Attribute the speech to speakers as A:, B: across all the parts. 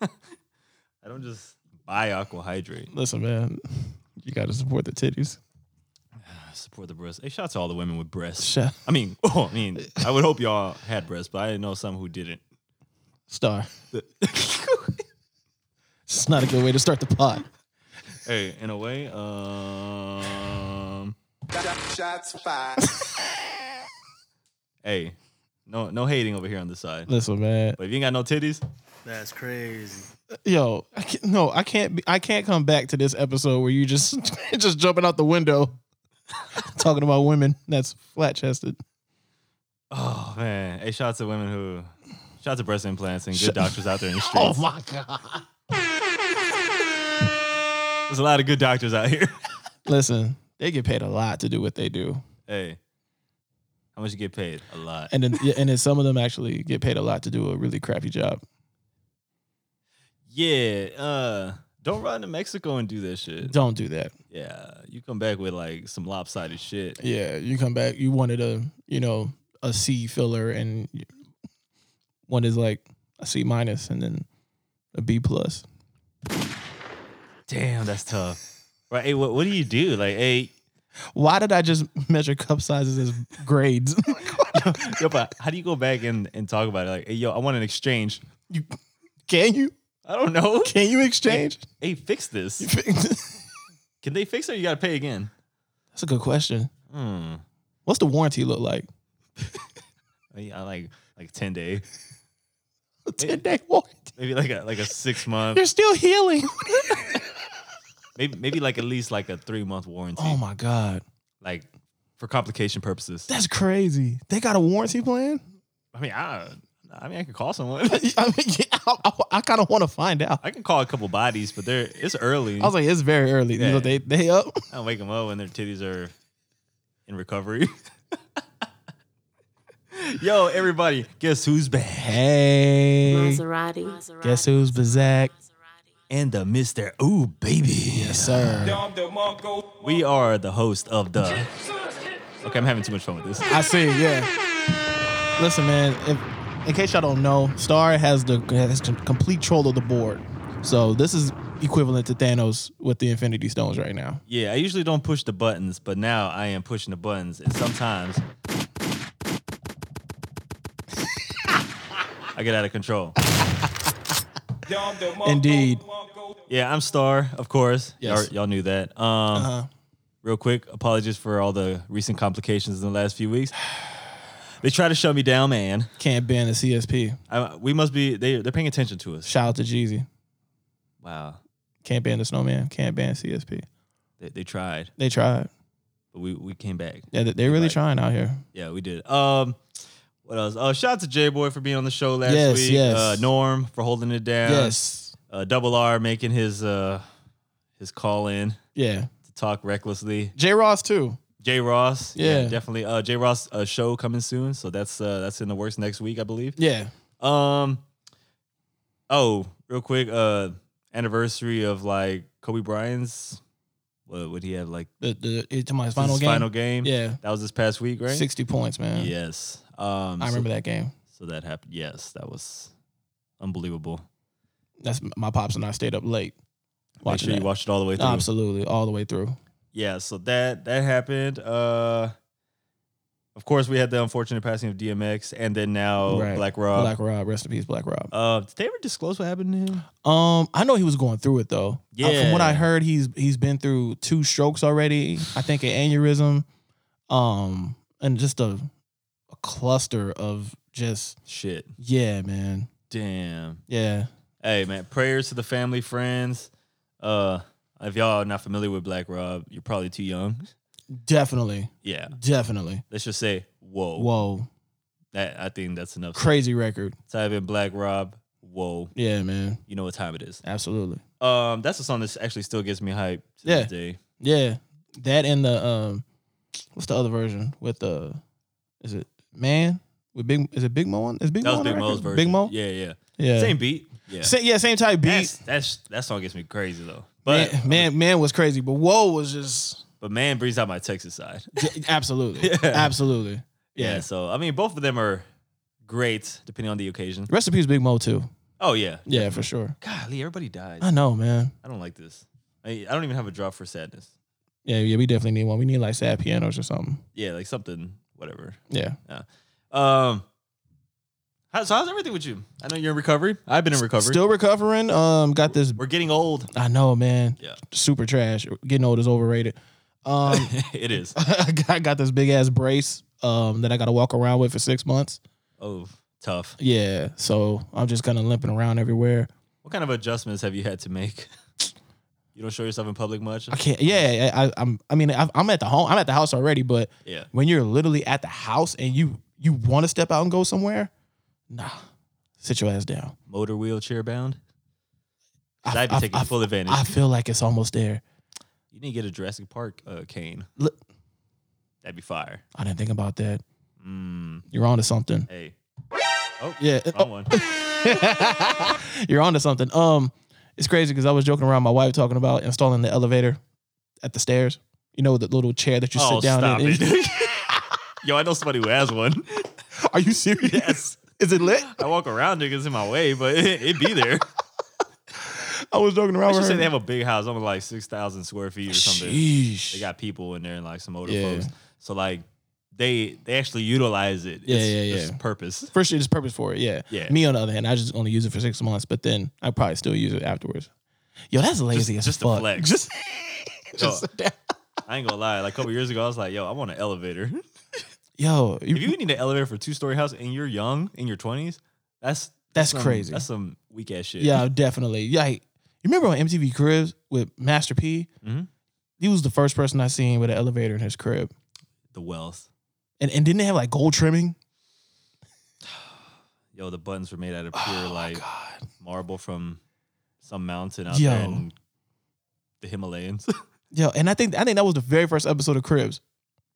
A: I don't just buy aqua hydrate.
B: Listen, man, you got to support the titties.
A: Support the breasts. Hey, shout out to all the women with breasts.
B: Shout-
A: I mean, oh, I mean, I would hope y'all had breasts, but I didn't know some who didn't.
B: Star. It's not a good way to start the pot.
A: hey, in a way, um,
C: Shots fired.
A: hey, no, no hating over here on this side.
B: Listen, man.
A: But if you ain't got no titties,
D: That's crazy.
B: Yo, I can't, no, I can't. Be, I can't come back to this episode where you just just jumping out the window, talking about women. That's flat chested.
A: oh man, hey, shout out to women who, shout out to breast implants and good
B: Shut-
A: doctors out there in the streets.
B: Oh my god!
A: There's a lot of good doctors out here.
B: Listen, they get paid a lot to do what they do,
A: hey, how much you get paid? A lot.
B: and then yeah, and then some of them actually get paid a lot to do a really crappy job.
A: Yeah, uh, don't run to Mexico and do that shit.
B: Don't do that.
A: Yeah, you come back with like some lopsided shit.
B: Yeah, you come back. You wanted a you know a C filler, and you- one is like a C minus, and then a B plus.
A: Damn, that's tough. Right? Hey, what, what do you do? Like, hey,
B: Why did I just measure cup sizes as grades?
A: yo, but how do you go back and, and talk about it? Like, hey, yo, I want an exchange.
B: you can you
A: I don't know.
B: can you exchange?
A: Hey, fix this.
B: That's
A: Can they fix it? Or you gotta pay again.
B: a good question.
A: Hmm.
B: What's the warranty look like?
A: Hey, I like like ten day,
B: A ten day warranty.
A: maybe like a like a six month,
B: You're still healing.
A: maybe maybe like at least like a three month warranty,
B: oh my god,
A: like for complication purposes.
B: that's crazy. They got a warranty plan.
A: I mean, I I mean, I could call someone.
B: I mean, yeah, I, kind of want to find out.
A: I can call a couple bodies, but they're it's early.
B: I was like, it's very early. You
A: Yeah.
B: know, they they up.
A: I don't wake them up when their titties are in recovery. Yo, everybody, guess who's back?
B: Hey,
E: Maserati.
B: guess who's Bazak?
A: And the Mr. Ooh Baby.
B: Yes, sir.
A: We are the host of the. Okay, I'm having too much fun with this.
B: I see. Yeah. Listen, man. If, in case y'all don't know, Star has the has com- complete control of the board. So this is equivalent to Thanos with the Infinity Stones right now.
A: Yeah, I usually don't push the buttons, but now I am pushing the buttons, and sometimes I get out of control. Oh,
B: Indeed.
A: Yeah, I'm Star, of course.
B: Yes.
A: Y'all, y'all knew that. Um, Real quick, apologies for all the recent complications in the last few weeks. They try to shut me down, man.
B: Can't ban the CSP.
A: I, we must be, they, they're paying attention to us.
B: Shout out to Jeezy.
A: Wow.
B: Can't ban the Snowman. Can't ban CSP.
A: They, they tried,
B: They tried.
A: but we, we came back.
B: Yeah, they- they're really
A: Right.
B: trying out here.
A: Yeah, we did. Um, What else? Oh, shout out to J Boy for being on the show last
B: Yes,
A: week.
B: yes.
A: Uh, Norm for holding it down.
B: Yes.
A: Uh, Double R making his uh, his call in
B: Yeah.
A: to talk recklessly.
B: J. Ross too.
A: J Ross,
B: Yeah.
A: definitely. Uh, J Ross uh, show coming soon, so that's uh, that's in the works next week, I believe.
B: Yeah.
A: Um. Oh, real quick. Uh, anniversary of like Kobe Bryant's. What would he have like
B: The the it, to my
A: this
B: final
A: is
B: game.
A: Final game.
B: Yeah.
A: that was this past week, right?
B: Sixty points, man.
A: Yes. Um.
B: I remember that game.
A: So, so that happened. Yes, that was unbelievable.
B: That's my pops and I stayed up late
A: Make
B: watching
A: sure
B: that.
A: you watched it all the way through.
B: Absolutely, all the way through.
A: Yeah. So that that happened. Uh. Of course, we had the unfortunate passing of DMX, and then now
B: Right.
A: Black Rob.
B: Black Rob, rest in peace, Black Rob.
A: Uh, did they ever disclose what happened to him?
B: Um, I know he was going through it though. Uh, from what I
A: Yeah.
B: heard, he's he's been through two strokes already. I think an aneurysm, um, and just a, a cluster of just
A: Shit.
B: yeah, man,
A: Damn.
B: yeah.
A: Hey man, prayers to the family, friends. Uh, if y'all are not familiar with Black Rob, you're probably too young.
B: Definitely,
A: Yeah,
B: definitely.
A: let's just say whoa.
B: Whoa,
A: That I think that's enough.
B: crazy record.
A: Type in Black Rob, whoa.
B: Yeah, man,
A: You know what time it is.
B: absolutely.
A: Um, that's a song that actually still gets me hyped to
B: Yeah.
A: this day.
B: Yeah, that and the um, what's the other version with the, is it man with big? Is it Big Mo on? Is Big
A: That
B: Mo
A: was
B: on the
A: Big Mo's
B: record?
A: version.
B: Big Mo,
A: Yeah, yeah,
B: yeah.
A: Same beat. Yeah.
B: Sa- yeah, same type beat.
A: That's, that's that song gets me crazy though. But
B: man, man, man was crazy, but whoa was just
A: but man brings out my Texas side.
B: Yeah, absolutely,
A: Yeah.
B: absolutely.
A: Yeah.
B: Yeah.
A: So I mean, both of them are great depending on the occasion.
B: Rest in peace, Big Mo too.
A: Oh yeah.
B: Yeah, for sure.
A: Golly, everybody died.
B: I know, man.
A: I don't like this. I, I don't even have a drop for sadness.
B: Yeah, yeah, we definitely need one. We need like sad pianos or something.
A: Yeah, like something, whatever.
B: Yeah.
A: Um, how, so how's everything with you? I know you're in recovery. I've been in recovery.
B: Still recovering. Um, got this.
A: We're getting old.
B: I know, man.
A: Yeah.
B: Super trash. Getting old is overrated. Um,
A: it is.
B: I got, I got this big ass brace. Um, that I got to walk around with for six months.
A: Oh, tough.
B: Yeah. So I'm just kind of limping around everywhere.
A: What kind of adjustments have you had to make? You don't show yourself in public much.
B: I can't. Yeah. I, I, I'm. I mean, I, I'm at the home. I'm at the house already, but
A: Yeah.
B: when you're literally at the house and you you want to step out and go somewhere, nah, sit your ass down.
A: Motor wheelchair bound. 'Cause
B: I,
A: I'd be
B: I-
A: taking
B: I-
A: full advantage.
B: I feel like it's almost there.
A: you need to get a Jurassic Park uh, cane.
B: Look-
A: That'd be fire.
B: I didn't think about that.
A: Mm,
B: You're on to something.
A: hey, Oh,
B: Yeah,
A: wrong one.
B: you're on to something. Um, it's crazy because I was joking around my wife talking about installing the elevator at the stairs. You know, the little chair that you
A: oh,
B: sit down
A: stop
B: in.
A: it. Yo, I know somebody who has one.
B: Are you serious?
A: Yes.
B: Is it lit?
A: I walk around it 'cause it's in my way, but it, it be there.
B: I was joking around
A: I should
B: with
A: say
B: her.
A: they have a big house. I'm like six thousand square feet or something.
B: Sheesh.
A: They got people in there and like some older
B: Yeah.
A: folks. So like they they actually utilize it.
B: Yeah,
A: it's,
B: yeah,
A: it's
B: yeah.
A: Purpose.
B: First, it's purpose for it. Yeah.
A: Yeah.
B: Me on the other hand, I just only use it for six months, but then I probably still use it afterwards. Yo, that's lazy as
A: just to
B: fuck.
A: flex.
B: Just, just sit down.
A: I ain't gonna lie. Like a couple years ago, I was like, "Yo, I want an elevator."
B: Yo, you,
A: if you need an elevator for a two story house and you're young in your twenties, that's
B: That's
A: some-
B: crazy.
A: That's some weak ass shit.
B: yeah, definitely. Yeah, you remember on MTV Cribs with Master P?
A: Mhm.
B: He was the first person I seen with an elevator in his crib,
A: the wealth.
B: and and didn't they have like gold trimming?
A: Yo, the buttons were made out of pure
B: Oh,
A: like
B: God,
A: marble from some mountain out there
B: Yo.
A: in the Himalayas.
B: yo, and I think I think that was the very first episode of Cribs,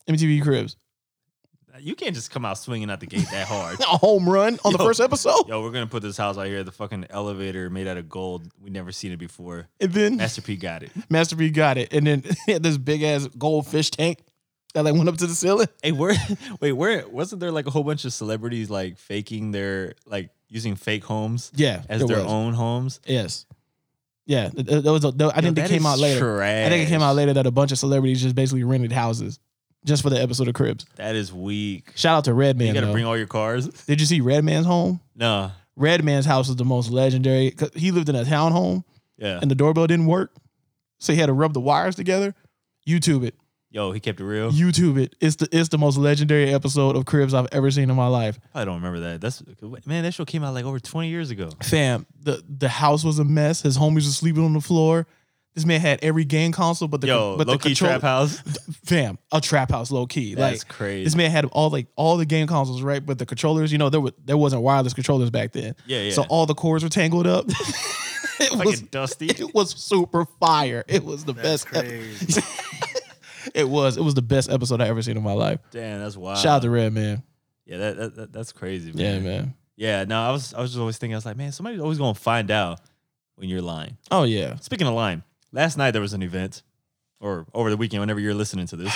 B: MTV Cribs,
A: you can't just come out swinging out the gate that hard.
B: a home run on the
A: Yo.
B: first episode,
A: Yo, we're gonna put this house out here. The fucking elevator made out of gold. We never seen it before.
B: and then
A: Master P got it.
B: Master P got it, and then he had this big ass gold fish tank that like went up to the ceiling.
A: Hey, where? Wait, where? Wasn't there like a whole bunch of celebrities like faking their like using fake homes
B: Yeah,
A: as
B: there
A: their
B: was.
A: own homes?
B: Yes, yeah. th- th- That was. A, th- I
A: Yo,
B: think
A: that
B: they came
A: is
B: out later. I think it came
A: trash.
B: out later that a bunch of celebrities just basically rented houses just for the episode of Cribs.
A: That is weak.
B: Shout out to Redman.
A: You gotta
B: though.
A: bring all your cars.
B: Did you see Redman's home?
A: Nah.
B: Redman's house was the most legendary. 'cause He lived in a townhome
A: Yeah.
B: and the doorbell didn't work, so he had to rub the wires together. YouTube it.
A: Yo, he kept it real.
B: YouTube it. It's the it's the most legendary episode of Cribs I've ever seen in my life.
A: I don't remember that. That's man. That show came out like over twenty years ago.
B: Fam, the the house was a mess. His homies were sleeping on the floor. This man had every game console, but the
A: Yo,
B: but
A: low
B: the
A: key
B: control-
A: trap house.
B: Fam, a trap house, low key.
A: That's
B: like
A: crazy.
B: this man had all like all the game consoles, right? But the controllers, you know, there were there wasn't wireless controllers back then.
A: Yeah, yeah.
B: So all the cords were tangled up. it was
A: fucking dusty.
B: it was super fire. It was the best. ep- it was it was the best episode I ever seen in my life.
A: Damn, that's wild.
B: Shout out to Red Man.
A: yeah, that, that, that that's crazy. Man.
B: Yeah, man.
A: Yeah, no, I was I was just always thinking, I was like, man, somebody's always gonna find out when you're lying.
B: Oh yeah.
A: Speaking of lying, last night there was an event, or over the weekend, whenever you're listening to this.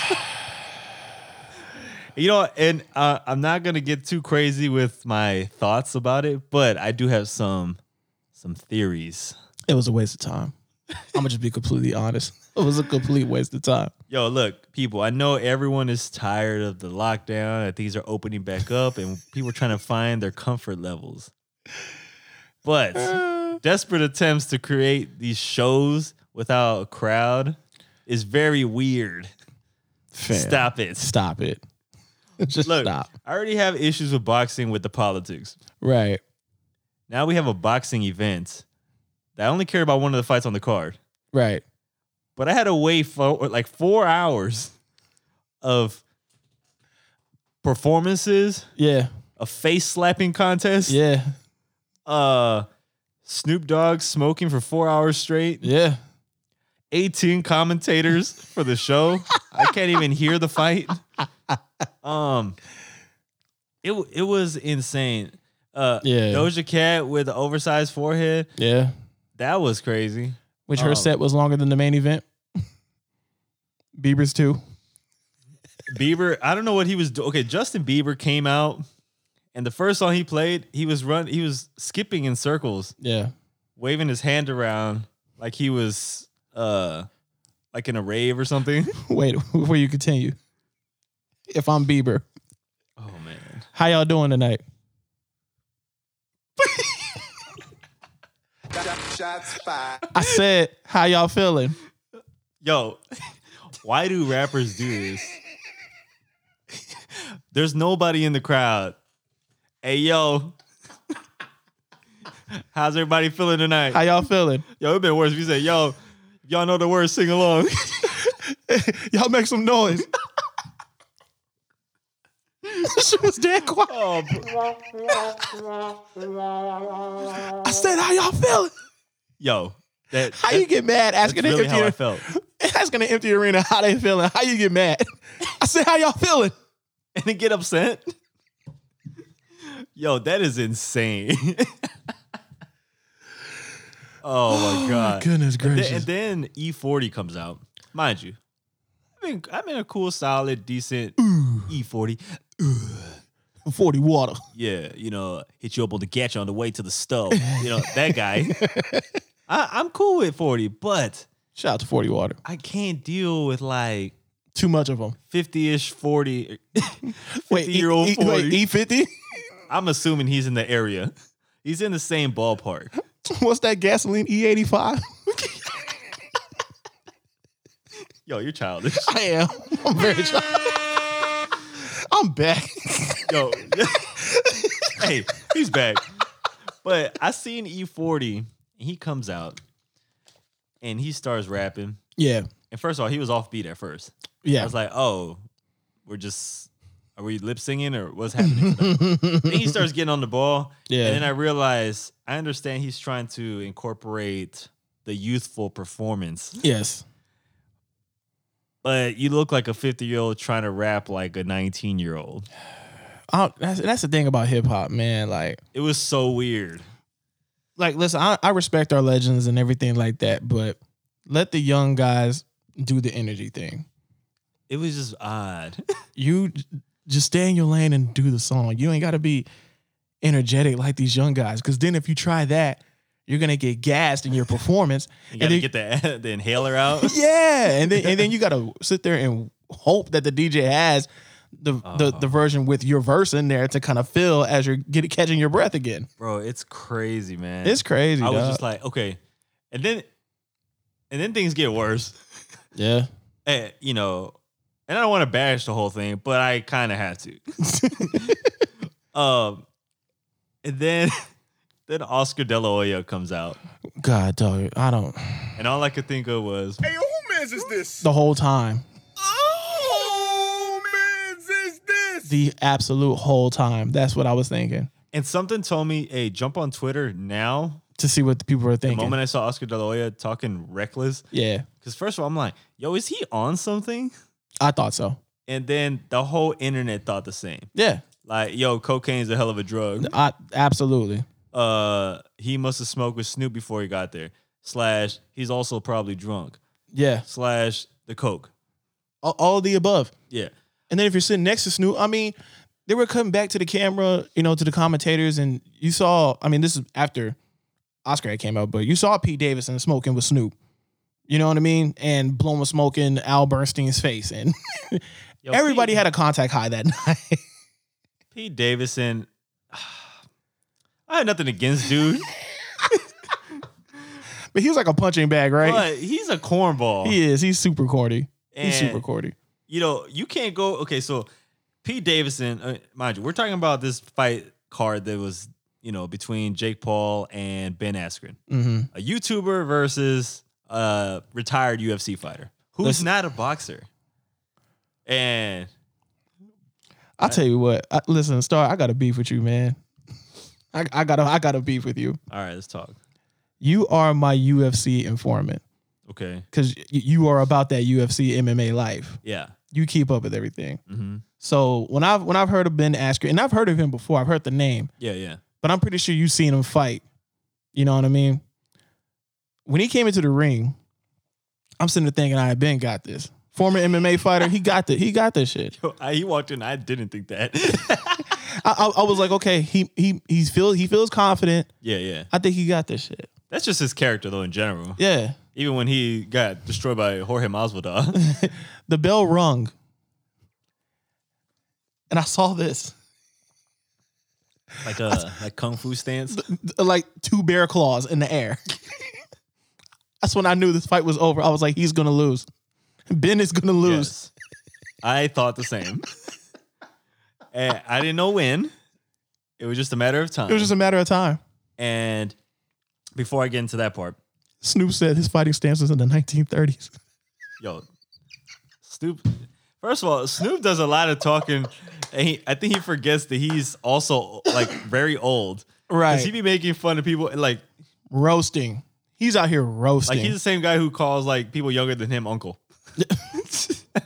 A: you know, and uh, I'm not gonna get too crazy with my thoughts about it, but I do have some some theories.
B: It was a waste of time. I'm gonna just be completely honest. It was a complete waste of time.
A: Yo, look, people, I know everyone is tired of the lockdown, that things are opening back up, and people are trying to find their comfort levels. But desperate attempts to create these shows without a crowd is very weird.
B: Fam,
A: Stop it.
B: Stop it. just
A: Look,
B: stop.
A: I already have issues with boxing with the politics.
B: Right.
A: Now we have a boxing event that I only care about one of the fights on the card.
B: Right.
A: But I had to wait for like four hours of performances,
B: Yeah.
A: a face slapping contest,
B: Yeah.
A: uh, Snoop Dogg smoking for four hours straight,
B: Yeah.
A: 18 commentators for the show. I can't even hear the fight. Um, it w- it was insane. Uh,
B: Yeah.
A: Doja Cat with the oversized forehead.
B: Yeah.
A: That was crazy.
B: Which her
A: Um,
B: set was longer than the main event. Bieber's too.
A: Bieber, I don't know what he was doing. Okay, Justin Bieber came out And the first song he played, he was run, he was skipping in circles,
B: Yeah.
A: waving his hand around like he was uh like in a rave or something.
B: Wait, before you continue. If I'm Bieber,
A: Oh man.
B: how y'all doing tonight?
C: Shots fired.
B: I said, how y'all feeling?
A: Yo, why do rappers do this? There's nobody in the crowd. Hey yo. How's everybody feeling tonight?
B: How y'all feeling?
A: Yo, it'd been worse if you said, yo, if y'all know the words, sing along.
B: y'all make some noise. she was dead quiet.
A: oh, bro.
B: I said, how y'all feeling?
A: yo, that,
B: How you get mad asking
A: that's really
B: an
A: how I
B: empty
A: felt.
B: asking an empty arena how they feeling? How you get mad? I said, how y'all feeling?
A: And then get upset. Yo, that is insane. oh my god.
B: Goodness
A: Th- and then E40 comes out. Mind you, I mean, I'm in a cool, solid, decent E E40.
B: Forty water.
A: Yeah, you know, hit you up on the gatch on the way to the stove. You know, that guy. I, I'm cool with 40, but
B: Shout out to forty water.
A: I can't deal with like
B: Too much of them. 50
A: 50-ish 40.
B: Wait,
A: 50-year-old
B: E- E- wait,
A: 40.
B: E50?
A: I'm assuming he's in the area. He's in the same ballpark.
B: What's that gasoline? E E85?
A: Yo, you're childish.
B: I am. I'm very trying. I'm back.
A: Yo. hey, he's back. But I seen E40 and he comes out and he starts rapping.
B: yeah.
A: And first of all, he was offbeat at first. I
B: Yeah.
A: was like, oh, we're just are we lip singing or what's happening? tonight? then he starts getting on the ball.
B: Yeah.
A: And then I realize I understand he's trying to incorporate the youthful performance.
B: yes.
A: But you look like a 50 year old trying to rap like a 19 year old.
B: I don't- that's, that's the thing about hip hop, man. Like,
A: It was so weird.
B: like listen, I, I respect our legends and everything like that, but let the young guys do the energy thing.
A: It was just odd.
B: You j- just stay in your lane and do the song. You ain't got to be energetic like these young guys, because then if you try that, you're gonna get gassed in your performance.
A: You
B: and
A: gotta
B: then-
A: get the, the inhaler out.
B: yeah, and then and then you gotta sit there and hope that the DJ has the
A: Uh-huh.
B: the, the version with your verse in there to kind of fill as you're getting catching your breath again.
A: Bro, it's crazy, man.
B: It's crazy.
A: I was
B: dog.
A: just like, okay. And then and then things get worse.
B: yeah.
A: Eh, you know, and I don't want to bash the whole thing, but I kind of had to. um, and then then Oscar De La Hoya comes out,
B: God, dog, I don't.
A: and all I could think of was,
D: Hey, who man's is this?
B: The whole time,
D: Who man's is this?
B: the absolute whole time. That's what I was thinking
A: and something told me, hey, jump on Twitter now.
B: to see what the people were
A: The
B: thinking.
A: moment I saw Oscar De La Hoya talking reckless,
B: yeah,
A: because first of all, I'm like, yo, is he on something?
B: I thought so.
A: And then the whole internet thought the same.
B: Yeah,
A: Like, yo, cocaine's a hell of a drug.
B: I absolutely.
A: Uh, he must have smoked with Snoop before he got there. Slash, he's also probably drunk.
B: Yeah,
A: Slash, the coke.
B: all, all the above.
A: Yeah.
B: And then if you're sitting next to Snoop, I mean, they were coming back to the camera, you know, to the commentators, and you saw. I mean, this is after Oscar had came out, but you saw Pete Davidson smoking with Snoop. You know what I mean? And blowing smoke in Al Bernstein's face, and
A: Yo,
B: everybody
A: Pete,
B: had a contact high that night.
A: Pete Davidson. I had nothing against dude,
B: but he was like a punching bag, right?
A: but he's a cornball.
B: He is. He's super corny.
A: And,
B: He's super corny.
A: You know, you can't go. Okay, so Pete Davidson, uh, mind you, we're talking about this fight card that was, you know, between Jake Paul and Ben Askren,
B: Mm-hmm.
A: a YouTuber versus a retired UFC fighter who's
B: Listen-
A: not a boxer. And
B: I'll tell you what. I, listen, Star, I got a beef with you, man. I, I got a I got a beef with you.
A: all right, let's talk.
B: You are my UFC informant
A: Okay,
B: because you are about that UFC MMA life.
A: yeah.
B: You keep up with everything.
A: Mm-hmm.
B: So when I've when I've heard of Ben Askren, and I've heard of him before, I've heard the name,
A: Yeah, yeah.
B: but I'm pretty sure you've seen him fight. You know what I mean? When he came into the ring, I'm sitting there thinking, "I Ben got this." Former MMA fighter, he got the he got this shit.
A: I, he walked in. I didn't think that.
B: I, I, I was like, okay, he he he feels he feels confident.
A: Yeah, yeah.
B: I think he got this shit.
A: That's just his character though in general.
B: Yeah.
A: Even when he got destroyed by Jorge Masvidal.
B: The bell rung, and I saw this
A: like a like kung fu stance.
B: like two bear claws in the air. That's when I knew this fight was over. I was like, he's gonna lose. Ben is gonna
A: Yes.
B: lose.
A: I thought the same. and I didn't know when. It was just a matter of time.
B: It was just a matter of time.
A: and before I get into that part,
B: Snoop said his fighting stance was in the 1930s.
A: yo, Snoop. First of all, Snoop does a lot of talking, and he, I think he forgets that he's also like very old. 'Cause He be making fun of people, and, like
B: roasting. He's out here roasting.
A: like he's the same guy who calls like people younger than him uncle. I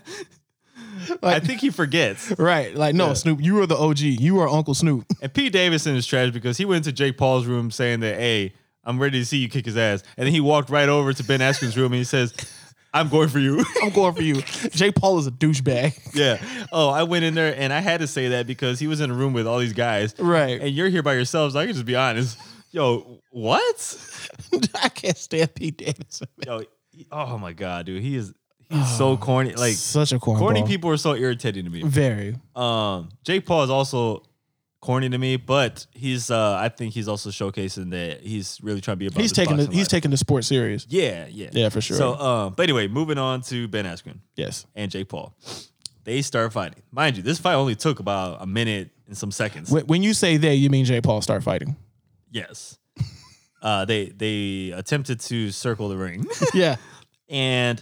B: Like-
A: think he forgets.
B: right. Like, no,
A: Yeah.
B: Snoop, you are the OG. You are Uncle Snoop.
A: And Pete Davidson is trash because he went into Jake Paul's room saying that, hey, I'm ready to see you kick his ass. And then he walked right over to Ben Askren's room and he says, I'm going for you.
B: I'm going for you. Jake Paul is a douchebag.
A: yeah. Oh, I went in there and I had to say that because he was in a room with all these guys.
B: Right.
A: And you're here by yourselves. I can just be honest. Yo, what?
B: I can't stand Pete Davidson. man.
A: Yo, he- oh my God, dude. He is he's so corny. Like
B: Such a cornball.
A: corny people are so irritating to me.
B: Very.
A: Um, Jake Paul is also corny to me, but he's uh I think he's also showcasing that he's really trying to be about
B: He's
A: his
B: taking the,
A: boxing
B: he's
A: life.
B: taking the sport serious.
A: Yeah, yeah.
B: Yeah, for sure.
A: So, um, but anyway, moving on to Ben Askren
B: yes.
A: and Jake Paul. They start fighting. Mind you, this fight only took about a minute and some seconds.
B: When, when you say they, you mean Jake Paul start fighting.
A: yes. Uh, they they attempted to circle the ring,
B: yeah.
A: and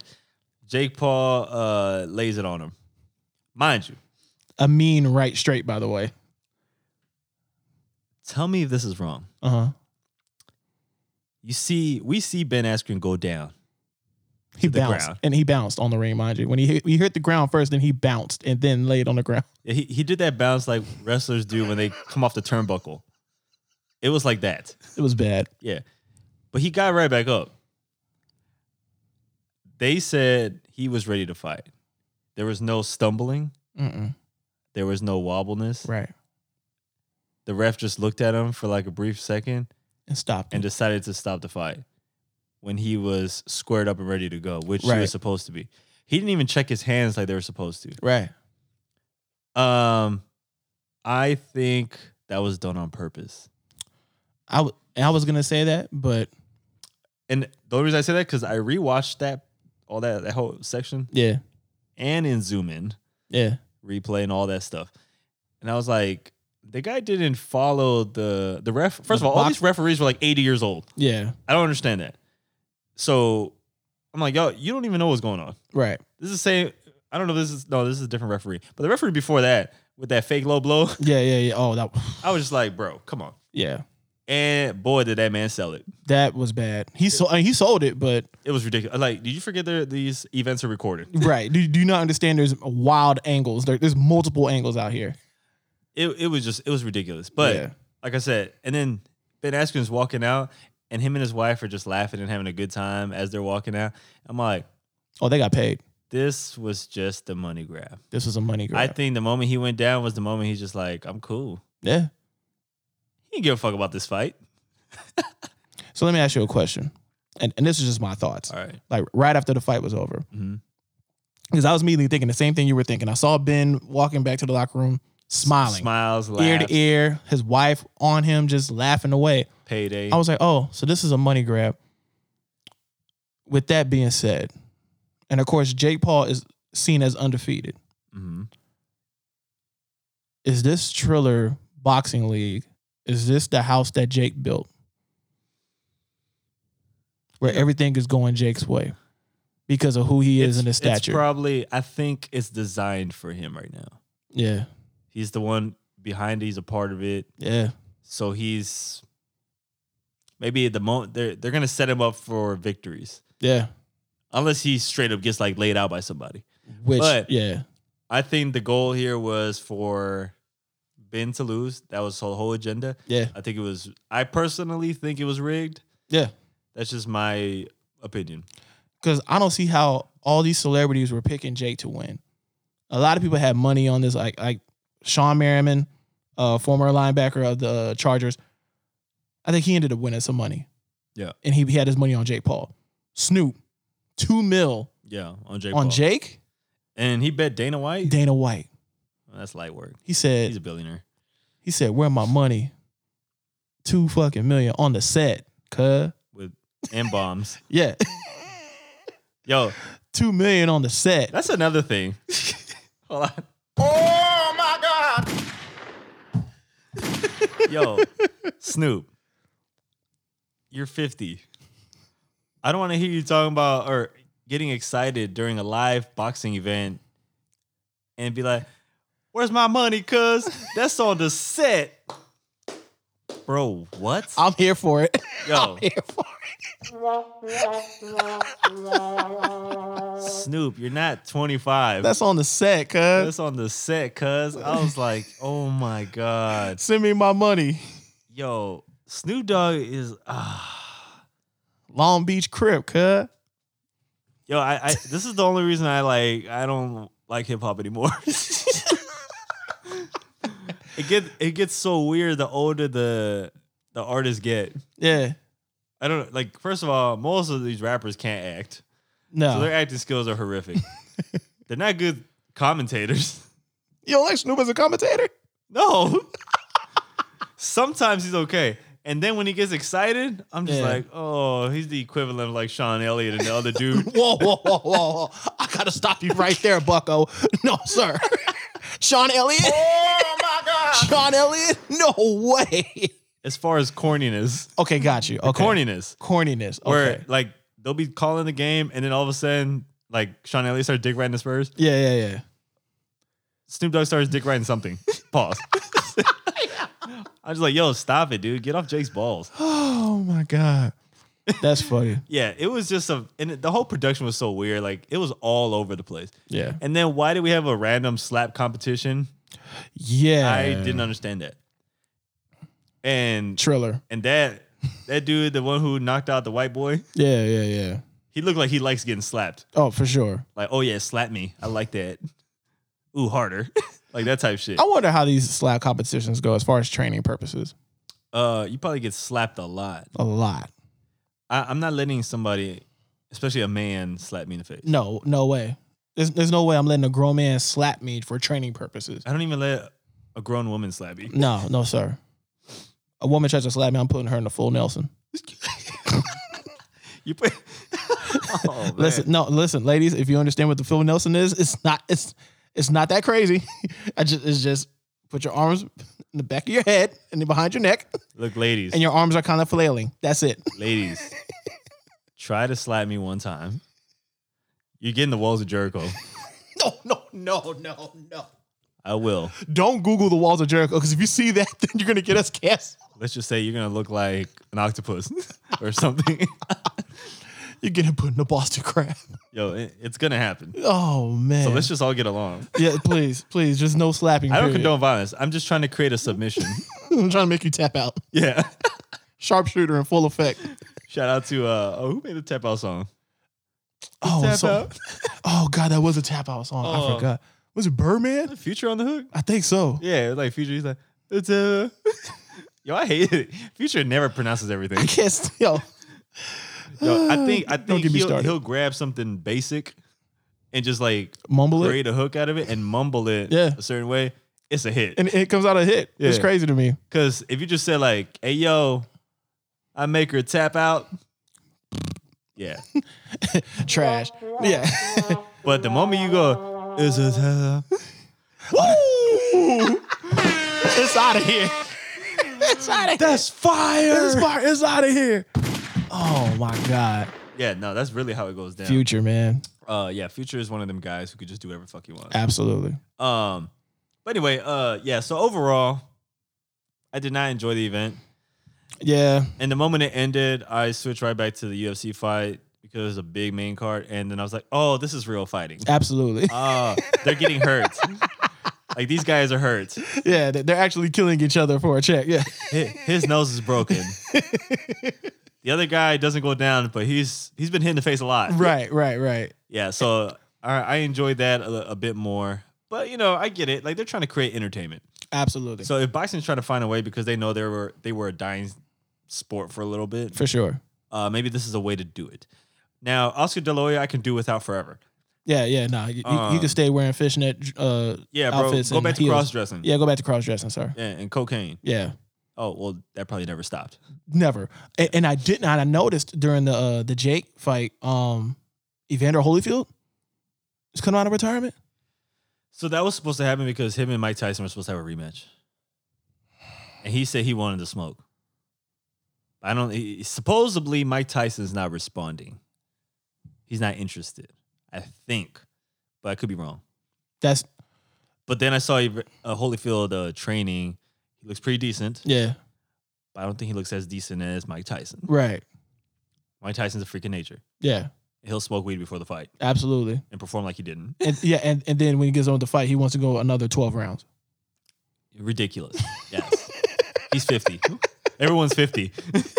A: Jake Paul uh, lays it on him. Mind you,
B: A mean right straight, by the way.
A: tell me if this is wrong.
B: Uh-huh.
A: You see, we see Ben Askren go down.
B: He
A: the
B: bounced.
A: ground.
B: And he bounced on the ring, mind you. When he hit, he hit the ground first, then he bounced and then laid on the ground.
A: He he did that bounce like wrestlers do when they come off the turnbuckle. It was like that.
B: It was bad.
A: Yeah. But he got right back up. They said he was ready to fight. There was no stumbling.
B: Mm-mm.
A: There was no wobbleness.
B: Right.
A: The ref just looked at him for like a brief second
B: And stopped.
A: and decided to stop the fight when he was squared up and ready to go, which he
B: Right.
A: was supposed to be. He didn't even check his hands like they were supposed to.
B: right.
A: Um, I think that was done on purpose.
B: I, w- and I was gonna say that, but
A: And the only reason I say that because I rewatched that all that that whole section
B: yeah,
A: and in zoom in.
B: yeah,
A: replay and all that stuff. And I was like, the guy didn't follow the the ref. First of all, all
B: box-
A: these referees were like 80 years old.
B: yeah,
A: I don't understand that. So I'm like, yo, you don't even know what's going on.
B: right,
A: This is same. I don't know. If this is no. This is a different referee. But the referee before that with that fake low blow,
B: yeah, yeah, yeah. Oh, that,
A: I was just like, bro, come on.
B: yeah,
A: And boy, did that man sell it.
B: that was bad. He sold, I mean, he sold it, but
A: It was ridiculous. Like, did you forget that these events are recorded?
B: right. Do do you not understand? There's wild angles. There, there's multiple angles out here.
A: it, it was just it was ridiculous. But
B: Yeah.
A: like I said, and then Ben Askren's walking out, and him and his wife are just laughing and having a good time as they're walking out. I'm like,
B: Oh, they got paid.
A: this was just the money grab.
B: This was a money grab.
A: I think the moment he went down was the moment he's just like, I'm cool.
B: yeah.
A: He didn't give a fuck about this fight.
B: So let me ask you a question, and and this is just my thoughts.
A: All right.
B: Like right after the fight was over,
A: Mhm.
B: because I was immediately thinking the same thing you were thinking. I saw Ben walking back to the locker room, smiling,
A: Smiles,
B: ear
A: laughs,
B: to ear. His wife on him, just laughing away.
A: payday.
B: I was like, oh, so this is a money grab. With that being said, and of course, Jake Paul is seen as undefeated.
A: Mhm.
B: Is this Triller Boxing League? Is this the house that Jake built? Where everything is going Jake's way because of who he is and his
A: It's-
B: stature.
A: It's probably, I think it's designed for him right now.
B: yeah.
A: He's the one behind it. He's a part of it.
B: Yeah.
A: So he's maybe at the moment they're they're gonna set him up for victories.
B: Yeah.
A: Unless he straight up gets like laid out by somebody.
B: Which,
A: But-
B: yeah.
A: I think the goal here was for Ben to lose. That was the whole agenda.
B: Yeah.
A: I think it was I personally think it was rigged.
B: Yeah.
A: That's just my opinion.
B: Because I don't see how all these celebrities were picking Jake to win. A lot of people had money on this, like like Sean Merriman, uh, former linebacker of the uh, Chargers. I think he ended up winning some money.
A: Yeah.
B: and he, he had his money on Jake Paul. Snoop, two mil
A: Yeah, on Jake.
B: on
A: Paul.
B: Jake
A: and he bet Dana White.
B: Dana White.
A: Well, that's light work.
B: He said
A: He's a billionaire.
B: he said where my money, two fucking million on the set. Cuz
A: with and bombs.
B: yeah,
A: Yo,
B: two million on the set.
A: that's another thing. Hold on.
D: Oh my God.
A: Yo, Snoop, you're 50. I don't want to hear you talking about or getting excited during a live boxing event and be like, where's my money, cuz? That's on the set. Bro, what?
B: I'm here for it.
A: Yo,
B: here for it.
A: Snoop, you're not 25.
B: That's on the set, cuz.
A: That's on the set, cuz. I was like, oh my God.
B: Send me my money.
A: Yo, Snoop Dogg is ah.
B: Long Beach Crip, cuz.
A: Yo, I, I this is the only reason I like I don't like hip hop anymore. it get it gets so weird the older the the artists get.
B: Yeah.
A: I don't like first of all, most of these rappers can't act. So
B: No.
A: their acting skills are horrific. They're not good commentators.
B: you don't like Snoop as a commentator?
A: No. Sometimes he's okay. And then when he gets excited, I'm just
B: Yeah.
A: like, oh, he's the equivalent of like Sean Elliott and the other dude.
B: Whoa, whoa, whoa, whoa, whoa. I gotta stop you right there, Bucko. No, sir. Sean Elliott?
D: Oh my God.
B: Sean Elliott? No way.
A: as far as corniness.
B: Okay, got you. Okay.
A: Corniness.
B: Corniness. Okay.
A: Where like they'll be calling the game and then all of a sudden like Sean Elliott starts dick riding the Spurs.
B: Yeah, yeah, yeah.
A: Snoop Dogg starts dick riding something. Pause. I'm just like, yo, stop it, dude. Get off Jake's balls.
B: Oh my God. That's funny.
A: Yeah, it was just a and the whole production was so weird. Like it was all over the place.
B: Yeah.
A: And then why did we have a random slap competition?
B: Yeah.
A: I didn't understand that. And
B: Triller.
A: and that that dude, the one who knocked out the white boy,
B: Yeah, yeah, yeah.
A: he looked like he likes getting slapped.
B: Oh, for sure.
A: Like, oh yeah, slap me. I like that. Ooh, harder. like that type shit.
B: I wonder how these slap competitions go as far as training purposes.
A: Uh, you probably get slapped a lot.
B: A lot.
A: I, I'm not letting somebody, especially a man, slap me in the face.
B: No, no way. There's, there's no way I'm letting a grown man slap me for training purposes.
A: I don't even let a grown woman slap me.
B: No, no, sir. A woman tries to slap me, I'm putting her in the full Nelson.
A: You put. oh, man.
B: Listen, no, listen, ladies, if you understand what the full Nelson is, it's not it's it's not that crazy. I just it's just put your arms in the back of your head and then behind your neck,
A: Look, ladies,
B: and your arms are kind of flailing. That's it.
A: ladies, try to slap me one time. You're getting the walls of Jericho.
B: No, no, no, no, no.
A: I will.
B: Don't Google the walls of Jericho because if you see that, then you're gonna get us canceled.
A: Let's just say you're gonna look like an octopus or something.
B: You're getting put in the Boston crab.
A: Yo, it- it's gonna happen.
B: Oh man.
A: So let's just all get along.
B: yeah, please, please, just no slapping.
A: I don't
B: period.
A: condone violence. I'm just trying to create a submission.
B: I'm trying to make you tap out.
A: yeah.
B: Sharpshooter in full effect.
A: Shout out to uh oh, who made the tap out song?
B: Oh,
A: Tap
B: so-
A: out.
B: oh god, that was a tap out song. I
A: Oh.
B: forgot. Was it Birdman?
A: Future on the hook?
B: I think so.
A: Yeah, it was like Future. He's like, it's uh Yo, I hate it. Future never pronounces
B: I
A: everything.
B: can't. st- Yo,
A: Yo, I think I
B: Don't
A: think
B: get me
A: he'll,
B: started.
A: he'll grab something basic and just like
B: mumble it,
A: create a hook out of it and mumble it
B: Yeah.
A: a certain way. It's a hit.
B: and it comes out a hit. It's
A: Yeah.
B: crazy to me.
A: Cause if you just say like, hey yo, I make her tap out. Yeah.
B: Trash. Yeah.
A: But the moment you go, is it
B: Woo! it's out of here. It's out of
A: That's fire.
B: It's, fire. it's out of here. Oh my god,
A: Yeah, no, that's really how it goes down.
B: future man.
A: Uh, yeah, Future is one of them guys who could just do whatever the fuck he wants.
B: Absolutely.
A: Um, but anyway, uh, yeah. So overall, I did not enjoy the event,
B: Yeah.
A: and the moment it ended, I switched right back to the UFC fight because it was a big main card, and then I was like, oh, this is real fighting.
B: Absolutely.
A: Ah, they're getting hurt. like these guys are hurt.
B: Yeah, they- they're actually killing each other for a check. Yeah.
A: Hi- His nose is broken. The other guy doesn't go down, but he's he's been hit in the face a lot.
B: Right, right, right.
A: Yeah, so I, I enjoyed that a, a bit more. But you know, I get it. Like they're trying to create entertainment.
B: Absolutely.
A: So if boxing's trying to find a way because they know they were they were a dying sport for a little bit,
B: For sure.
A: uh, maybe this is a way to do it. Now, Oscar De La Hoya, I can do without forever.
B: Yeah, yeah, no. You, you- you
A: Um,
B: can stay wearing fishnet uh
A: Yeah, bro.
B: outfits
A: go
B: and
A: back to
B: heels.
A: cross dressing.
B: Yeah, go back to cross dressing, sir.
A: yeah, and cocaine.
B: Yeah.
A: Oh well, that probably never stopped.
B: Never. And, and I did not I noticed during the uh, the Jake fight, um Evander Holyfield is coming out of retirement.
A: So that was supposed to happen because him and Mike Tyson were supposed to have a rematch, and he said he wanted to smoke. I don't. He, supposedly, Mike Tyson's not responding. He's not interested. I think, but I could be wrong.
B: That's
A: But then I saw Ev- uh, Holyfield uh, training. He looks pretty decent,
B: yeah,
A: but I don't think he looks as decent as Mike Tyson.
B: right.
A: Mike Tyson's a freak of nature.
B: Yeah,
A: He'll smoke weed before the fight
B: absolutely.
A: and perform like he didn't.
B: And yeah, and, and then when he gets on with the fight, he wants to go another twelve rounds.
A: Ridiculous. Yes. He's 50. Everyone's 50.
B: And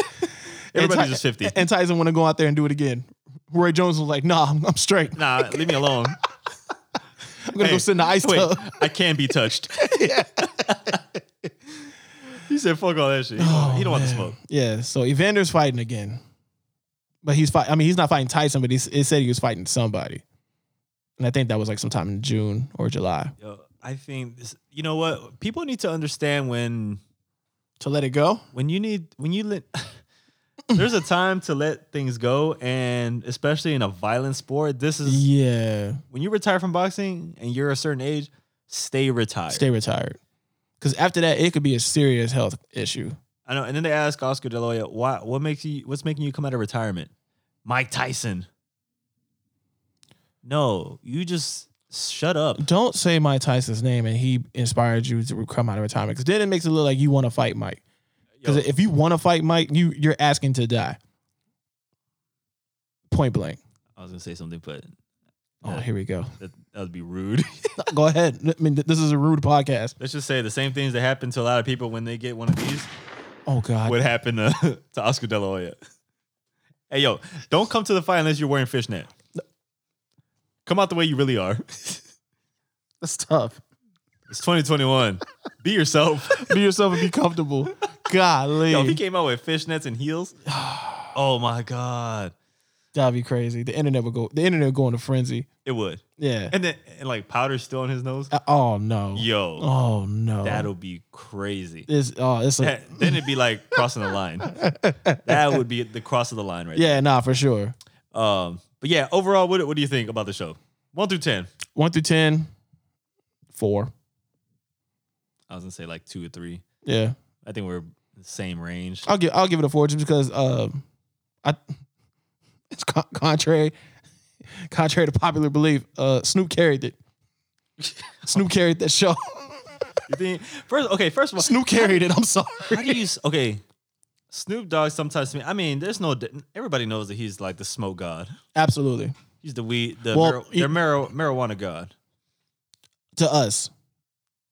A: Everybody's
B: Ty-
A: just 50.
B: And Tyson want to go out there and do it again. Roy Jones was like, "Nah, I'm, I'm straight.
A: Nah, leave me alone.
B: I'm gonna go sit in the ice
A: wait,
B: tub."
A: I can be touched. he said, fuck all that shit. He,
B: Oh,
A: don't- he don't want to
B: man.
A: smoke.
B: Yeah, so Evander's fighting again, but he's fight. I mean, he's not fighting Tyson, but he s- it said he was fighting somebody, and I think that was like sometime in June or July.
A: Yo, I think this, you know what? People need to understand when
B: To let it go,
A: when you need when you let there's a time to let things go and especially in a violent sport this is
B: yeah,
A: when you retire from boxing and you're a certain age stay retired
B: stay retired, because after that it could be a serious health issue.
A: i know and then they ask oscar de la hoya why what makes you what's making you come out of retirement mike tyson no you just shut up
B: Don't say Mike Tyson's name and he inspired you to come out of retirement, because then it makes it look like you want to fight Mike. Because
A: Yo,
B: if you want to fight Mike, you you're asking to die. Point blank.
A: i was gonna say something but
B: Oh,
A: Yeah.
B: here we go.
A: that, that would be rude
B: Go ahead. I mean, th- this is a rude podcast.
A: let's just say the same things that happen to a lot of people when they get one of these
B: Oh God.
A: what happened to, to Oscar De La Hoya. Hey, yo, don't come to the fight unless you're wearing fishnet. Come out the way you really are. It's
B: That's tough.
A: 2021. Be yourself.
B: Be yourself and be comfortable. Golly.
A: Yo, if he came out with fishnets and heels, oh my God.
B: That'd be crazy. The internet would go the internet would go into frenzy.
A: It would.
B: Yeah.
A: And then, and like powder still on his nose.
B: Uh, oh no.
A: Yo,
B: Oh no.
A: that'll be crazy.
B: it's oh it's a,
A: That- then it'd be like crossing the line. That would be the cross of the line right
B: yeah, nah, for sure.
A: there. Um, but yeah, overall, what, what do you think about the show? One through 10.
B: One through ten. Four.
A: I was going to say like two or three.
B: Yeah.
A: I think we're the same range.
B: I'll give I'll give it a four just because um I it's con- contrary contrary to popular belief, uh Snoop carried it. Snoop carried that show.
A: You think- first, okay, first of all,
B: Snoop carried it. I'm sorry.
A: how do you? s- Okay, Snoop Dogg sometimes. to me- I mean, there's no. d- Everybody knows that he's like the smoke god.
B: Absolutely.
A: He's the weed, the,
B: Well,
A: mar-
B: he-
A: the mar- marijuana god.
B: To us.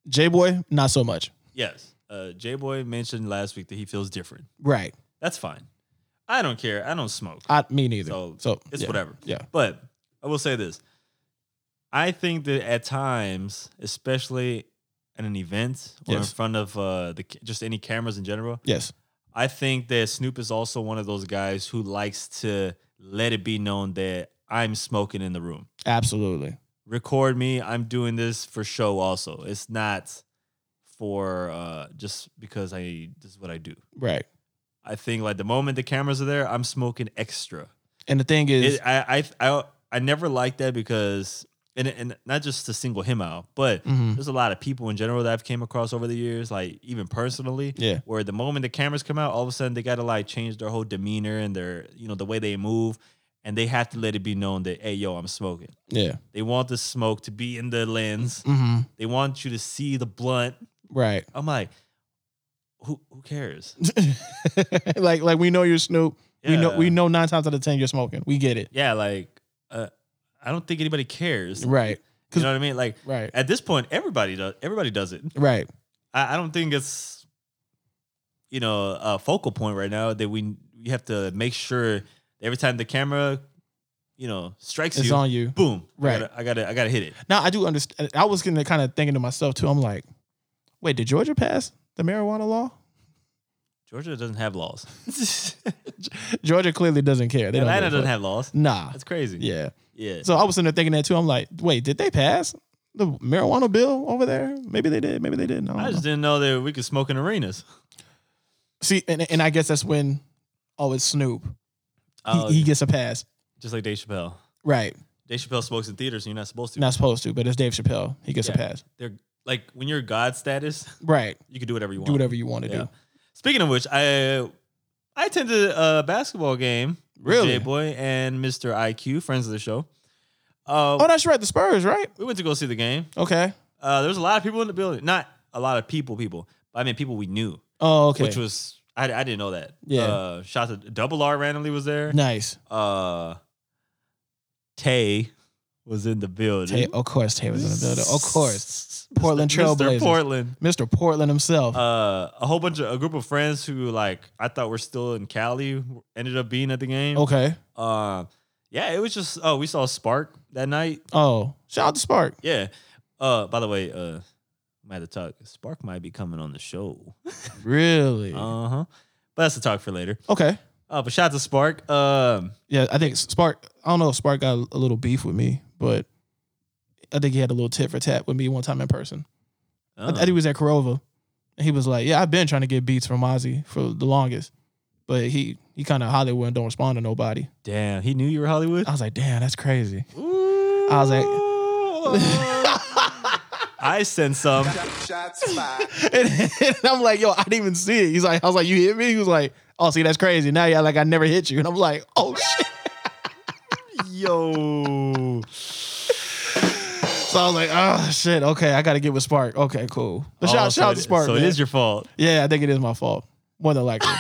B: J Boy, not so much.
A: Yes. Uh, J Boy mentioned last week that he feels different.
B: Right.
A: That's fine. I don't care. I don't smoke.
B: I me neither.
A: So,
B: So,
A: it's
B: yeah.
A: whatever.
B: Yeah.
A: But I will say this. I think that at times, especially in an event or
B: Yes.
A: in front of uh, the ca- just any cameras in general,
B: Yes.
A: I think that Snoop is also one of those guys who likes to let it be known that I'm smoking in the room.
B: Absolutely.
A: Record me. I'm doing this for show also. It's not for uh, just because I this is what I do.
B: Right.
A: I think like the moment the cameras are there, I'm smoking extra.
B: And the thing is,
A: It, I, I I I never liked that because and and not just to single him out, but
B: Mhm.
A: there's a lot of people in general that I've came across over the years, like even personally,
B: Yeah.
A: where the moment the cameras come out, all of a sudden they gotta like change their whole demeanor and their you know the way they move, and they have to let it be known that hey yo I'm smoking.
B: yeah.
A: They want the smoke to be in the lens.
B: Mm-hmm.
A: They want you to see the blunt.
B: Right.
A: I'm like, who who cares?
B: like like we know you're Snoop. We know
A: Yeah.
B: we know nine times out of ten you're smoking. We get it.
A: Yeah, like uh, I don't think anybody cares.
B: Right.
A: You know what I mean? Like
B: Right.
A: at this point, everybody does. Everybody does it.
B: Right.
A: I, I don't think it's you know a focal point right now that we we have to make sure every time the camera you know strikes
B: It's
A: you,
B: on you.
A: boom,
B: Right.
A: I gotta, I gotta I gotta hit it.
B: Now I do understand. I was gonna kind of thinking to myself too. I'm like, Wait, did Georgia pass the marijuana law?
A: Georgia doesn't have laws.
B: Georgia clearly doesn't care. They don't
A: Atlanta
B: give a
A: doesn't
B: fuck.
A: have laws.
B: Nah.
A: That's crazy.
B: Yeah.
A: Yeah.
B: So I was sitting there thinking that too. I'm like, wait, did they pass the marijuana bill over there? Maybe they did. Maybe they didn't. I don't
A: I
B: know.
A: just didn't know that we could smoke in arenas.
B: See, and, and I guess that's when, oh, it's Snoop. He-
A: Oh,
B: he, gets a pass.
A: just like Dave Chappelle.
B: Right.
A: Dave Chappelle smokes in theaters, and you're not supposed to.
B: Not supposed to, but it's Dave Chappelle. He gets a
A: Yeah.
B: pass.
A: They're like when you're God status,
B: Right.
A: you can do whatever you want.
B: Do whatever you want to
A: Yeah.
B: do.
A: Speaking of which, I I attended a basketball game.
B: Really?
A: J Boy and Mr. IQ, friends of the show. Uh,
B: Oh, that's right. The Spurs, right?
A: we went to go see the game.
B: Okay.
A: Uh, there was a lot of people in the building. Not a lot of people, people. But I mean, people we knew,
B: Oh, okay.
A: which was I, I didn't know that.
B: Yeah.
A: Uh, shout out to Double R randomly was there.
B: nice.
A: Uh, Tay was in the building.
B: Tay, of course, Tay was in the building. Of course. Portland
A: Mr.
B: Trailblazers.
A: Portland.
B: Mr. Portland himself.
A: Uh, a whole bunch of a group of friends who like I thought were still in Cali ended up being at the game.
B: okay.
A: Uh, yeah, it was just oh we saw Spark that night.
B: Oh, shout out to Spark.
A: Yeah. Uh, by the way, uh, might have to talk. Spark might be coming on the show.
B: Really?
A: Uh huh. But that's a talk for later.
B: okay.
A: Uh, but shout out to Spark. Um,
B: Yeah, I think Spark. I don't know if Spark got a little beef with me, but I think he had a little tit for tat with me one time in person.
A: oh,
B: I-
A: Uh.
B: I, think he was at Corova, and he was like, "Yeah, I've been trying to get beats from Ozzy for the longest, but he he kind of Hollywood and don't respond to nobody."
A: damn, he knew you were Hollywood.
B: I was like, "Damn, that's crazy." I was like,
A: I sent some.
C: Shots fired.
B: and, and I'm like, "Yo, I didn't even see it." He's like, "I was like, you hit me." He was like, "Oh, see, that's crazy." Now yeah, like I never hit you, and I'm like, "Oh shit."
A: Yo.
B: So I was like, "Oh shit, okay, I got to get with Spark." Okay, cool. But shout,
A: Oh,
B: shout out
A: so
B: to
A: it-
B: Spark.
A: So
B: man.
A: it is your fault.
B: Yeah, I think it is my fault. More than likely.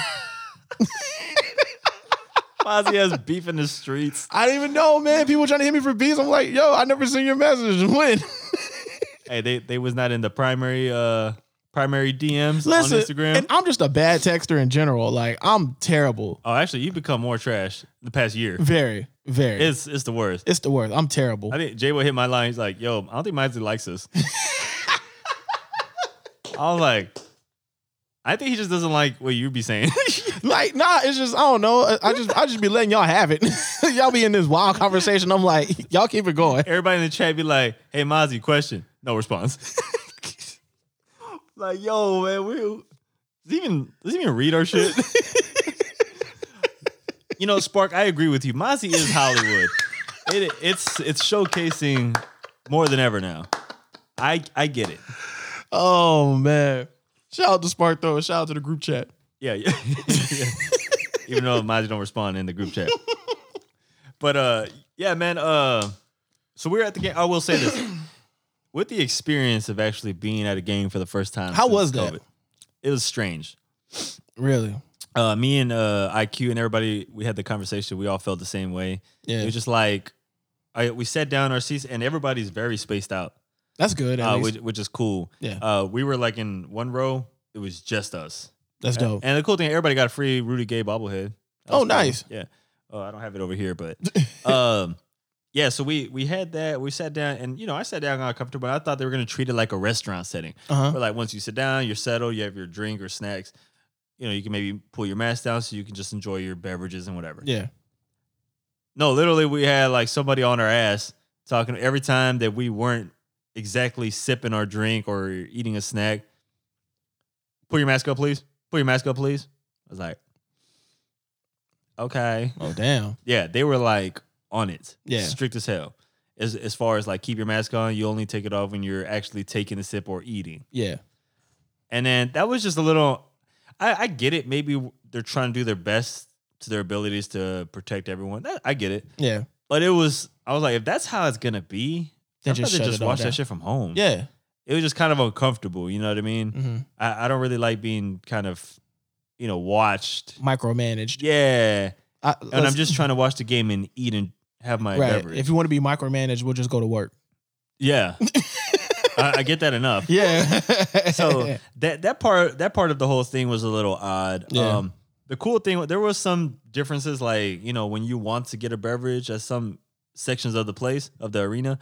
A: Fozzie has beef in the streets.
B: I didn't even know, man. People trying to hit me for beats. I'm like, yo, I never seen your message. When?
A: Hey, they, they was not in the primary uh primary DMs
B: Listen,
A: on Instagram.
B: and I'm just a bad texter in general. Like, I'm terrible.
A: oh, actually, you've become more trash the past year.
B: Very, very. It's,
A: It's it's the worst.
B: the worst. I'm terrible.
A: I think Jay will hit my line. He's like, "Yo, I don't think Mizey likes us." I was like, "I think he just doesn't like what you be saying."
B: like, nah, it's just I don't know. I- I just I just be letting y'all have it. y'all be in this wild conversation. I'm like, y'all keep it going.
A: Everybody in the chat be like, "Hey, Mozzie, question." No response. like, yo, man, we does he even does he even read our shit? you know, Spark, I agree with you. Mozzie is Hollywood. It, it's it's showcasing more than ever now. I I get it.
B: Oh man. Shout out to Spark though. and Shout out to the group chat.
A: Yeah, yeah. Yeah. Even though Maji don't respond in the group chat. But uh yeah, man, uh so we we're at the game. I will say this. With the experience of actually being at a game for the first time.
B: How
A: since
B: was that?
A: It was strange.
B: Really?
A: Uh me and uh IQ and everybody, we had the conversation. We all felt the same way. It
B: Yeah.
A: was just like I, we sat down in our seats and everybody's very spaced out,
B: That's good. At
A: uh,
B: least.
A: which, which is cool.
B: Yeah.
A: Uh, we were like in one row. It was just us.
B: That's
A: And-
B: dope.
A: And the cool thing, everybody got a free Rudy Gay bobblehead. That was
B: Oh,
A: cool.
B: nice.
A: Yeah. Oh, I don't have it over here, but um, yeah. So we we had that. We sat down, and you know, I sat down, got comfortable. I thought they were gonna treat it like a restaurant setting,
B: Uh-huh.
A: where like once you sit down, you're settled, you have your drink or snacks. You know, you can maybe pull your mask down so you can just enjoy your beverages and whatever.
B: Yeah.
A: No, literally, we had like somebody on our ass talking every time that we weren't exactly sipping our drink or eating a snack. Put your mask up, please. Put your mask up, please. I was like, okay.
B: Oh damn.
A: Yeah, they were like on it.
B: Yeah.
A: Strict as hell. As, as far as like keep your mask on, you only take it off when you're actually taking a sip or eating.
B: Yeah.
A: And then that was just a little. I, I get it. Maybe they're trying to do their best to their abilities to protect everyone. That, I get it.
B: Yeah.
A: But it was, I was like, if that's how it's gonna be,
B: Then
A: I'd
B: just
A: rather
B: shut
A: just
B: it all
A: watch
B: down.
A: that shit from home.
B: Yeah.
A: it was just kind of uncomfortable. You know what I mean?
B: Mm-hmm.
A: I, I don't really like being kind of, you know, watched.
B: micromanaged.
A: Yeah,
B: I,
A: and I'm just trying to watch the game and eat and have my
B: right.
A: beverage.
B: If you want to be micromanaged, we'll just go to work.
A: yeah, I, I get that enough.
B: Yeah.
A: So that that part that part of the whole thing was a little odd.
B: Yeah.
A: Um, the cool thing there was some differences, like you know when you want to get a beverage at some sections of the place of the arena,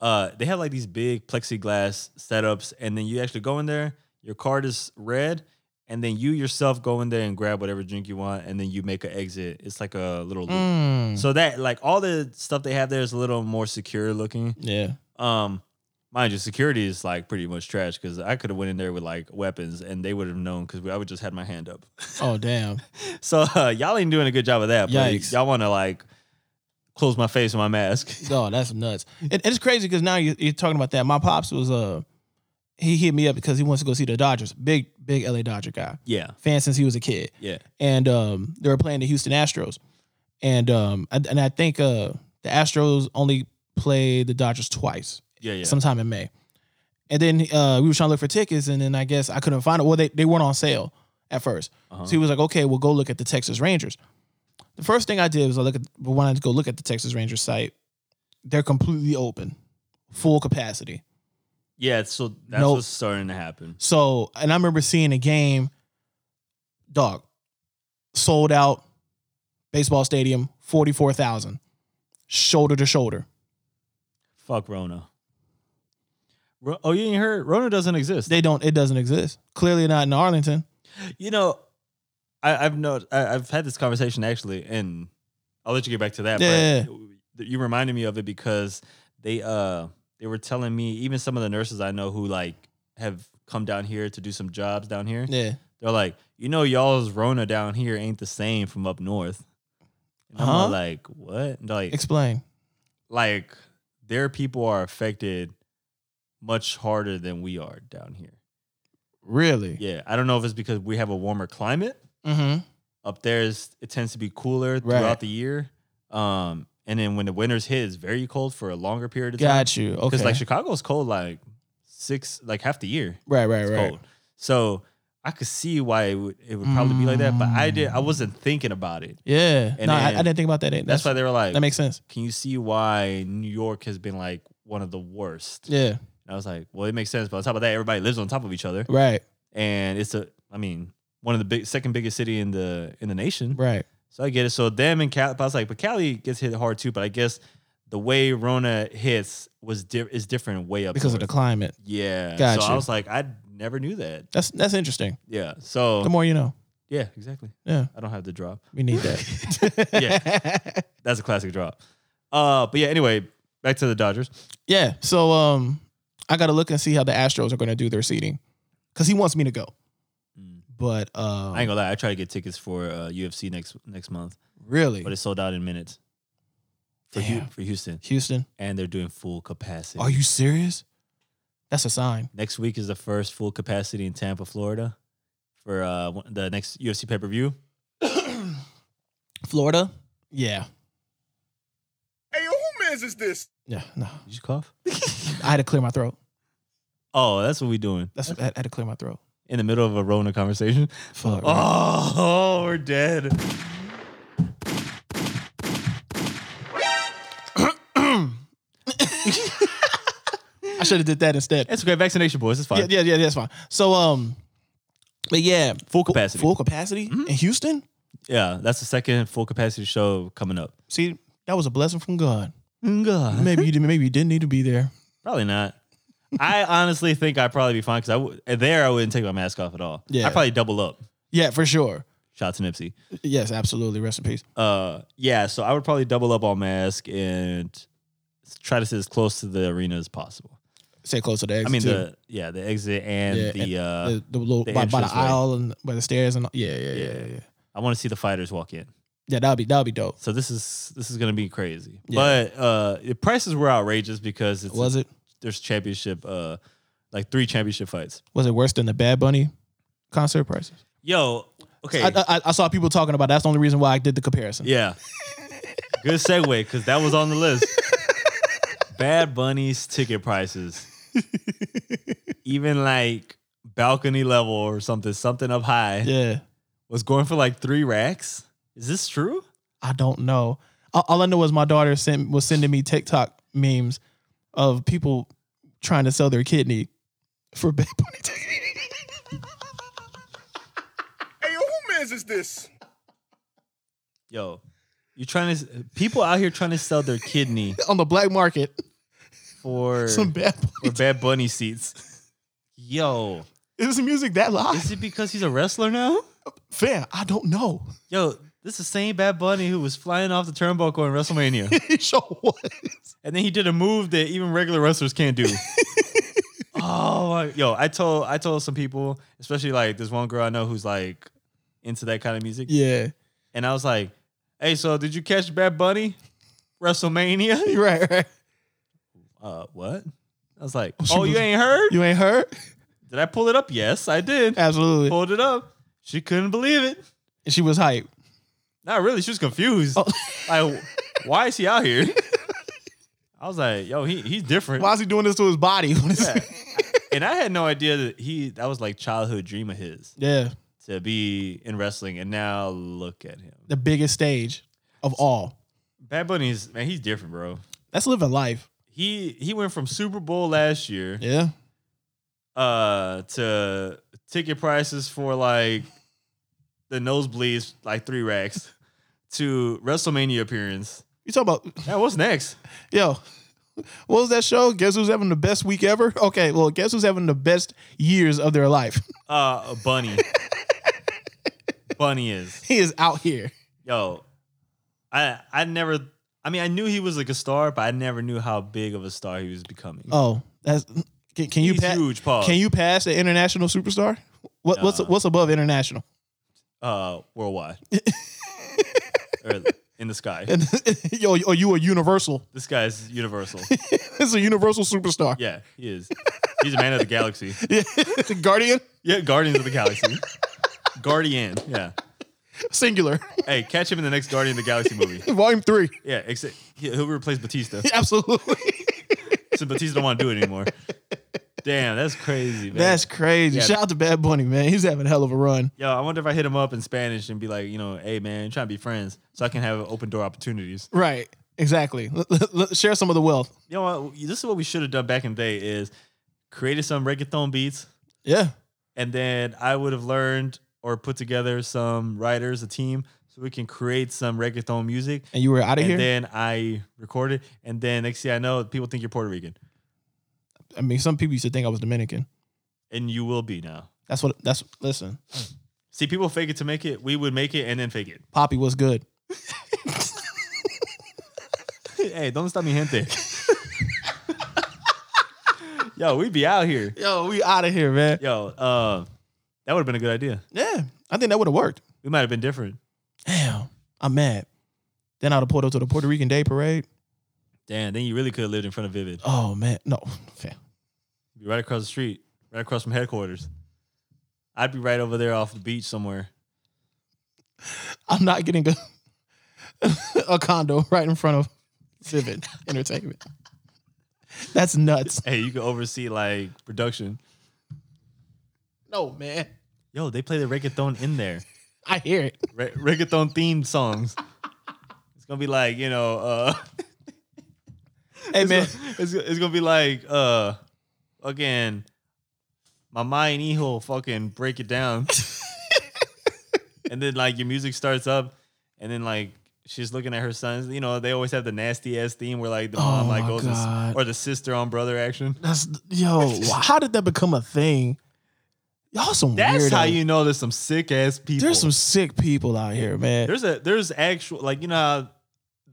A: uh, they have like these big plexiglass setups, and then you actually go in there, Your card is red, and then you yourself go in there and grab whatever drink you want, and then you make an exit. It's like a little loop.
B: Mm.
A: So that like all the stuff they have there is a little more secure looking.
B: Yeah.
A: Um, mind you, security is like pretty much trash because I could have went in there with like weapons and they would have known because I would just had my hand up.
B: Oh damn.
A: So uh, y'all ain't doing a good job of that. But
B: Yikes.
A: y'all want to like close my face with my mask.
B: No, that's nuts. And, and it's crazy because now you're, you're talking about that. My pops was uh, he hit me up because he wants to go see the Dodgers. Big big LA Dodger guy.
A: yeah,
B: Fan since he was a kid.
A: yeah.
B: and um, they were playing the Houston Astros, and um, and and I think uh, the Astros only played the Dodgers twice,
A: Yeah, yeah.
B: sometime in May, and then uh, we were trying to look for tickets, and then I guess I couldn't find it. Well, they they weren't on sale at 1st
A: Uh-huh.
B: so he was like, okay, we'll go look at the Texas Rangers. The first thing I did was I look at wanted to go look at the Texas Rangers site. They're completely open, full capacity.
A: yeah, so that's
B: Nope.
A: what's starting to happen.
B: So, and I remember seeing a game, dog, sold out, baseball stadium, 44,000, shoulder to shoulder.
A: Fuck Rona. Ro- oh, you ain't heard? Rona doesn't exist.
B: They don't, it doesn't exist. Clearly not in Arlington.
A: you know, I, I've known I, I've had this conversation actually, and I'll let you get back to that.
B: Yeah.
A: But you reminded me of it because they uh they were telling me even some of the nurses I know who like have come down here to do some jobs down here.
B: Yeah.
A: They're like, you know, y'all's Rona down here ain't the same from up north. And I'm
B: Huh?
A: all like, what? And they're like,
B: Explain.
A: like their people are affected much harder than we are down here.
B: Really?
A: Yeah, I don't know if it's because we have a warmer climate
B: Mm-hmm.
A: up there is it tends to be cooler throughout
B: Right.
A: the year. Um, and then when the winters hit, it's very cold for a longer period of time.
B: Got you. Okay.
A: Because like Chicago's cold like six, like half the year.
B: right, right,
A: It's
B: right.
A: cold. So I could see why it would, it would probably be like that, but I did
B: Mm.
A: I wasn't thinking about it.
B: Yeah.
A: And
B: no, I, I
A: then-
B: didn't think about that.
A: That's, why they were like,
B: that makes sense.
A: "Can you see why New York has been like one of the worst?"
B: Yeah.
A: And I was like, "Well, it makes sense." But on top of that, everybody lives on top of each other,
B: Right,
A: and it's a, I mean, one of the big second biggest city in the in the nation.
B: right.
A: So I get it. So them and Cali, but I was like, but Cali gets hit hard too. But I guess the way Rona hits was di- is different way up
B: Because of the
A: north.
B: climate.
A: yeah.
B: Got
A: so
B: you.
A: I was like, I never knew that.
B: That's that's interesting.
A: Yeah. So
B: The more you know.
A: yeah, exactly.
B: Yeah.
A: I don't have the drop.
B: We need that. yeah.
A: That's a classic drop. Uh, but yeah. Anyway, back to the Dodgers.
B: Yeah. So um I gotta look and see how the Astros are gonna do their seating. Cause he wants me to go.
A: Mm.
B: But um
A: I ain't gonna lie. I try to get tickets for uh, UFC next next month,
B: really
A: but it's sold out in minutes for Hu-
B: Damn.
A: for Houston,
B: Houston.
A: and they're doing full capacity.
B: Are you serious? That's a sign.
A: Next week is the first full capacity in Tampa, Florida, for uh, one- the next UFC pay per view.
B: Florida? Yeah.
D: Hey, yo, who man's is this?
B: Yeah, no.
A: Did you cough?
B: I had to clear my throat.
A: Oh, that's what we doing
B: That's I had to clear my throat.
A: in the middle of a Rona conversation.
B: Fuck.
A: Oh, oh, we're dead.
B: I should have did that instead.
A: It's okay. Vaccination, boys. It's fine.
B: Yeah, yeah, yeah, that's fine. So um but yeah,
A: Full capacity. Mm-hmm.
B: full capacity in Houston?
A: yeah, that's the second full capacity show coming up.
B: See, that was a blessing from God.
A: God.
B: Maybe you didn't maybe you didn't need to be there.
A: Probably not. I honestly think I'd probably be fine because I w- there I wouldn't take my mask off at all.
B: Yeah.
A: I probably double up.
B: Yeah, for sure.
A: Shout to Nipsey.
B: Yes, absolutely. Rest in peace.
A: uh yeah so i would probably double up on mask and try to sit as close to the arena as possible
B: Stay close to the exit.
A: i mean
B: too.
A: the yeah the exit and
B: Yeah,
A: the uh
B: the, the little
A: the
B: by, by the
A: entranceway.
B: aisle and by the stairs and yeah, yeah, yeah,
A: Yeah.
B: yeah. Yeah,
A: i want to see the fighters walk in
B: yeah that'd be that'd be dope.
A: so this is this is gonna be crazy
B: Yeah.
A: but uh the prices were outrageous because it's
B: Was it
A: there's championship uh like three championship fights
B: was it worse than the Bad Bunny concert prices?
A: yo okay
B: I, I, I saw people talking about. It. That's the only reason why I did the comparison.
A: yeah good segue because that was on the list bad bunny's ticket prices even like balcony level or something, something up high,
B: yeah.
A: was going for like three racks. Is this true?
B: I don't know. All, all I know is my daughter sent was sending me TikTok memes of people trying to sell their kidney for Bad Bunny.
D: Hey, yo, who man's is this?
A: Yo, you trying to people out here trying to sell their kidney
B: on the black market.
A: for
B: Some Bad
A: for
B: Bunny.
A: Bad Bunny seats. Yo,
B: Is his music that
A: Is
B: live?
A: it because he's a wrestler now?
B: Fam, I don't know.
A: Yo, this is the same Bad Bunny who was flying off the turnbuckle in WrestleMania.
B: He sure was.
A: and then he did a move that even regular wrestlers can't do. oh my yo, I told I told some people, especially like this one girl I know who's like into that kind of music.
B: Yeah.
A: And I was like, Hey, so did you catch Bad Bunny? WrestleMania?
B: You're right, right.
A: Uh what? I was like,
B: she
A: Oh, you
B: was-
A: ain't heard?
B: You ain't heard?
A: Did I pull it up? Yes, I did.
B: Absolutely.
A: Pulled it up. She couldn't believe it.
B: And she was hype.
A: Not really. She was confused.
B: Oh.
A: Like, why is he out here? I was like, yo, he he's different.
B: Why is he doing this to his body?
A: Yeah. and I had no idea that he that was like childhood dream of his
B: yeah.
A: to be in wrestling. And now look at him.
B: The biggest stage of all.
A: Bad Bunny's man, he's different, bro.
B: That's living life.
A: He he went from Super Bowl last year
B: Yeah.
A: uh to ticket prices for like the nosebleeds, like three racks, to WrestleMania appearance.
B: You talk about
A: Now what's next?
B: Yo, what was that show? Guess who's having the best week ever? Okay, well, guess who's having the best years of their life?
A: Uh, Bunny. Bunny is
B: he is out here.
A: yo. I I never. I mean, I knew he was like a star, but I never knew how big of a star he was becoming.
B: Oh, that's can, can you
A: He's
B: pass?
A: huge, Paul.
B: Can you pass an international superstar? What, What's
A: Nah.
B: what's above international?
A: uh worldwide or in the sky?
B: Yo, are you a universal?
A: This guy is universal.
B: It's a universal superstar.
A: Yeah, he is. He's a man of the galaxy.
B: The Guardian
A: Yeah, Guardians of the Galaxy. Guardian. Yeah.
B: singular,
A: Hey, catch him in the next Guardian of the Galaxy movie.
B: volume three.
A: Yeah, except he- he'll replace Batista.
B: Absolutely.
A: So Batista don't want to do it anymore. Damn, that's crazy, man.
B: That's crazy.
A: Yeah.
B: Shout out to Bad Bunny, man. He's having a hell of a run.
A: Yo, I wonder if I hit him up in Spanish and be like, you know, hey man, trying to be friends so I can have open door opportunities.
B: Right. Exactly. Let- let- let- share some of the wealth.
A: You know what? This is what we should have done back in the day is created some reggaeton beats
B: Yeah.
A: and then I would have learned or put together some writers, a team, so we can create some reggaeton music.
B: And you were out of
A: And
B: here.
A: then I record it. And then next thing I know, people think you're Puerto Rican.
B: I mean, some people used to think I was Dominican.
A: And you will be now.
B: That's what. That's listen.
A: See, people fake it to make it. We would make it and then fake it.
B: Poppy was good.
A: hey, don't stop me gente. Yo, we be out here.
B: Yo, we out of here, man.
A: Yo, uh, that would have been a good idea.
B: Yeah, I think that would have worked.
A: We might have been different.
B: Damn, I'm mad. Then I'd have pulled up to the Puerto Rican Day Parade.
A: Damn, then you really could have lived in front of Vivid.
B: Oh man, no, fam.
A: Be right across the street, right across from headquarters. I'd be right over there off the beach somewhere.
B: I'm not getting a, a condo right in front of Vivid Entertainment. That's nuts.
A: Hey, you can oversee like production.
B: No, man.
A: Yo, they play the reggaeton in there.
B: I hear it.
A: Re- reggaeton themed songs. It's gonna be like, you know, uh
B: Hey man,
A: it's, it's gonna be like uh again, my mind hijo fucking break it down. and then like your music starts up and then like she's looking at her sons. You know, they always have the nasty ass theme where like the mom
B: Oh,
A: like
B: my
A: goes and s-
B: God.
A: or the sister on brother action.
B: that's yo. How did that become a thing? Y'all some
A: That's how
B: weirdos.
A: you know there's some sick ass people.
B: There's some sick people out here, man.
A: There's a there's actual like you know how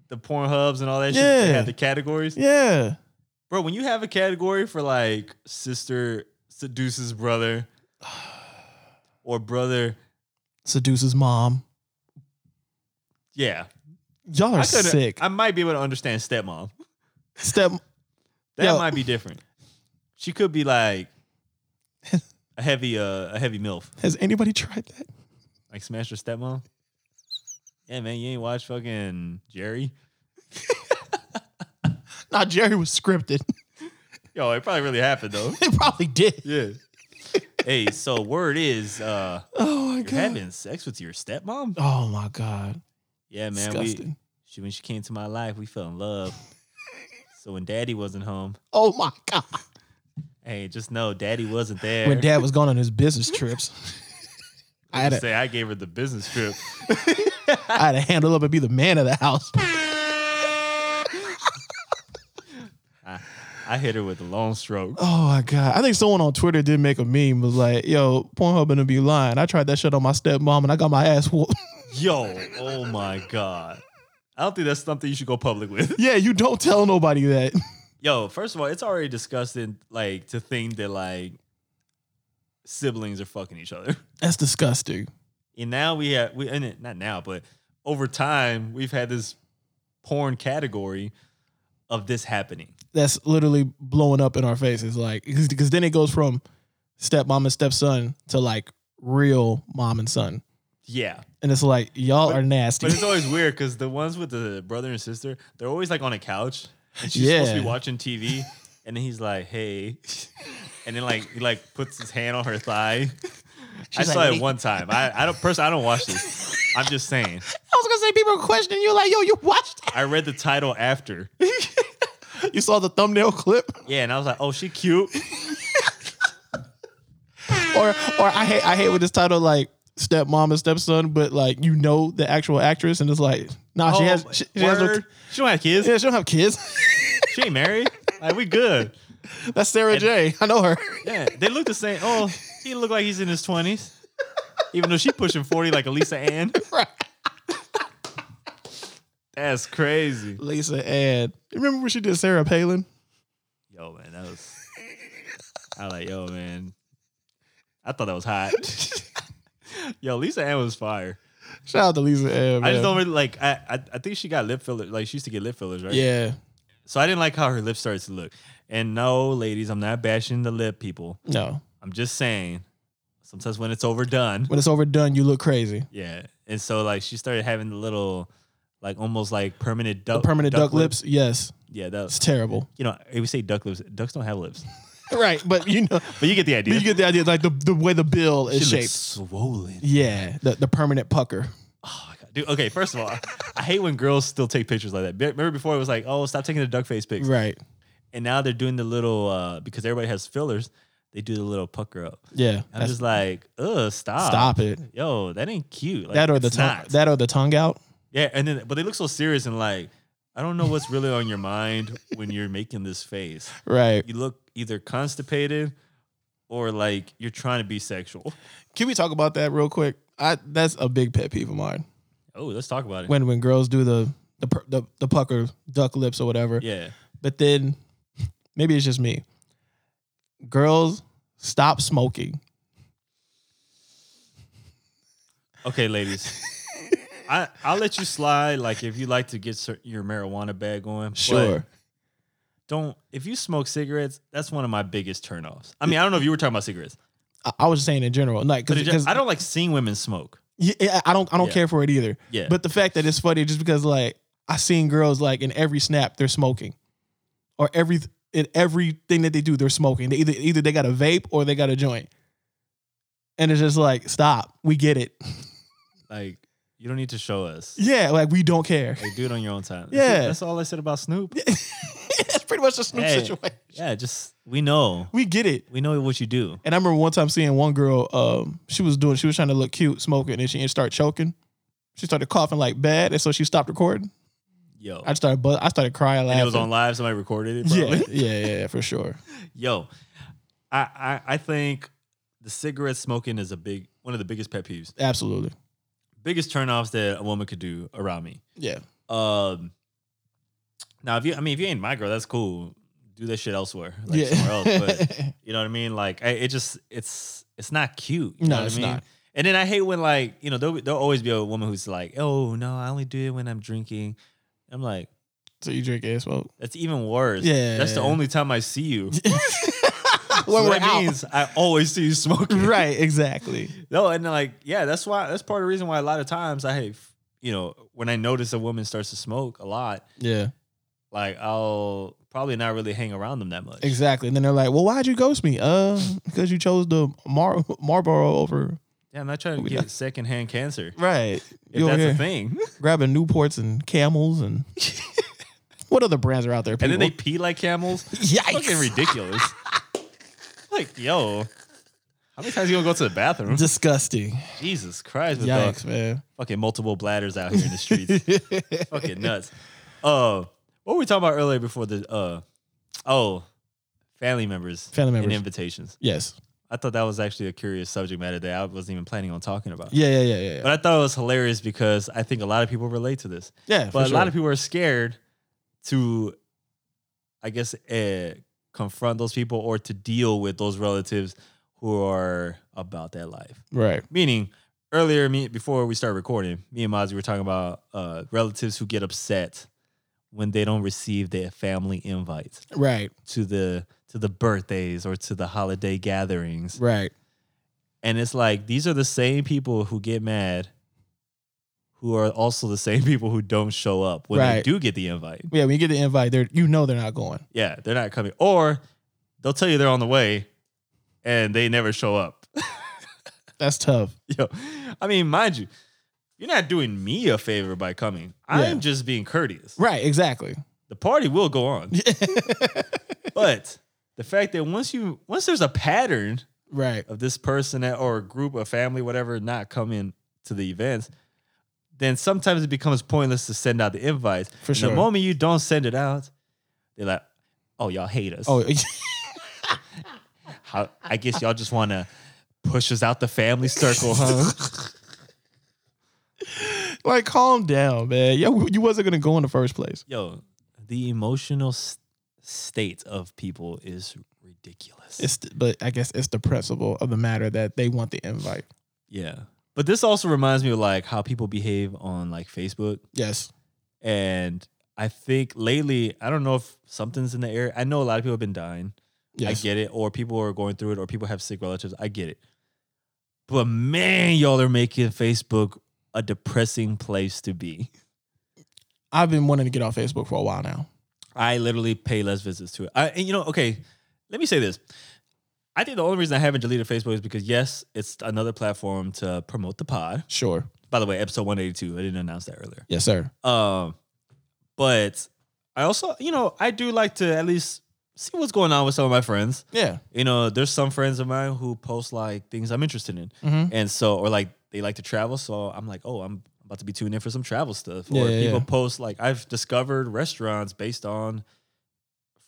A: the porn hubs and all that shit
B: Yeah.
A: they have the categories.
B: yeah.
A: Bro, when you have a category for like sister seduces brother or brother,
B: seduces mom.
A: yeah.
B: Y'all are
A: I could
B: sick.
A: I might be able to understand stepmom.
B: Step
A: That
B: Yo.
A: might be different. She could be like a heavy uh a heavy MILF.
B: has anybody tried that?
A: Like smash her stepmom. Yeah, man, you ain't watch fucking Jerry.
B: Nah, Jerry was scripted.
A: Yo, it probably really happened though.
B: it probably did.
A: Yeah. hey, so word is uh
B: Oh my
A: you're
B: god.
A: having sex with your stepmom?
B: Oh my god.
A: Yeah, man.
B: Disgusting.
A: We, she when she came to my life, we fell in love. so when daddy wasn't home,
B: oh my god.
A: hey, just know daddy wasn't there.
B: When dad was gone on his business trips. I had,
A: Just
B: a,
A: say I gave her the business trip.
B: I had to handle up and be the man of the house.
A: I hit her with a long stroke.
B: Oh my god! I think someone on Twitter did make a meme was like, "Yo, Pornhub gonna be lying." I tried that shit on my stepmom and I got my ass whooped.
A: Yo, oh my God. I don't think that's something you should go public with.
B: yeah, you don't tell nobody that.
A: Yo, first of all, it's already disgusting, like, to think that, like, siblings are fucking each other.
B: That's disgusting.
A: And now we have, we, and it, not now, but over time, we've had this porn category of this happening.
B: That's literally blowing up in our faces, like because then it goes from stepmom and stepson to like real mom and son,
A: Yeah.
B: and it's like y'all
A: But-
B: are nasty.
A: But it's always weird because the ones with the brother and sister, they're always like on a couch, and she's supposed to
B: Yeah.
A: be watching TV, and then he's like, "Hey," and then like he like puts his hand on her thigh. I
B: She's
A: saw
B: like,
A: it
B: "What
A: one time. I, I don't personally I don't watch this. I'm just saying.
B: I was gonna say people are questioning you, like, "Yo, you watched
A: I read the title after.
B: that? You saw the thumbnail clip?"
A: Yeah, and I was like, "Oh, she cute."
B: or or I hate I hate with this title like stepmom and stepson, but like you know the actual actress, and it's like nah,
A: Oh,
B: she has she, she has no
A: word. she don't have kids.
B: yeah, she don't have kids.
A: She ain't married. Like we good.
B: That's Sarah J. I know her.
A: Yeah, they look the same. Oh, he look like he's in his twenties, even though she pushing forty like Elisa Ann.
B: Right.
A: That's crazy.
B: Lisa Ann. You Remember when she did Sarah Palin?
A: Yo, man, that was. I like, yo, man. I thought that was hot. yo, Lisa Ann was fire.
B: Shout out to Lisa Ann.
A: I just
B: man.
A: don't really like. I, I I think she got lip filler. Like she used to get lip fillers, right?
B: Yeah.
A: So I didn't like how her lips started to look. And no, ladies, I'm not bashing the lip people.
B: No.
A: I'm just saying, sometimes when it's overdone,
B: When it's overdone, you look crazy.
A: yeah. And so like she started having the little, like almost like permanent
B: The
A: duck,
B: permanent duck, lips, yes,
A: Yeah, that
B: it's terrible.
A: you know we say duck lips. Ducks don't have lips,
B: right, but you know,
A: but you get the idea.
B: you get the idea. Like the, the way the bill
A: she
B: is
A: looks
B: shaped.
A: swollen. Yeah.
B: Yeah, the, the permanent pucker.
A: Oh my god, dude. Okay, first of all, I hate when girls still take pictures like that. Be- Remember before it was like, oh, stop taking the duck face pics,
B: Right.
A: and now they're doing the little uh, because everybody has fillers. They do the little pucker up.
B: Yeah.
A: I'm
B: that's-
A: just like, ugh, stop,
B: stop it.
A: yo, that ain't cute. Like,
B: that or the
A: it's
B: tongue.
A: not.
B: That or the tongue out.
A: yeah, and then but they look so serious and like, I don't know what's really on your mind when you're making this face.
B: Right.
A: You look either constipated or like you're trying to be sexual.
B: Can we talk about that real quick? I that's a big pet peeve of mine.
A: Oh, let's talk about it.
B: When when girls do the the per- the, the pucker duck lips or whatever,
A: yeah,
B: but then maybe it's just me. Girls, stop smoking.
A: Okay, ladies. I I'll let you slide. Like if you like to get cer- your marijuana bag going, but
B: Sure.
A: don't if you smoke cigarettes, that's one of my biggest turnoffs. I mean, I don't know if you were talking about cigarettes,
B: I, I was just saying in general, like
A: but it
B: because
A: just, I don't like seeing women smoke.
B: Yeah, I don't I don't
A: Yeah.
B: care for it either.
A: Yeah,
B: But the fact that it's funny just because like I seen girls like in every snap they're smoking, or every in everything that they do they're smoking. They either either they got a vape or they got a joint, and it's just like stop. We get it.
A: like you don't need to show us.
B: Yeah, like we don't care.
A: Like do it on your own time. That's it.
B: Yeah.
A: that's all I said about Snoop.
B: That's pretty much the Snoop
A: Hey.
B: situation.
A: Yeah, just we know,
B: We get it.
A: we know what you do.
B: And I remember one time seeing one girl. Um, she was doing. She was trying to look cute, smoking, and she started choking. She started coughing like bad, and so she stopped recording.
A: Yo,
B: I started. Bu- I started crying.
A: and
B: Laughing.
A: it was on live. Somebody recorded it.
B: Yeah,
A: Probably.
B: yeah, yeah, for sure.
A: Yo, I, I I think the cigarette smoking is a big one of the biggest pet peeves.
B: Absolutely.
A: biggest turnoffs that a woman could do around me.
B: Yeah.
A: Um, now, if you, I mean, if you ain't my girl, that's cool. Do that shit elsewhere, like
B: yeah.
A: somewhere else. But you know what I mean? Like, I, it just, it's, it's not cute. You
B: No,
A: know what
B: it's
A: I mean?
B: not.
A: And then I hate when, like, you know, there'll, be- there'll always be a woman who's like, "Oh no, I only do it when I'm drinking." I'm like,
B: so you drink ass smoke?
A: that's even worse.
B: Yeah.
A: that's the only time I see you.
B: When
A: so
B: we're
A: that
B: out.
A: means I always see you smoking.
B: Right, exactly.
A: No, and like, yeah, that's why that's part of the reason why a lot of times I have, you know, when I notice a woman starts to smoke a lot,
B: Yeah,
A: like I'll probably not really hang around them that much.
B: exactly. And then they're like, "Well, why'd you ghost me? Uh, because you chose the Mar- Marlboro over."
A: Yeah, I'm not trying to
B: We
A: get
B: not-
A: secondhand cancer.
B: Right.
A: If
B: You over
A: that's
B: here
A: a thing.
B: grabbing Newports and Camels and what other brands are out there?
A: And
B: People?
A: then they pee like camels. Fucking
B: yikes,
A: ridiculous. like, yo. How many times you gonna go to the bathroom?
B: disgusting.
A: Jesus Christ, with the
B: Yikes, man.
A: fucking multiple bladders out here in the streets. fucking nuts. Uh, what were we talking about earlier before the uh oh Family members,
B: Family members.
A: and invitations.
B: Yes.
A: I thought that was actually a curious subject matter that I wasn't even planning on talking about.
B: Yeah, yeah, yeah, yeah.
A: But I thought it was hilarious because I think a lot of people relate to this.
B: yeah,
A: But a lot of people are scared to, I guess, eh, confront those people or to deal with those relatives who are about that life.
B: people. Right.
A: Meaning, earlier, me before we started recording, me and Mozzie were talking about uh, relatives who get upset when they don't receive their family invites
B: Right.
A: to the to the birthdays or to the holiday gatherings.
B: Right.
A: And it's like these are the same people who get mad who are also the same people who don't show up when they
B: Right.
A: do get the invite.
B: Yeah, when you get the invite, they're you know they're not going.
A: Yeah, they're not coming. Or they'll tell you they're on the way and they never show up.
B: That's tough.
A: Yo, I mean, mind you, you're not doing me a favor by coming. I'm
B: Yeah.
A: just being courteous.
B: Right, exactly.
A: The party will go on. but the fact that once you once there's a pattern
B: right.
A: of this person that- or a group, a family, whatever, not coming to the events, then sometimes it becomes pointless to send out the invites.
B: For
A: And
B: sure.
A: The moment you don't send it out, they're like, "Oh, y'all hate us.
B: Oh,
A: How, I guess y'all just want to push us out the family circle, huh?"
B: like calm down, man. Yo, you wasn't gonna go in the first place.
A: Yo, the emotional s- state of people is ridiculous.
B: It's but I guess it's the principle of the matter that they want the invite.
A: yeah. But this also reminds me of like how people behave on like Facebook.
B: Yes.
A: And I think lately, I don't know if something's in the air. I know a lot of people have been dying.
B: Yes.
A: I get it. Or people are going through it, or people have sick relatives. I get it. But man, y'all are making Facebook a depressing place to be.
B: I've been wanting to get off Facebook for a while now.
A: I literally pay less visits to it. I, and you know, okay, let me say this. I think the only reason I haven't deleted Facebook is because, yes, it's another platform to promote the pod.
B: Sure.
A: By the way, episode 182, I didn't announce that earlier.
B: Yes, sir.
A: Um, but I also, you know, I do like to at least see what's going on with some of my friends.
B: Yeah.
A: You know, there's some friends of mine who post like things I'm interested in,
B: Mhm.
A: and so or like they like to travel, so I'm like, oh, I'm about to be tuned in for some travel stuff.
B: Yeah,
A: or
B: yeah,
A: people
B: yeah.
A: post like I've discovered restaurants based on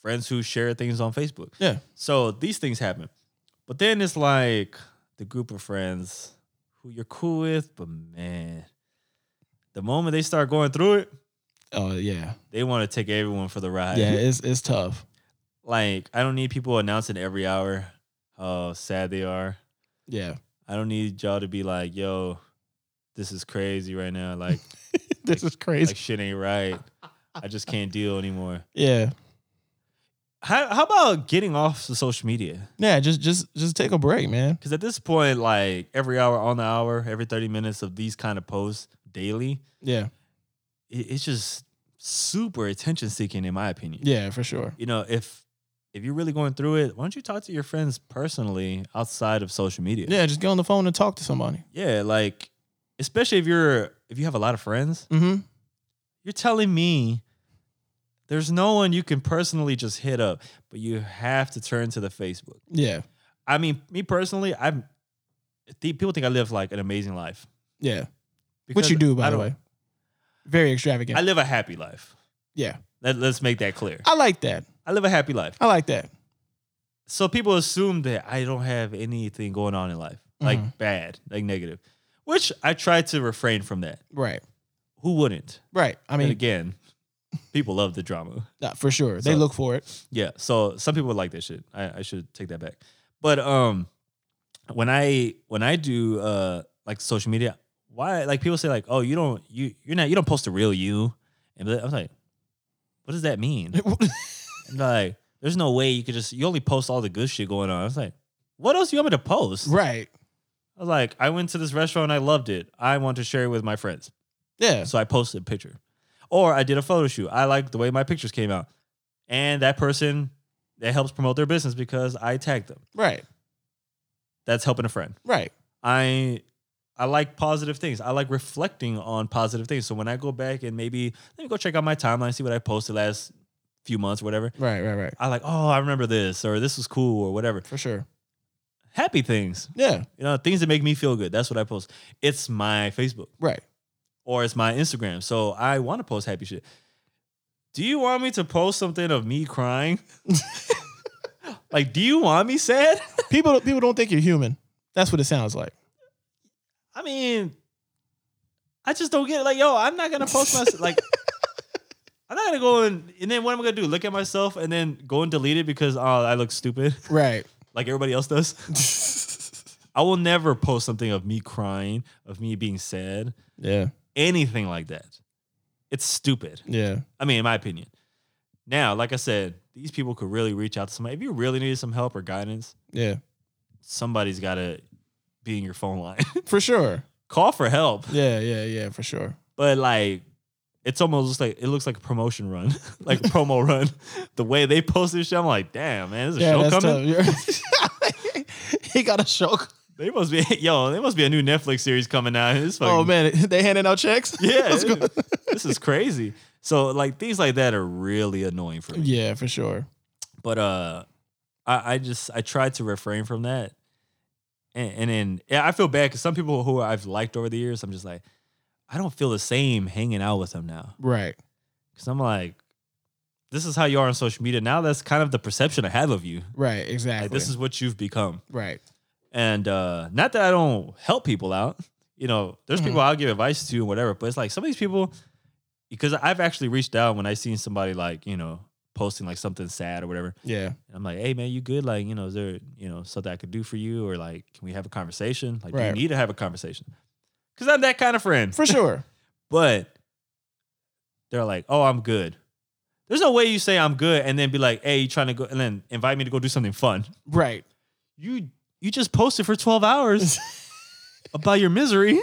A: friends who share things on Facebook.
B: Yeah.
A: So these things happen, but then it's like the group of friends who you're cool with, but man, the moment they start going through it,
B: Oh yeah.
A: they want to take everyone for the ride.
B: Yeah, it's it's tough.
A: Like, I don't need people announcing every hour how sad they are.
B: Yeah.
A: I don't need y'all to be like, yo, this is crazy right now. Like,
B: this is crazy.
A: like shit ain't right. I just can't deal anymore.
B: yeah.
A: How, how about getting off the social media?
B: Yeah, just just just take a break, man.
A: Because at this point, like every hour on the hour, every 30 minutes of these kind of posts daily,
B: Yeah.
A: it, it's just super attention seeking, in my opinion.
B: Yeah, for sure.
A: you know, if if you're really going through it, why don't you talk to your friends personally outside of social media?
B: Yeah, just get on the phone and talk to somebody.
A: Yeah, like especially if you're if you have a lot of friends,
B: Mm-hmm.
A: you're telling me there's no one you can personally just hit up, but you have to turn to the Facebook.
B: Yeah.
A: I mean, me personally, I'm the, people think I live like an amazing life.
B: Yeah.
A: because
B: Which you do, by
A: I
B: the
A: don't-
B: way. Very extravagant.
A: I live a happy life.
B: yeah.
A: Let, let's make that clear.
B: I like that.
A: I live a happy life.
B: I like that.
A: so people assume that I don't have anything going on in life,
B: Mm-hmm.
A: like bad, like negative, which I try to refrain from that.
B: Right.
A: Who wouldn't?
B: Right. I
A: and
B: mean,
A: again, people love the drama.
B: nah, for sure. They
A: So-
B: look for it.
A: Yeah. So some people like that shit. I, I should take that back. But um, when I when I do uh like social media, why like people say like, oh, you don't you you're not you don't post the real you, and I'm like, what does that mean? And they're like, there's no way you could just you only post all the good shit going on. I was like, what else you want me to post?
B: right.
A: I was like, I went to this restaurant, I loved it. I want to share it with my friends.
B: Yeah.
A: So I posted a picture. Or I did a photo shoot. I liked the way my pictures came out. And that person that helps promote their business because I tagged them.
B: Right.
A: That's helping a friend.
B: Right.
A: I I like positive things. I like reflecting on positive things. So when I go back and maybe let me go check out my timeline, see what I posted last few months or whatever.
B: Right. Right. Right.
A: I like, oh, I remember this or this was cool or whatever.
B: For sure.
A: Happy things.
B: Yeah.
A: You know, things that make me feel good. That's what I post. It's my Facebook.
B: Right.
A: or it's my Instagram. So I want to post happy shit. Do you want me to post something of me crying? Like, do you want me sad?
B: People people don't think you're human. That's what it sounds like.
A: I mean, I just don't get it. Like, yo, I'm not gonna post my like. I'm not gonna go and and then what am I gonna do? Look at myself and then go and delete it because oh, I look stupid
B: Right.
A: like everybody else does. I will never post something of me crying, of me being sad,
B: Yeah.
A: anything like that. It's stupid.
B: Yeah.
A: I mean, in my opinion. Now, like I said, these people could really reach out to somebody. If you really needed some help or guidance,
B: Yeah.
A: somebody's got to be in your phone line.
B: For sure.
A: Call for help.
B: Yeah, yeah, yeah, for sure.
A: But like, it's almost looks like it looks like a promotion run, like a promo run. The way they post this shit, I'm like, damn man, is a show coming?
B: tough. he got a show.
A: They must be yo, there must be a new Netflix series coming out. It's fucking
B: Oh man, they handing out checks.
A: Yeah, this is crazy. So like things like that are really annoying for me.
B: yeah, for sure.
A: But uh, I, I just I tried to refrain from that, and and then yeah, I feel bad because some people who I've liked over the years, I'm just like, I don't feel the same hanging out with them now
B: Right.
A: because I'm like, this is how you are on social media now. That's kind of the perception I have of you.
B: Right. Exactly.
A: Like this is what you've become.
B: right.
A: And uh, not that I don't help people out. You know, there's people I'll give advice to and whatever, but it's like some of these people, because I've actually reached out when I seen somebody like, you know, posting like something sad or whatever.
B: Yeah.
A: And I'm like, hey man, you good? Like, you know, is there, you know, something I could do for you? Or like, can we have a conversation? Like,
B: Right.
A: do you need to have a conversation? Cause I'm that kind of friend.
B: For sure.
A: But they're like, oh, I'm good. There's no way you say I'm good and then be like, hey, you trying to go and then invite me to go do something fun
B: right.
A: you you just posted for 12 hours about your misery.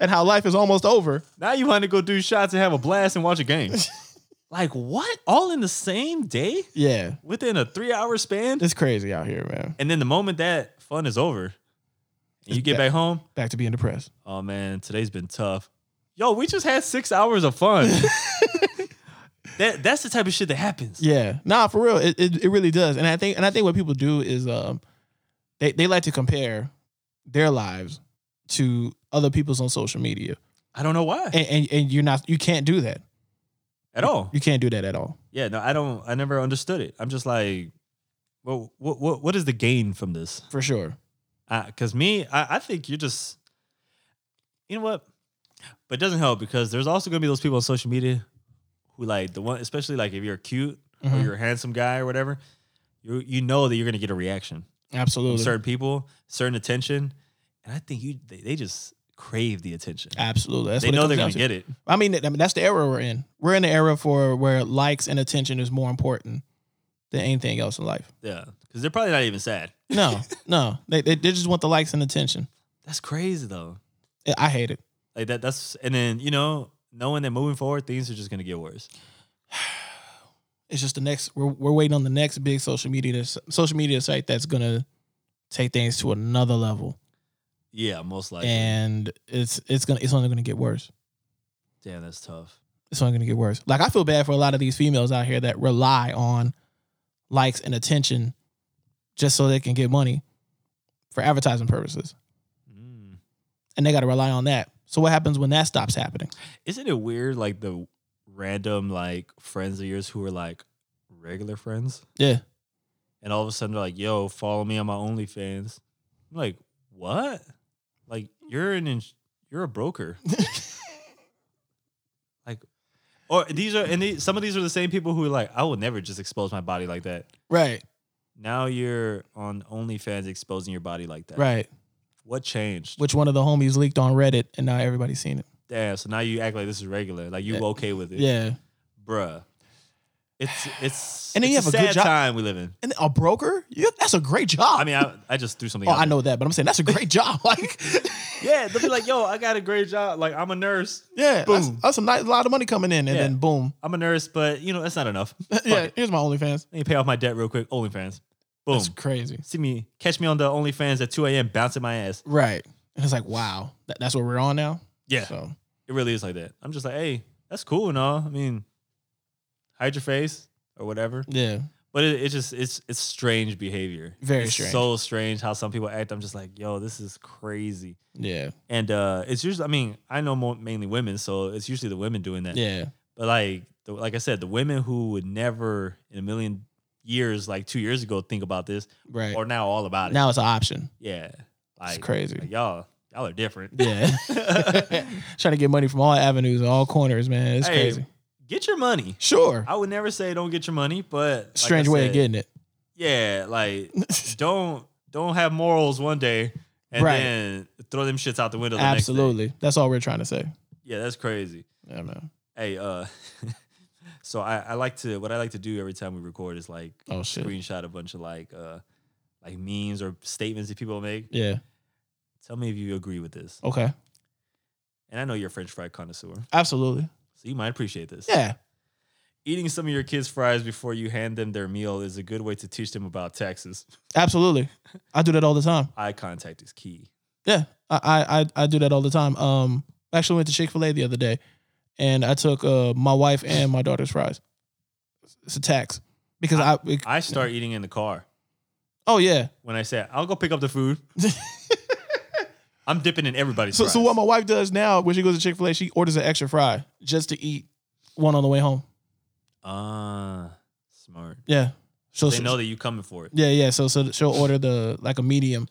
B: And how life is almost over.
A: Now you want to go do shots and have a blast and watch a game. like what? All in the same day
B: Yeah.
A: within a 3-hour span?
B: It's crazy out here, man.
A: And then the moment that fun is over, and you get
B: bad.
A: back home,
B: Back to being depressed.
A: oh man, today's been tough. Yo, we just had 6 hours of fun. that that's the type of shit that happens.
B: Yeah. Nah, for real. It, it, it really does. And I think and I think what people do is um they, they like to compare their lives to other people's on social media.
A: I don't know why.
B: And, and and you're not you can't do that.
A: At all.
B: You can't do that at all.
A: Yeah, no, I don't I never understood it. I'm just like, well, what what what is the gain from this?
B: For sure.
A: because me, I, I think you're just, you know what? But it doesn't help because there's also gonna be those people on social media who like the one, especially like if you're cute or
B: Mhm.
A: you're a handsome guy or whatever, you you know that you're gonna get a reaction from
B: Absolutely.
A: certain people, certain attention, and I think you they, they just crave the attention.
B: Absolutely. That's
A: they
B: what
A: know
B: it
A: they're
B: comes down
A: gonna
B: to.
A: get it.
B: I mean, I mean, that's the era we're in. We're in the era for where likes and attention is more important than anything else in life.
A: Yeah, because they're probably not even sad.
B: No, no, they, they they just want the likes and attention.
A: That's crazy though.
B: I- I hate it.
A: Like that. That's and then you know knowing that moving forward things are just gonna get worse.
B: It's just the next. We're we're waiting on the next big social media that's- social media site that's gonna take things to another level,
A: Yeah, most likely.
B: and it's it's gonna it's only gonna get worse.
A: Damn, that's tough.
B: It's only gonna get worse. Like I feel bad for a lot of these females out here that rely on likes and attention just so they can get money for advertising purposes.
A: Mm.
B: and they got to rely on that. So what happens when that stops happening?
A: Isn't it weird, like the random like friends of yours who are like regular friends,
B: Yeah,
A: and all of a sudden they're like, "Yo, follow me on my OnlyFans." I'm like, "What? Like you're an ins- you're a broker." like, or these are and these, some of these are the same people who are like, "I will never just expose my body like that."
B: right,
A: Now you're on OnlyFans exposing your body like that.
B: right.
A: What changed?
B: Which one of the homies leaked on Reddit, and now everybody's seen it.
A: Damn. So now you act like this is regular. Like you
B: Yeah.
A: okay with it?
B: Yeah,
A: bruh. It's it's
B: And then
A: it's
B: you
A: a
B: have a
A: sad
B: good job-
A: time we live in.
B: and a broker, yeah, that's a great job.
A: I mean, I, I just threw something.
B: oh,
A: out
B: I know that, but I'm saying that's a great job. Like,
A: there. Yeah, they'll be like, "Yo, I got a great job. Like, I'm a nurse.
B: yeah, that's,
A: Boom.
B: that's a nice, lot of money coming in, and
A: Yeah.
B: then boom,
A: I'm a nurse, but you know that's not enough.
B: yeah, here's my OnlyFans.
A: Let me pay off my debt real quick. OnlyFans, boom.
B: That's crazy,
A: See me, catch me on the OnlyFans at 2 a.m. bouncing my ass.
B: right? And it's like, wow, that, that's what we're on now.
A: Yeah,
B: So
A: it really is like that. I'm just like, hey, that's cool and all. I mean, hide your face or whatever.
B: yeah,
A: But it, it just it's it's strange behavior.
B: Very
A: It's
B: strange.
A: So strange how some people act. I'm just like, yo, this is crazy.
B: yeah,
A: And uh, it's usually, I mean, I know more, mainly women, so it's usually the women doing that.
B: yeah,
A: But like, the, like I said, the women who would never in a million years, like two years ago, think about this,
B: Right.
A: or now all about it.
B: now it's an option.
A: yeah, like,
B: crazy.
A: like, y'all, y'all are different.
B: Yeah. Trying to get money from all avenues, all corners, man. It's
A: Hey,
B: crazy.
A: Get your money.
B: Sure.
A: I would never say don't get your money, but like
B: Strange
A: I
B: way
A: said,
B: of getting it.
A: Yeah, like don't don't have morals one day and
B: Right.
A: then throw them shits out the window. The next day.
B: Absolutely. That's all we're trying to say.
A: Yeah, that's crazy.
B: Yeah, man.
A: Hey, uh, so I, I like to what I like to do every time we record is like
B: Oh shit.
A: screenshot a bunch of like uh like memes or statements that people make.
B: Yeah.
A: Tell me if you agree with this.
B: Okay.
A: And I know you're a French fry connoisseur,
B: Absolutely.
A: so you might appreciate this.
B: Yeah.
A: Eating some of your kids' fries before you hand them their meal is a good way to teach them about taxes.
B: Absolutely. I do that all the time.
A: Eye contact is key.
B: Yeah, I I I- I do that all the time. Um, I actually went to Chick Fil A the other day, and I took uh my wife and my daughter's fries. It's a tax because I, it-
A: I start eating in the car.
B: oh yeah.
A: When I say I'll go pick up the food, I'm dipping in everybody's
B: So so
A: fries.
B: what my wife does now when she goes to Chick Fil A, she orders an extra fry just to eat one on the way home.
A: Ah, smart.
B: Yeah. So
A: They know that you coming for it.
B: yeah yeah. So so she'll order the like a medium,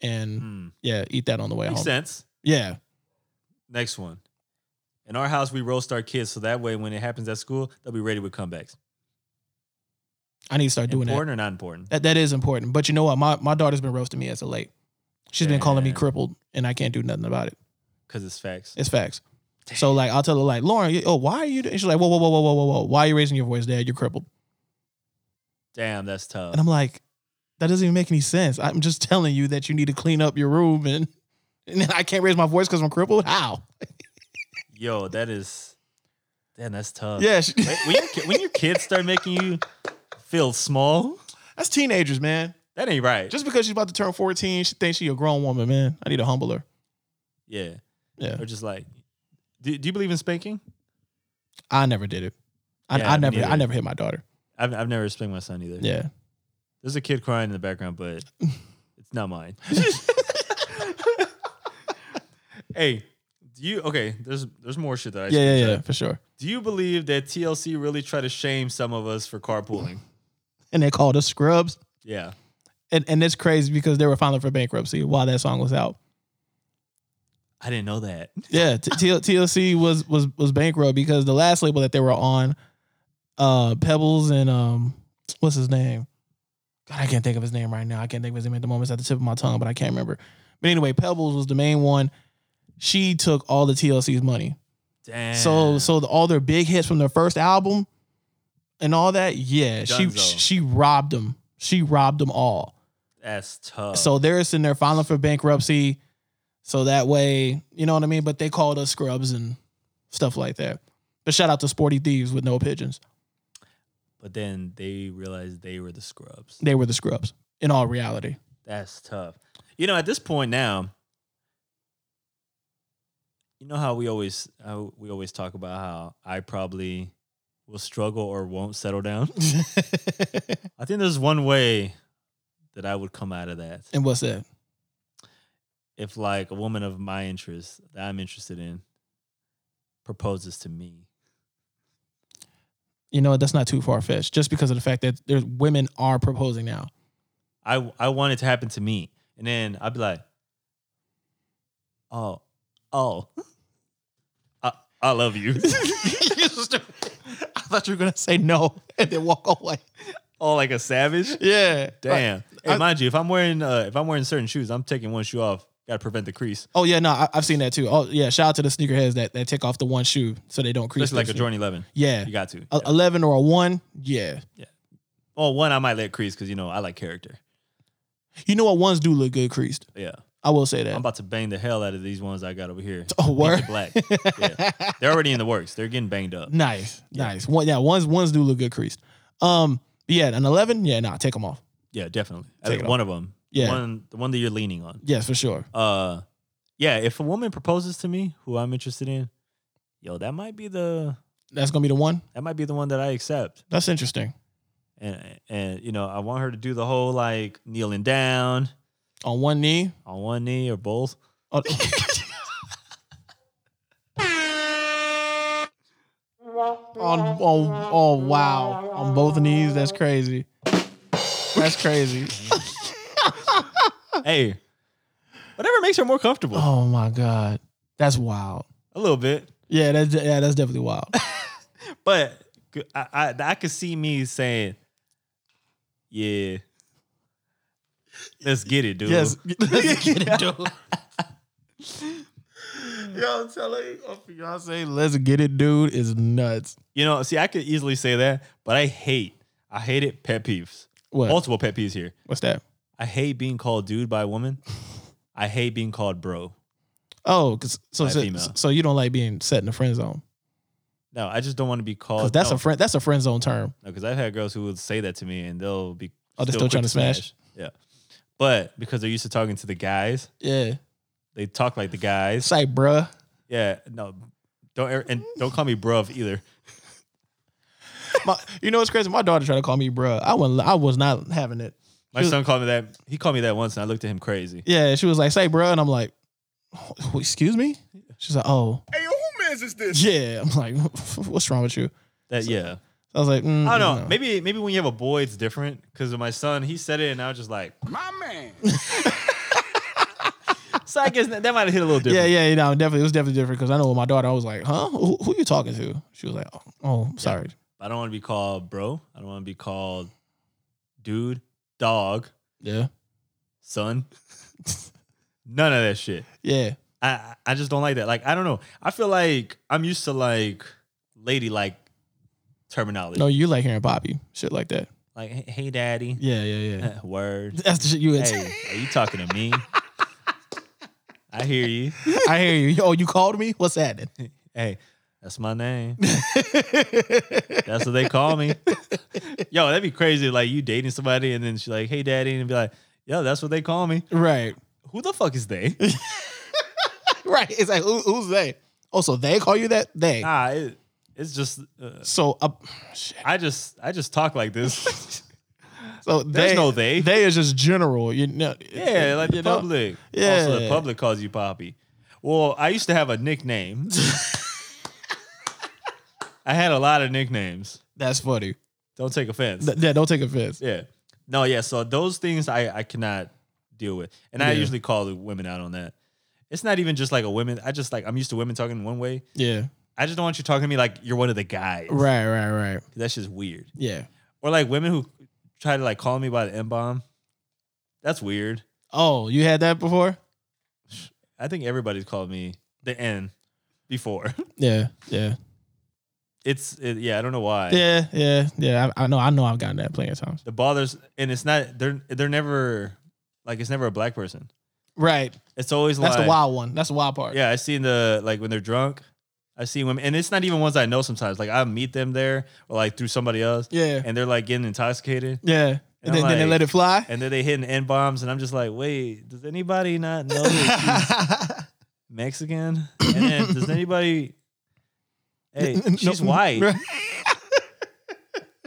B: and
A: Hmm.
B: yeah, eat that on the way
A: Makes
B: home.
A: sense.
B: Yeah.
A: Next one. In our house, we roast our kids so that way when it happens at school, they'll be ready with comebacks.
B: I need to start doing that.
A: important or not important?
B: That that is important. But you know what? My my daughter's been roasting me as of late. She's been calling me
A: Damn.
B: crippled, and I can't do nothing about it.
A: Because it's facts.
B: It's facts. So like I'll tell her like Lauren, you- oh why are you? do-" She's like whoa whoa whoa whoa whoa whoa whoa why are you raising your voice, Dad? You're crippled.
A: Damn, that's tough.
B: And I'm like, that doesn't even make any sense. I'm just telling you that you need to clean up your room, and and I can't raise my voice because I'm crippled. How?
A: Yo, that is. Damn, that's tough.
B: Yeah, she-
A: When, when, your, ki- when your kids start making you feel small,
B: that's teenagers, man.
A: that ain't right.
B: Just because she's about to turn 14, she thinks she a grown woman, man. I need to humble her.
A: yeah.
B: Yeah,
A: Or just like, do, do you believe in spanking?
B: I never did it. I,
A: Yeah,
B: I
A: me
B: never,
A: neither.
B: I never hit my daughter.
A: I've, I've never spanked my son either.
B: Yeah,
A: There's a kid crying in the background, but it's not mine. hey, do you okay? There's there's more shit that I
B: yeah, yeah,
A: screenshotted.
B: yeah, for sure.
A: Do you believe that TLC really tried to shame some of us for carpooling?
B: And they called us scrubs.
A: yeah,
B: And and it's crazy because they were filing for bankruptcy while that song was out.
A: I didn't know that.
B: Yeah, T- T- TLC was was was bankrupt because the last label that they were on, uh, Pebbles and um, what's his name? God, I can't think of his name right now. I can't think of his name at the moment. It's at the tip of my tongue, but I can't remember. But anyway, Pebbles was the main one. She took all the TLC's money.
A: Damn.
B: So so the, all their big hits from their first album and all that, yeah,
A: Dunzo.
B: she she robbed them. She robbed them all.
A: that's tough.
B: So they're sitting there filing for bankruptcy. So that way, you know what I mean? But they called us scrubs and stuff like that. But shout out to Sporty Thieves with no pigeons.
A: but then they realized they were the scrubs.
B: They were the scrubs in all reality.
A: That's tough. You know, at this point now, you know how we always how we always talk about how I probably will struggle or won't settle down. I think there's one way that I would come out of that.
B: and what's that?
A: If like a woman of my interest that I'm interested in proposes to me.
B: You know what? That's not too far fetched. Just because of the fact that there's women are proposing now.
A: I I want it to happen to me. And then I'd be like, oh, oh. I, I love you.
B: I thought you were gonna say no and then walk away.
A: oh, like a savage.
B: Yeah. Like,
A: Damn. Hey,
B: I-
A: mind you, if I'm wearing uh, if I'm wearing certain shoes, I'm taking one shoe off. Gotta prevent the crease.
B: oh yeah, no, I, I've seen that too. Oh yeah, shout out to the sneakerheads that, that take off the one shoe so they don't crease.
A: Especially like a
B: their shoe.
A: Jordan 11.
B: Yeah.
A: You got to.
B: A- Eleven or a one. Yeah.
A: Well, one I might let crease because you know I like character.
B: You know what? Ones do look good creased.
A: Yeah.
B: I will say that.
A: I'm about to bang the hell out of these ones I got over here.
B: Oh,
A: Painted
B: word.
A: Black. Yeah. They're already in the works. They're getting banged up.
B: nice, nice. One, yeah, ones ones do look good creased. Um, yeah, an eleven. Yeah, nah, take them off.
A: Yeah, definitely. I
B: Take
A: think
B: it
A: one of them.
B: Yeah.
A: One, the one that you're leaning on.
B: Yes, for sure.
A: Uh, yeah. If a woman proposes to me, who I'm interested in, yo, that might be the
B: That's gonna be the one.
A: that might be the one that I accept.
B: That's interesting.
A: And and you know I want her to do the whole like kneeling down.
B: On one knee. Oh,
A: on one knee or both.
B: on-
A: On
B: on on oh wow on both knees. That's crazy. That's crazy.
A: hey, whatever makes her more comfortable.
B: oh my god, that's wild.
A: A little bit,
B: Yeah, that's yeah, that's definitely wild.
A: but g- I, I I could see me saying, "Yeah, let's get it, dude."
B: yes,
D: Yo, I'm telling you. I'm for y'all.
B: say let's get it, dude. Is nuts.
A: You know, see, I could easily say that, but I hate, I hate it. Pet peeves,
B: What?
A: multiple pet peeves here.
B: What's that?
A: I hate being called dude by a woman. I hate being called bro.
B: Oh, 'cause- so
A: By a
B: so,
A: female.
B: so you don't like being set in the friend zone
A: No, I just don't want to be
B: because
A: called.
B: that's
A: Oh, no,
B: a friend that's a friend zone term.
A: because I've had girls who would say that to me, and they'll be.
B: Oh, they're still
A: quick
B: trying to smash?
A: Yeah, but because they're used to talking to the guys,
B: Yeah,
A: they talk like the guys.
B: it's like bruh.
A: Yeah, no, don't ever- and don't call me bruv either.
B: My, you know what's crazy? My daughter tried to call me bruh. I was I was not having it.
A: My
B: She was-
A: son called me that. He called me that once, and I looked at him crazy.
B: Yeah, she was like, "Say bruh," and I'm like, "Oh, "Excuse me." She's like, "Oh,
D: Hey, yo, who man's is this?
B: yeah." I'm like, "What's wrong with you?"
A: That yeah.
B: I was like, mm,
A: I don't know.
B: no."
A: Maybe maybe when you have a boy, it's different. Because of my son, he said it, and I was just like,
D: My man.
A: so I guess that, that might have hit a little
B: Yeah,
A: different.
B: yeah, you know, definitely. It was definitely different because I know with my daughter, I was like, "Huh? Who, who you talking to?" She was like, "Oh, oh sorry."
A: I don't want to be called bro. I don't want to be called dude, dog,
B: Yeah,
A: son. None of that shit.
B: yeah,
A: I- I I just don't like that. Like I don't know. I feel like I'm used to like lady like terminology.
B: No, you like hearing Bobby shit like that.
A: Like hey hey, daddy,
B: Yeah, yeah, yeah.
A: word.
B: That's the shit you would
A: Hey, are you talking to me? I hear you.
B: I hear you. Oh, you called me? What's happening?
A: Hey, that's my name. That's what they call me. Yo, that'd be crazy. Like you dating somebody and then she's like, "Hey, daddy," and be like, "Yo, that's what they call me."
B: right.
A: Who the fuck is they?
B: Right. It's like, who, who's they? Oh, so they call you that? They.
A: ah, it, it's just uh,
B: so, uh, shit.
A: I just I just talk like this.
B: So
A: There's
B: they,
A: no they.
B: They is just general. You know.
A: yeah, like the
B: you know?
A: public.
B: Yeah.
A: Also, the public calls you Poppy. Well, I used to have a nickname. I had a lot of nicknames.
B: That's funny.
A: Don't take offense.
B: Th- yeah. Don't take offense.
A: Yeah. No, yeah. So those things I, I cannot deal with. And I
B: Yeah.
A: usually call the women out on that. It's not even just like a women. I just like I'm used to women talking one way.
B: Yeah.
A: I just don't want you talking to me like you're one of the guys.
B: Right. Right. Right.
A: That's just weird.
B: Yeah.
A: Or like women who try to like call me by the M bomb. That's weird.
B: Oh, you had that before?
A: I think everybody's called me the N before.
B: Yeah. Yeah.
A: It's it, yeah, I don't know why.
B: Yeah. Yeah. Yeah. I, I know. I know. I've gotten that plenty of times.
A: The bothers and it's not they're they're never like it's never a black person.
B: Right.
A: It's always
B: That's
A: like
B: the wild one. That's the wild part.
A: Yeah, I seen the like when they're drunk. I see women, and it's not even ones I know. Sometimes, like I meet them there, or like through somebody else,
B: Yeah.
A: and they're like getting intoxicated,
B: Yeah.
A: And
B: And then,
A: I'm
B: then they
A: like-
B: let it fly.
A: and then they hitting n bombs, and I'm just like, wait, does anybody not know that she's Mexican? And then does anybody? Hey, she's
B: No-
A: white.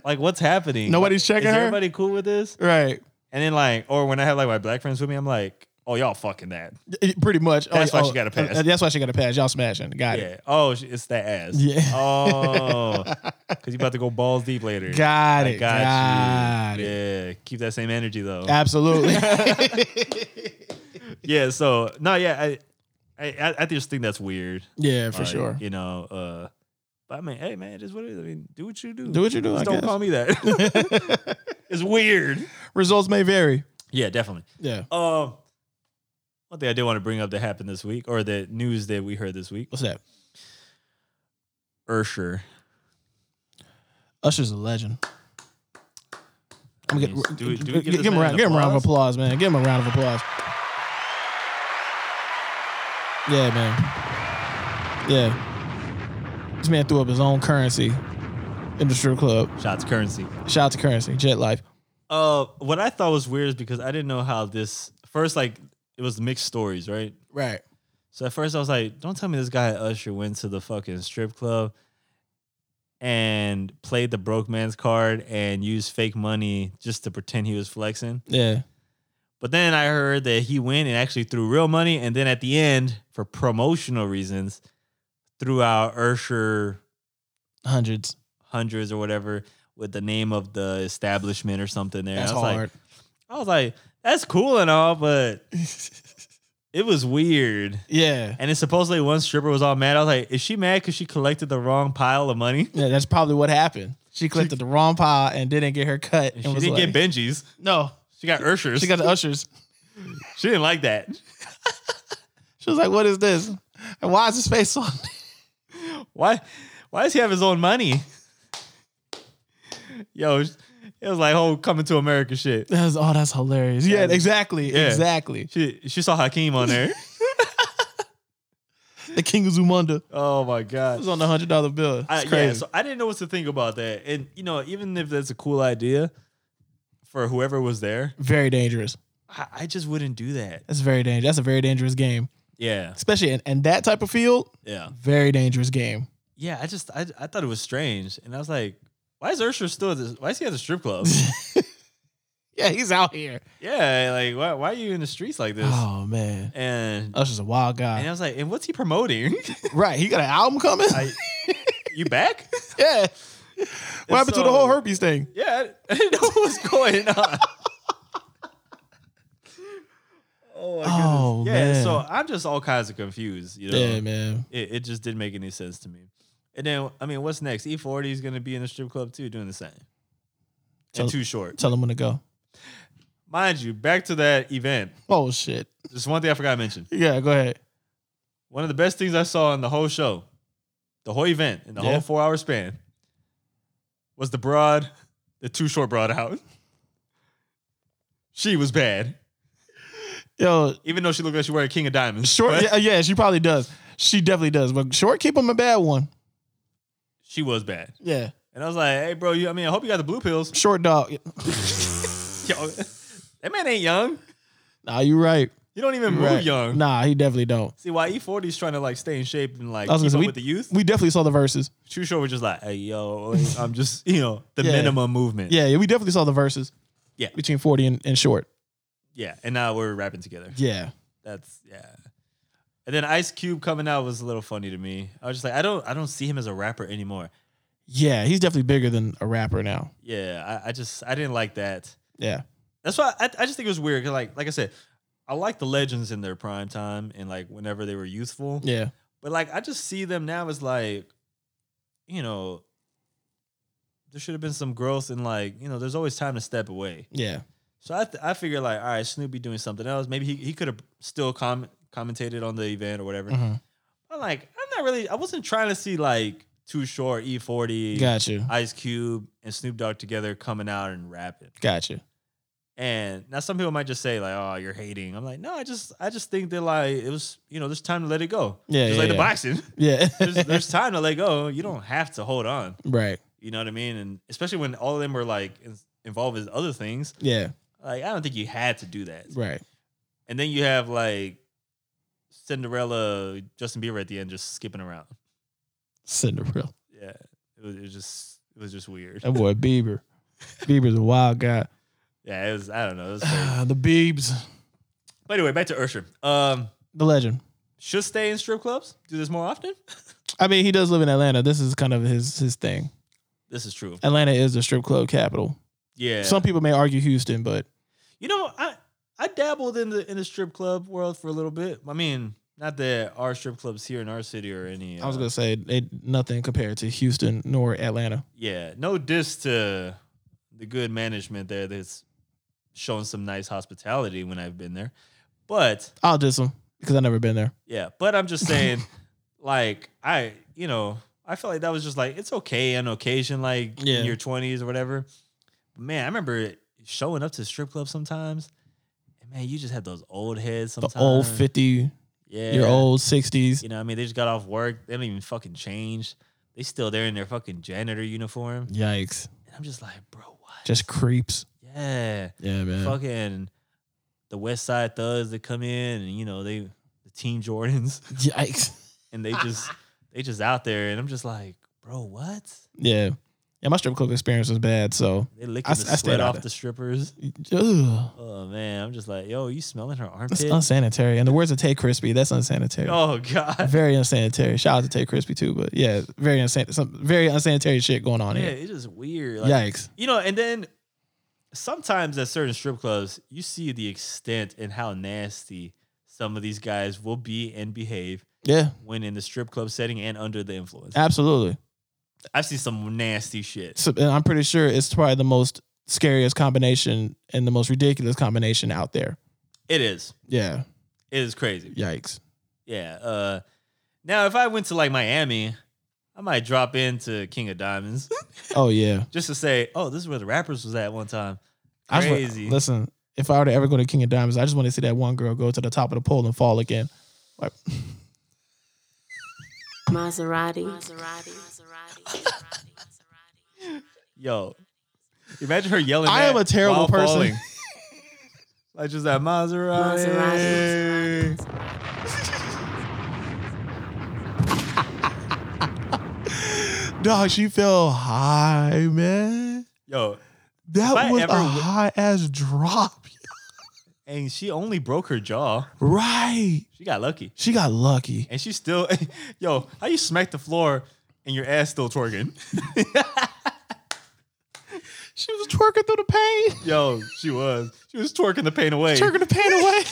A: Like, what's happening?
B: Nobody's checking
A: Is
B: her?
A: everybody cool with this?
B: Right.
A: And then like, or when I have like my black friends with me, I'm like, oh y'all fucking that.
B: Y- Pretty much.
A: That's why she got a pass.
B: uh, That's why she got a pass. Y'all smashing. Got it.
A: Yeah. Oh, sh- it's that ass.
B: Yeah.
A: Oh, because you about to go balls deep later.
B: Got
A: I
B: it.
A: got,
B: Got
A: you.
B: it.
A: Yeah, keep that same energy though.
B: Absolutely.
A: yeah. So no, yeah, I, I, I- I just think that's weird
B: yeah, for
A: Like,
B: sure.
A: You know, uh, but I mean, hey man, it is what it is. I mean, do what you do.
B: Do what you do,
A: Just
B: I
A: don't
B: guess.
A: call me that. it's weird.
B: Results may vary.
A: Yeah, definitely.
B: Yeah.
A: Um, one thing I did want to bring up that happened this week, or the news that we heard this week,
B: What's that?
A: Ursher.
B: Usher's a legend. I'm gonna
A: Nice.
B: get,
A: Do we- do we
B: give,
A: give this
B: him a
A: man
B: round,
A: an
B: give him a round of
A: applause?
B: applause, man. Give him a round of applause. Yeah, man. Yeah. This man threw up his own currency in the strip club.
A: Shots currency.
B: Shout out to currency, Jet Life.
A: Uh, what I thought was weird is because I didn't know how this first like it was mixed stories, right?
B: Right.
A: So at first I was like, don't tell me this guy Usher went to the fucking strip club and played the broke man's card and used fake money just to pretend he was flexing.
B: Yeah.
A: But then I heard that he went and actually threw real money and then at the end, for promotional reasons, threw out Usher
B: Hundreds.
A: hundreds or whatever with the name of the establishment or something there.
B: That's
A: I was like,
B: hard.
A: I was like, that's cool and all, but it was weird.
B: yeah.
A: And then supposedly one stripper was all mad. I was like, is she mad because she collected the wrong pile of money?
B: Yeah, that's probably what happened. She collected the wrong pile and didn't get her cut. And
A: She
B: was
A: didn't
B: like,
A: get Benji's.
B: No,
A: She got Ursher's.
B: she got the ushers.
A: she didn't like that.
B: She was like, "What is this? And why is his face on?"
A: Why? Why does he have his own money? Yo, it was like whole coming to America shit.
B: That was, oh, that's hilarious. Yeah, exactly,
A: Yeah.
B: exactly.
A: She she saw Hakeem on there.
B: The king of Zumunda
A: oh my god.
B: was on the hundred dollar bill. It's
A: I,
B: crazy.
A: yeah, so I didn't know what to think about that. And you know, even if that's a cool idea for whoever was there,
B: very dangerous.
A: I, I just wouldn't do that.
B: That's very dangerous. That's a very dangerous game,
A: Yeah.
B: especially in, in that type of field.
A: Yeah.
B: Very dangerous game.
A: Yeah, I just I, I thought it was strange. And I was like, why is Ursher still at this why is he at the strip club?
B: Yeah, he's out here.
A: yeah, like why why are you in the streets like this?
B: Oh man,
A: And
B: Usher's a wild
A: and I
B: guy.
A: was like, and what's he promoting?
B: Right, he got an album coming.
A: I- you back?
B: yeah. What happened to the
A: so-
B: whole herpes thing?
A: Yeah, I didn't know what was going on. oh, my
B: Oh,
A: yeah,
B: man.
A: so I'm just all kinds of confused. You know,
B: Yeah, man.
A: it, it just didn't make any sense to me. And then, I mean, what's next? E40 is going to be in the strip club too, doing the same.
B: Tell-
A: and too short,
B: Tell him when to go.
A: mind you. Back to that event.
B: Oh shit.
A: Just one thing I forgot to mention.
B: Yeah, go ahead.
A: One of the best things I saw in the whole show, the whole event, in the
B: Yeah.
A: whole four hour span, was the broad, the too short broad out. She was bad.
B: Yo,
A: Even though she looked like she wore a king of diamonds.
B: short.
A: but
B: Yeah, yeah, she probably does. She definitely does. But short, keep him a bad one.
A: She was bad.
B: Yeah,
A: And I was like, hey, bro, you, I mean, I hope you got the blue pills.
B: short dog.
A: Yo, that man ain't young.
B: Nah, you right.
A: You don't even
B: You
A: move
B: right.
A: young.
B: Nah, he definitely don't.
A: See, why E40 is trying to like stay in shape and like
B: I was
A: keep
B: gonna
A: up
B: say, we-
A: with the youth,
B: We definitely saw the verses.
A: Too Short was just like, hey, yo, I'm just, you know, the
B: Yeah.
A: minimum movement.
B: Yeah, yeah, we definitely saw the verses.
A: Yeah.
B: between forty and, and short.
A: Yeah. And now we're rapping together.
B: Yeah,
A: That's, yeah. And then Ice Cube coming out was a little funny to me. I was just like, I don't, I don't see him as a rapper anymore.
B: yeah, he's definitely bigger than a rapper now.
A: Yeah. I, I just, I didn't like that.
B: Yeah,
A: That's why I, I just think it was weird. 'cause like, like I said, I like the legends in their prime time and like whenever they were youthful.
B: yeah,
A: But like, I just see them now as like, you know, there should have been some growth and like, you know, there's always time to step away.
B: yeah,
A: So I, th- I figure like, all right, Snoopy doing something else. Maybe he, he could have still com- commentated on the event or whatever.
B: Mhm.
A: I'm like, I'm not really, I wasn't trying to see like Too Short, E40,
B: Got you,
A: Ice Cube, and Snoop Dogg together coming out and rapping.
B: got you.
A: And now some people might just say like, "Oh, you're hating." I'm like, no, I just I just think that like it was you know there's time to let it go.
B: Yeah,
A: just
B: yeah,
A: like the
B: yeah.
A: boxing,
B: Yeah,
A: there's, there's time to let go. You don't have to hold on.
B: right.
A: You know what I mean? And especially when all of them were like in- involved in other things,
B: Yeah,
A: like I don't think you had to do that.
B: right.
A: And then you have like Cinderella, Justin Bieber at the end just skipping around.
B: Cinderella.
A: Yeah, it was, it was just it was just weird.
B: That boy Bieber. Bieber's a wild guy.
A: Yeah, it was I don't know. It was crazy.
B: the Biebs,
A: but anyway, back to Usher. Um,
B: the legend.
A: should stay in strip clubs. Do this more often.
B: I mean, he does live in Atlanta. This is kind of his his thing.
A: This is true.
B: Atlanta is the strip club capital.
A: Yeah.
B: Some people may argue Houston, but
A: you know, I I dabbled in the in the strip club world for a little bit. I mean, not that our strip clubs here in our city or any.
B: I was
A: uh,
B: gonna say they, nothing compared to Houston nor Atlanta.
A: uh, Yeah, no diss to the good management there that's shown some nice hospitality when I've been there. But
B: I'll diss them because I've never been there.
A: yeah, but I'm just saying, like, I, you know, I felt like that was just like, it's okay on occasion, like
B: Yeah.
A: in your 20s or whatever. Man, I remember showing up to strip clubs sometimes. And man, you just have those old heads
B: The
A: sometimes.
B: old fifty
A: Yeah.
B: year old sixties.
A: You know, what I mean, they just got off work. They don't even fucking change. They still there in their fucking janitor uniform.
B: Yikes!
A: And I'm just like, bro, what?
B: Just creeps.
A: yeah.
B: Yeah, man.
A: Fucking the West Side thugs that come in and, you know, they, the Team Jordans,
B: Yikes.
A: and they just, they just out there. And I'm just like, bro, what?
B: Yeah. Yeah, my strip club experience was bad. So,
A: They licking
B: I
A: the
B: s- I stayed
A: sweat
B: out
A: off
B: there.
A: the strippers.
B: ugh,
A: Oh man, I'm just like, yo, you smelling her
B: that's
A: armpit?
B: unsanitary. In the words of Tay Crispy, that's unsanitary.
A: Oh god.
B: Very unsanitary. Shout out to Tay Crispy too, but yeah, very unsan- some very unsanitary shit going on
A: Yeah,
B: here.
A: it's just weird. Like,
B: Yikes.
A: You know, and then sometimes at certain strip clubs, you see the extent and how nasty some of these guys will be and behave
B: Yeah,
A: when in the strip club setting and under the influence.
B: absolutely.
A: I've seen some nasty shit.
B: So, and I'm pretty sure it's probably the most scariest combination and the most ridiculous combination out there.
A: It is.
B: Yeah,
A: It is crazy.
B: yikes.
A: Yeah. Uh, now, if I went to like Miami, I might drop into King of Diamonds
B: Oh yeah,
A: just to say, oh, this is where the rappers was at one time.
B: I just wa-
A: Crazy.
B: listen, if I were to ever go to King of Diamonds, I just want to see that one girl go to the top of the pole and fall again. Like,
E: Maserati. Maserati.
A: Yo, imagine her yelling.
B: I
A: that
B: am a terrible
A: while
B: person.
A: falling. like just that Maserati.
E: Maserati.
B: Dog, she fell high, man.
A: Yo, If
B: That
A: I
B: was
A: ever
B: a
A: w-
B: high ass drop.
A: and she only broke her jaw.
B: Right.
A: She got lucky,
B: She got lucky.
A: and she still. Yo, how you smack the floor and your ass still twerking?
B: She was twerking through the pain.
A: Yo, she was. She was twerking the pain away.
B: Twerking the pain away.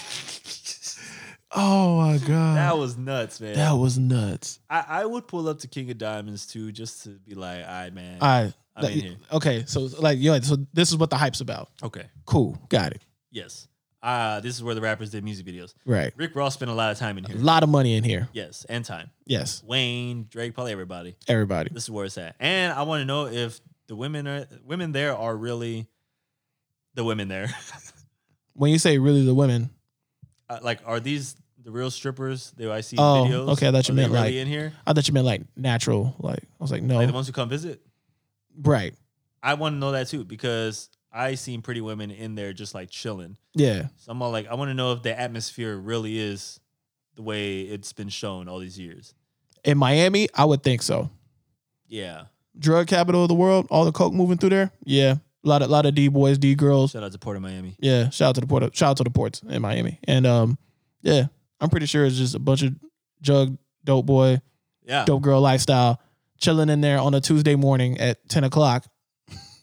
B: oh my God.
A: That was nuts, man.
B: That was nuts.
A: I, I would pull up to King of Diamonds too, just to be like, all right, man.
B: All right.
A: I'm in here.
B: okay, so like yo, so this is what the hype's about.
A: Okay.
B: Cool, got it.
A: Yes. Uh, this is where the rappers did music videos.
B: Right,
A: Rick Ross spent a lot of time in
B: a
A: here.
B: lot of money in here.
A: Yes, and time.
B: Yes,
A: Wayne, Drake, probably everybody.
B: everybody.
A: This is where it's at. And I want to know if the women are women there are really the women there.
B: When you say really the women,
A: Uh, like, are these the real strippers that I see in
B: Oh,
A: videos?
B: okay, I thought you
A: Are they
B: meant,
A: really
B: like- oh.
A: in here.
B: I thought you meant like natural. Like I was like, no,
A: Like the ones who come visit.
B: right?
A: I want to know that too because I seen pretty women in there just like chilling.
B: Yeah,
A: So I'm all like, I want to know if the atmosphere really is the way it's been shown all these years.
B: in Miami, I would think so.
A: Yeah.
B: Drug capital of the world, all the coke moving through there. Yeah, a lot of lot of D boys, D girls.
A: Shout out to Port of Miami.
B: Yeah, shout out to the port. Shout out to the ports in Miami. And um, yeah, I'm pretty sure it's just a bunch of drug dope boy
A: Yeah.
B: dope girl lifestyle, chilling in there on a Tuesday morning at 10 o'clock.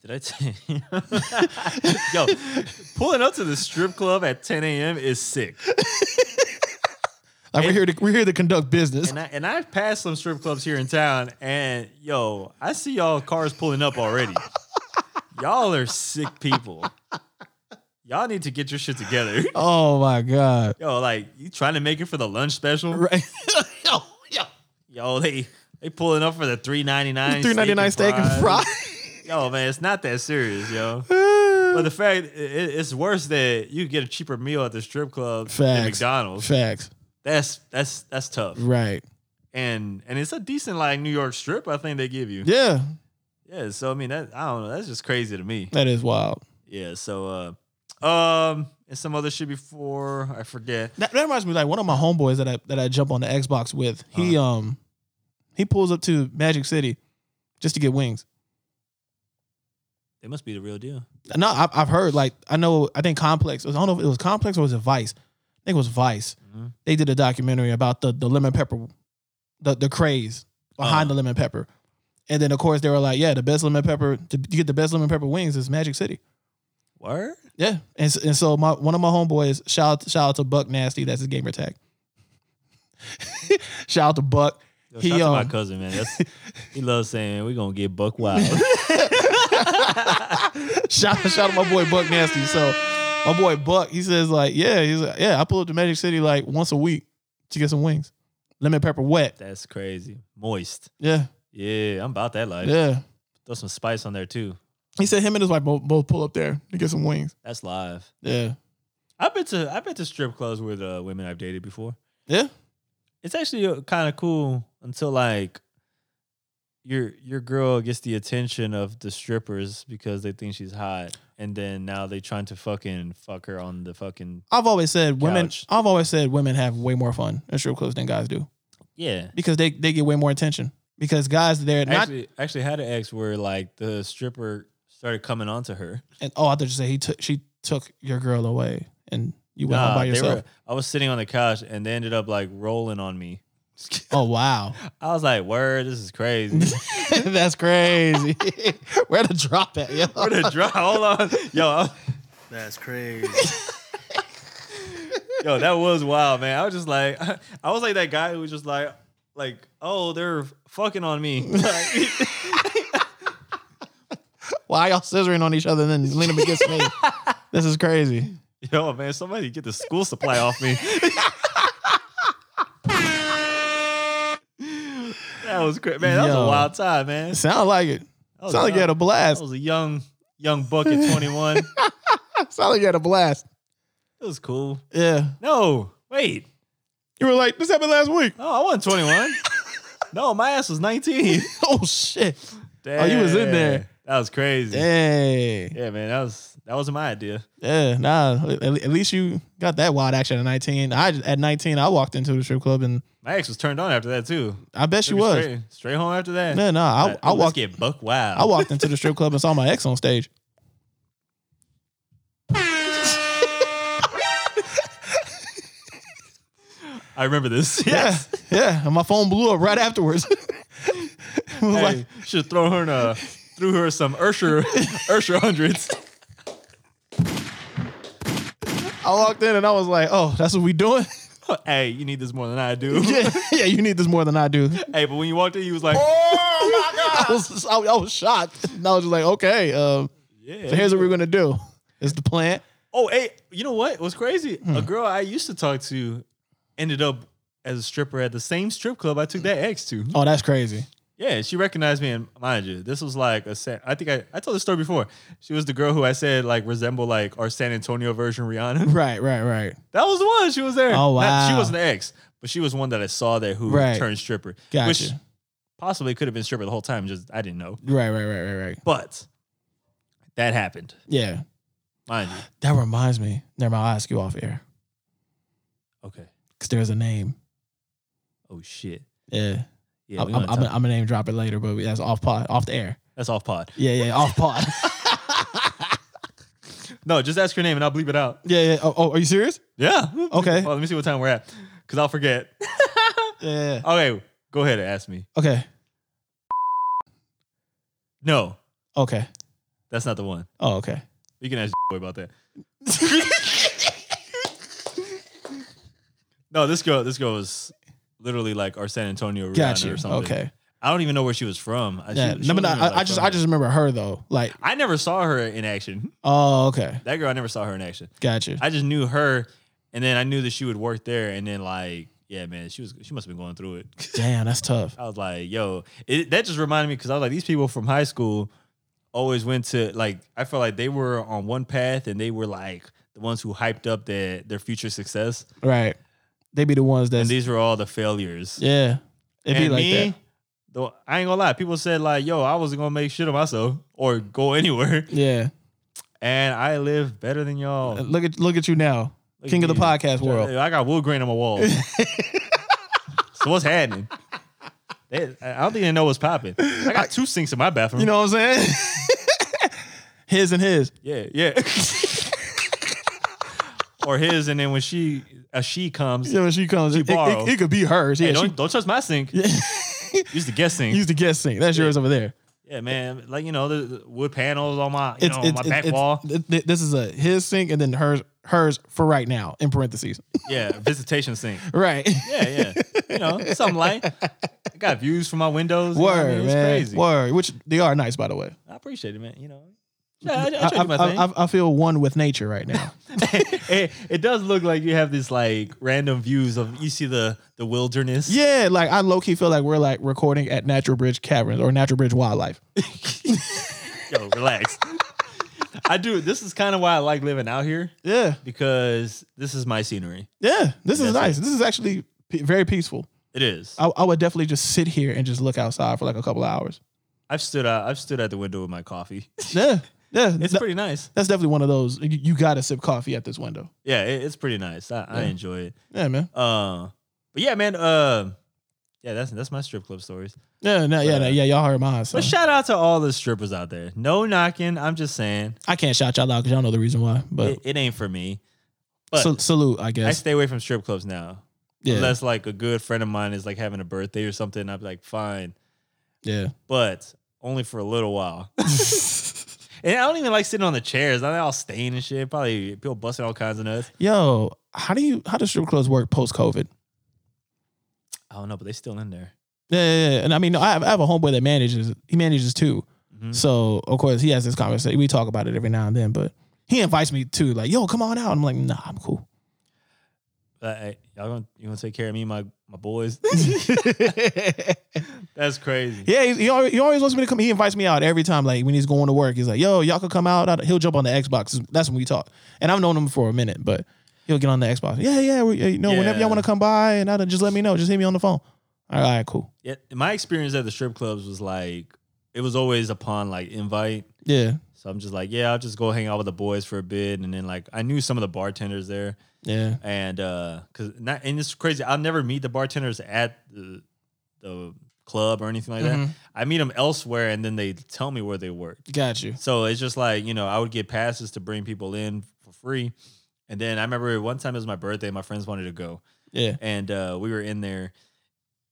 A: Did I tell Yo, pulling up to the strip club at 10 a.m. is sick.
B: Like we're
A: And-
B: here to we're here to conduct business.
A: And I and I've passed some strip clubs here in town, and yo, I see y'all cars pulling up already. y'all are sick people. Y'all need to get your shit together.
B: Oh my God.
A: Yo, like you trying to make it for the lunch special?
B: Right.
A: Yo, they they pulling up for the three ninety nine.
B: Three ninety nine steak and fry.
A: Yo, man, it's not that serious, yo. But the fact i- i it's worse that you get a cheaper meal at the strip club than
B: Facts.
A: McDonald's.
B: Facts.
A: That's that's that's tough.
B: Right.
A: And and it's a decent like New York strip. I think they give you.
B: Yeah.
A: Yeah. So I mean, that I don't know. That's just crazy to me.
B: That is wild.
A: Yeah. So uh, um, and some other shit before I forget.
B: That, that reminds me like one of my homeboys that I that I jump on the Xbox with, he
A: Uh-huh.
B: um he pulls up to Magic City just to get wings.
A: It must be the real deal.
B: No, I've, I've heard like I know I think Complex. I don't know if it was Complex or was it Vice. I think it was Vice.
A: Mhm.
B: They did a documentary about the the lemon pepper, the the craze behind
A: Uh-huh.
B: the lemon pepper, and then of course they were like, yeah, the best lemon pepper to you get the best lemon pepper wings is Magic City.
A: Word.
B: Yeah, and so, and so my one of my homeboys shout out, shout out to Buck Nasty. That's his gamer tag. shout out to Buck.
A: Yo,
B: He,
A: shout out to
B: um,
A: my cousin, man. That's, he loves saying we're gonna get buck wild.
B: shout shout out my boy Buck Nasty. So my boy Buck, he says like, yeah, he's like, yeah, I pull up to Magic City like once a week to get some wings, lemon pepper wet.
A: That's crazy. Moist.
B: Yeah,
A: Yeah, I'm about that life.
B: yeah.
A: Throw some spice on there too.
B: He said him and his wife both, both pull up there to get some wings.
A: That's live.
B: Yeah,
A: I've been to I've been to strip clubs with uh, women I've dated before.
B: yeah,
A: It's actually kind of cool until like your your girl gets the attention of the strippers because they think she's hot, and then now they trying to fucking fuck her on the fucking
B: I've always said women.
A: Couch.
B: I've always said women have way more fun in strip clubs than guys do
A: yeah.
B: because they they get way more attention. because guys there not
A: Actually, actually had an ex where like the stripper started coming onto her.
B: and oh I thought you said he took she took your girl away and you went home by
A: they
B: yourself.
A: were- I was sitting on the couch and they ended up like rolling on me.
B: Oh wow,
A: I was like, "Word, this is crazy."
B: that's crazy. Where to drop at? Yo?
A: Where the drop? Hold on, yo, I-
D: That's crazy.
A: yo, that was wild, man. I was just like, I was like that guy who was just like, like, oh, they're fucking on me. Like,
B: Why y'all scissoring on each other and then leaning up against me? This is crazy.
A: yo, man, somebody get the school supply off me. that was great, man. That was
B: Yo.
A: a wild time, man.
B: Sound like it.
A: That was
B: Sound like you had a
A: young.
B: blast.
A: That was a young, young buck at 21. it Oh.
B: Sound like you had a blast.
A: was cool.
B: Yeah.
A: No, wait.
B: You were like, this happened last week.
A: No, I wasn't 21. no, my ass was 19.
B: Oh shit. Oh, you was in there.
A: Damn. That was crazy.
B: Hey.
A: Yeah, man. That was that wasn't my idea.
B: Yeah. Nah. At, at least you got that wild action at 19. I at 19 I walked into the strip club and
A: My ex was turned on after that too.
B: I bet she
A: Took her
B: was.
A: straight, straight home after that.
B: No, no.
A: Like,
B: I,
A: "Ooh,
B: I
A: let's
B: walked
A: get buck wild.
B: I walked into the strip club and saw my ex on stage.
A: I remember this. Yes.
B: Yeah. Yeah. And my phone blew up right afterwards. It was
A: Hey,
B: like,
A: should throw her in a threw her some Ursher Ursher hundreds.
B: I walked in and I was like, oh, that's what we doing?
A: hey, you need this more than I do.
B: yeah, yeah, you need this more than I do.
A: Hey, but when you walked in, you was like,
B: Oh. I was, I, I was shocked. And I was just like, okay, um,
A: yeah.
B: so here's what we're gonna do. It's the plan.
A: Oh, hey, you know what? What's crazy?
B: Hmm.
A: A girl I used to talk to ended up as a stripper at the same strip club I took that ex to.
B: Oh, that's crazy.
A: Yeah, she recognized me, and mind you, this was like a San. I think I, I told this story before. She was the girl who I said like resembled like our San Antonio version Rihanna.
B: Right, right, right.
A: that was the one. She was there.
B: Oh,
A: Not- she
B: wow.
A: wasn't the ex, but she was one that I saw there who
B: Right.
A: turned stripper.
B: Gotcha.
A: Which possibly could have been stripper the whole time. Just I didn't know.
B: Right, right, right, right, right.
A: But that happened,
B: Yeah.
A: mind you.
B: That reminds me. Never mind, I'll ask you off air.
A: Okay.
B: Cause there's a name.
A: Oh shit.
B: Yeah.
A: Yeah,
B: I'm,
A: we
B: I'm,
A: wanna
B: I'm, gonna,
A: talk-
B: I'm gonna name drop it later, but that's off pod, off the air.
A: that's off pod.
B: Yeah, yeah, off pod.
A: No, just ask your name and I'll bleep it out.
B: yeah, yeah. Oh, oh, are you serious?
A: Yeah.
B: Okay.
A: Well, let me see what time we're at, cause I'll forget.
B: Yeah.
A: Okay, go ahead and ask me.
B: Okay.
A: No,
B: Okay.
A: that's not the one.
B: Oh, okay.
A: You can ask boy about that. no, this girl, this girl was literally like our San Antonio Rihanna
B: Got you.
A: or something.
B: Okay.
A: I don't even know where she was from. I, she-
B: Yeah.
A: she
B: no,
A: wasn't
B: but
A: even,
B: no, I,
A: like,
B: I just
A: from-
B: I just remember her though. Like,
A: I never saw her in action.
B: oh, okay.
A: That girl, I never saw her in action.
B: Got you.
A: I just knew her, and then I knew that she would work there, and then like, yeah, man, she was she must have been going through it.
B: Damn, that's tough.
A: I was like, yo, it, that just reminded me because I was like, these people from high school always went to like, I felt like they were on one path and they were like the ones who hyped up their their future success,
B: Right. They be the ones
A: and
B: that.
A: these were all the failures.
B: Yeah. It'd be
A: And
B: like
A: me, Though I ain't gonna lie, people said like, yo, I wasn't gonna make shit of myself or go anywhere,
B: that. Yeah.
A: and I live better than y'all.
B: Uh, Look at look at you now,
A: Look
B: king
A: at
B: of the
A: me.
B: podcast world.
A: I got wood grain on my wall. so what's happening? They, I don't think they know what's popping. I got two sinks in my bathroom.
B: You know what I'm saying? his and his.
A: Yeah, yeah. or his, and then when she a she comes,
B: Yeah, when she comes, it, it-
A: borrow.
B: it, could be hers. Yeah,
A: hey, don't
B: she
A: don't touch my sink. Use the guest sink.
B: used to guess sing. That's yours over there.
A: yeah, man. Like you know, the the wood panels on my you
B: It's,
A: know
B: it's,
A: my
B: it's,
A: back
B: it's-
A: wall.
B: th- th- this is a his sink and then hers hers for right now in parentheses.
A: yeah, visitation sink.
B: right.
A: Yeah, yeah. You know, something like I got views from my windows. you know what I
B: Word,
A: mean? It's
B: man.
A: crazy.
B: Word. Which they are nice, by the way.
A: I appreciate it, man. You know. Yeah, I, I, try
B: I,
A: to do my
B: I-
A: thing.
B: I- I feel one with nature right now.
A: it, it does look like you have this like random views of you see the the wilderness.
B: yeah, like I low key feel like we're like recording at Natural Bridge Caverns or Natural Bridge Wildlife.
A: Yo, relax. I do. This is kind of why I like living out here
B: Yeah,
A: because this is my scenery.
B: yeah. This is
A: That's
B: nice. This is actually pe- very peaceful.
A: It is.
B: I, I would definitely just sit here and just look outside for like a couple of hours.
A: I've stood out. I've stood at the window with my coffee.
B: Yeah, yeah.
A: It's
B: Th-
A: pretty nice.
B: that's definitely one of those. You, you gotta sip coffee at this window.
A: Yeah, it, it's pretty nice. I, I enjoy it.
B: Yeah, man.
A: Uh, but yeah, man. Uh, Yeah, that's that's my strip club stories.
B: No, no, yeah, no, yeah. Y'all heard mine. So
A: But shout out to all the strippers out there. No knocking. I'm just saying
B: I can't shout y'all out because y'all know the reason why. But,
A: it, it ain't for me. But
B: sal- salute, I
A: I
B: guess.
A: stay away from strip clubs now.
B: yeah,
A: Unless like a good friend of mine is like having a birthday or something, I'm like fine,
B: yeah.
A: but only for a little while. and I don't even like sitting on the chairs. I'm all stained and shit. Probably people busting all kinds of nuts.
B: Yo, how do you how do strip clubs work post COVID?
A: I don't know, but they still in there.
B: Yeah, yeah, yeah. And I mean, I have, I have a homeboy that manages. He manages too.
A: Mhm.
B: So of course he has this conversation. We talk about it every now and then, but he invites me too. Like, yo, come on out. I'm like, nah, I'm cool.
A: But hey, y'all gonna you gonna take care of me, and my my boys? That's crazy.
B: Yeah, he, he, always, he always wants me to come. He invites me out every time. Like when he's going to work, he's like, "Yo, y'all could come out." He'll jump on the Xbox. That's when we talk. And I've known him for a minute, but he'll get on the Xbox. Yeah, yeah. We, you know, whenever
A: Yeah.
B: y'all want to come by, and I just let me know. Just hit me on the phone. All right, all right, cool.
A: Yeah, my experience at the strip clubs was like it was always upon like invite.
B: Yeah,
A: So I'm just like, yeah, I'll just go hang out with the boys for a bit, and then like I knew some of the bartenders there,
B: yeah,
A: and uh, cause not and it's crazy. I'll never meet the bartenders at the, the club or anything like that.
B: Mhm.
A: I meet them elsewhere, and then they tell me where they work.
B: got you.
A: So it's just like, you know, I would get passes to bring people in for free. And then I remember one time it was my birthday, my friends wanted to go.
B: Yeah,
A: And uh, we were in there.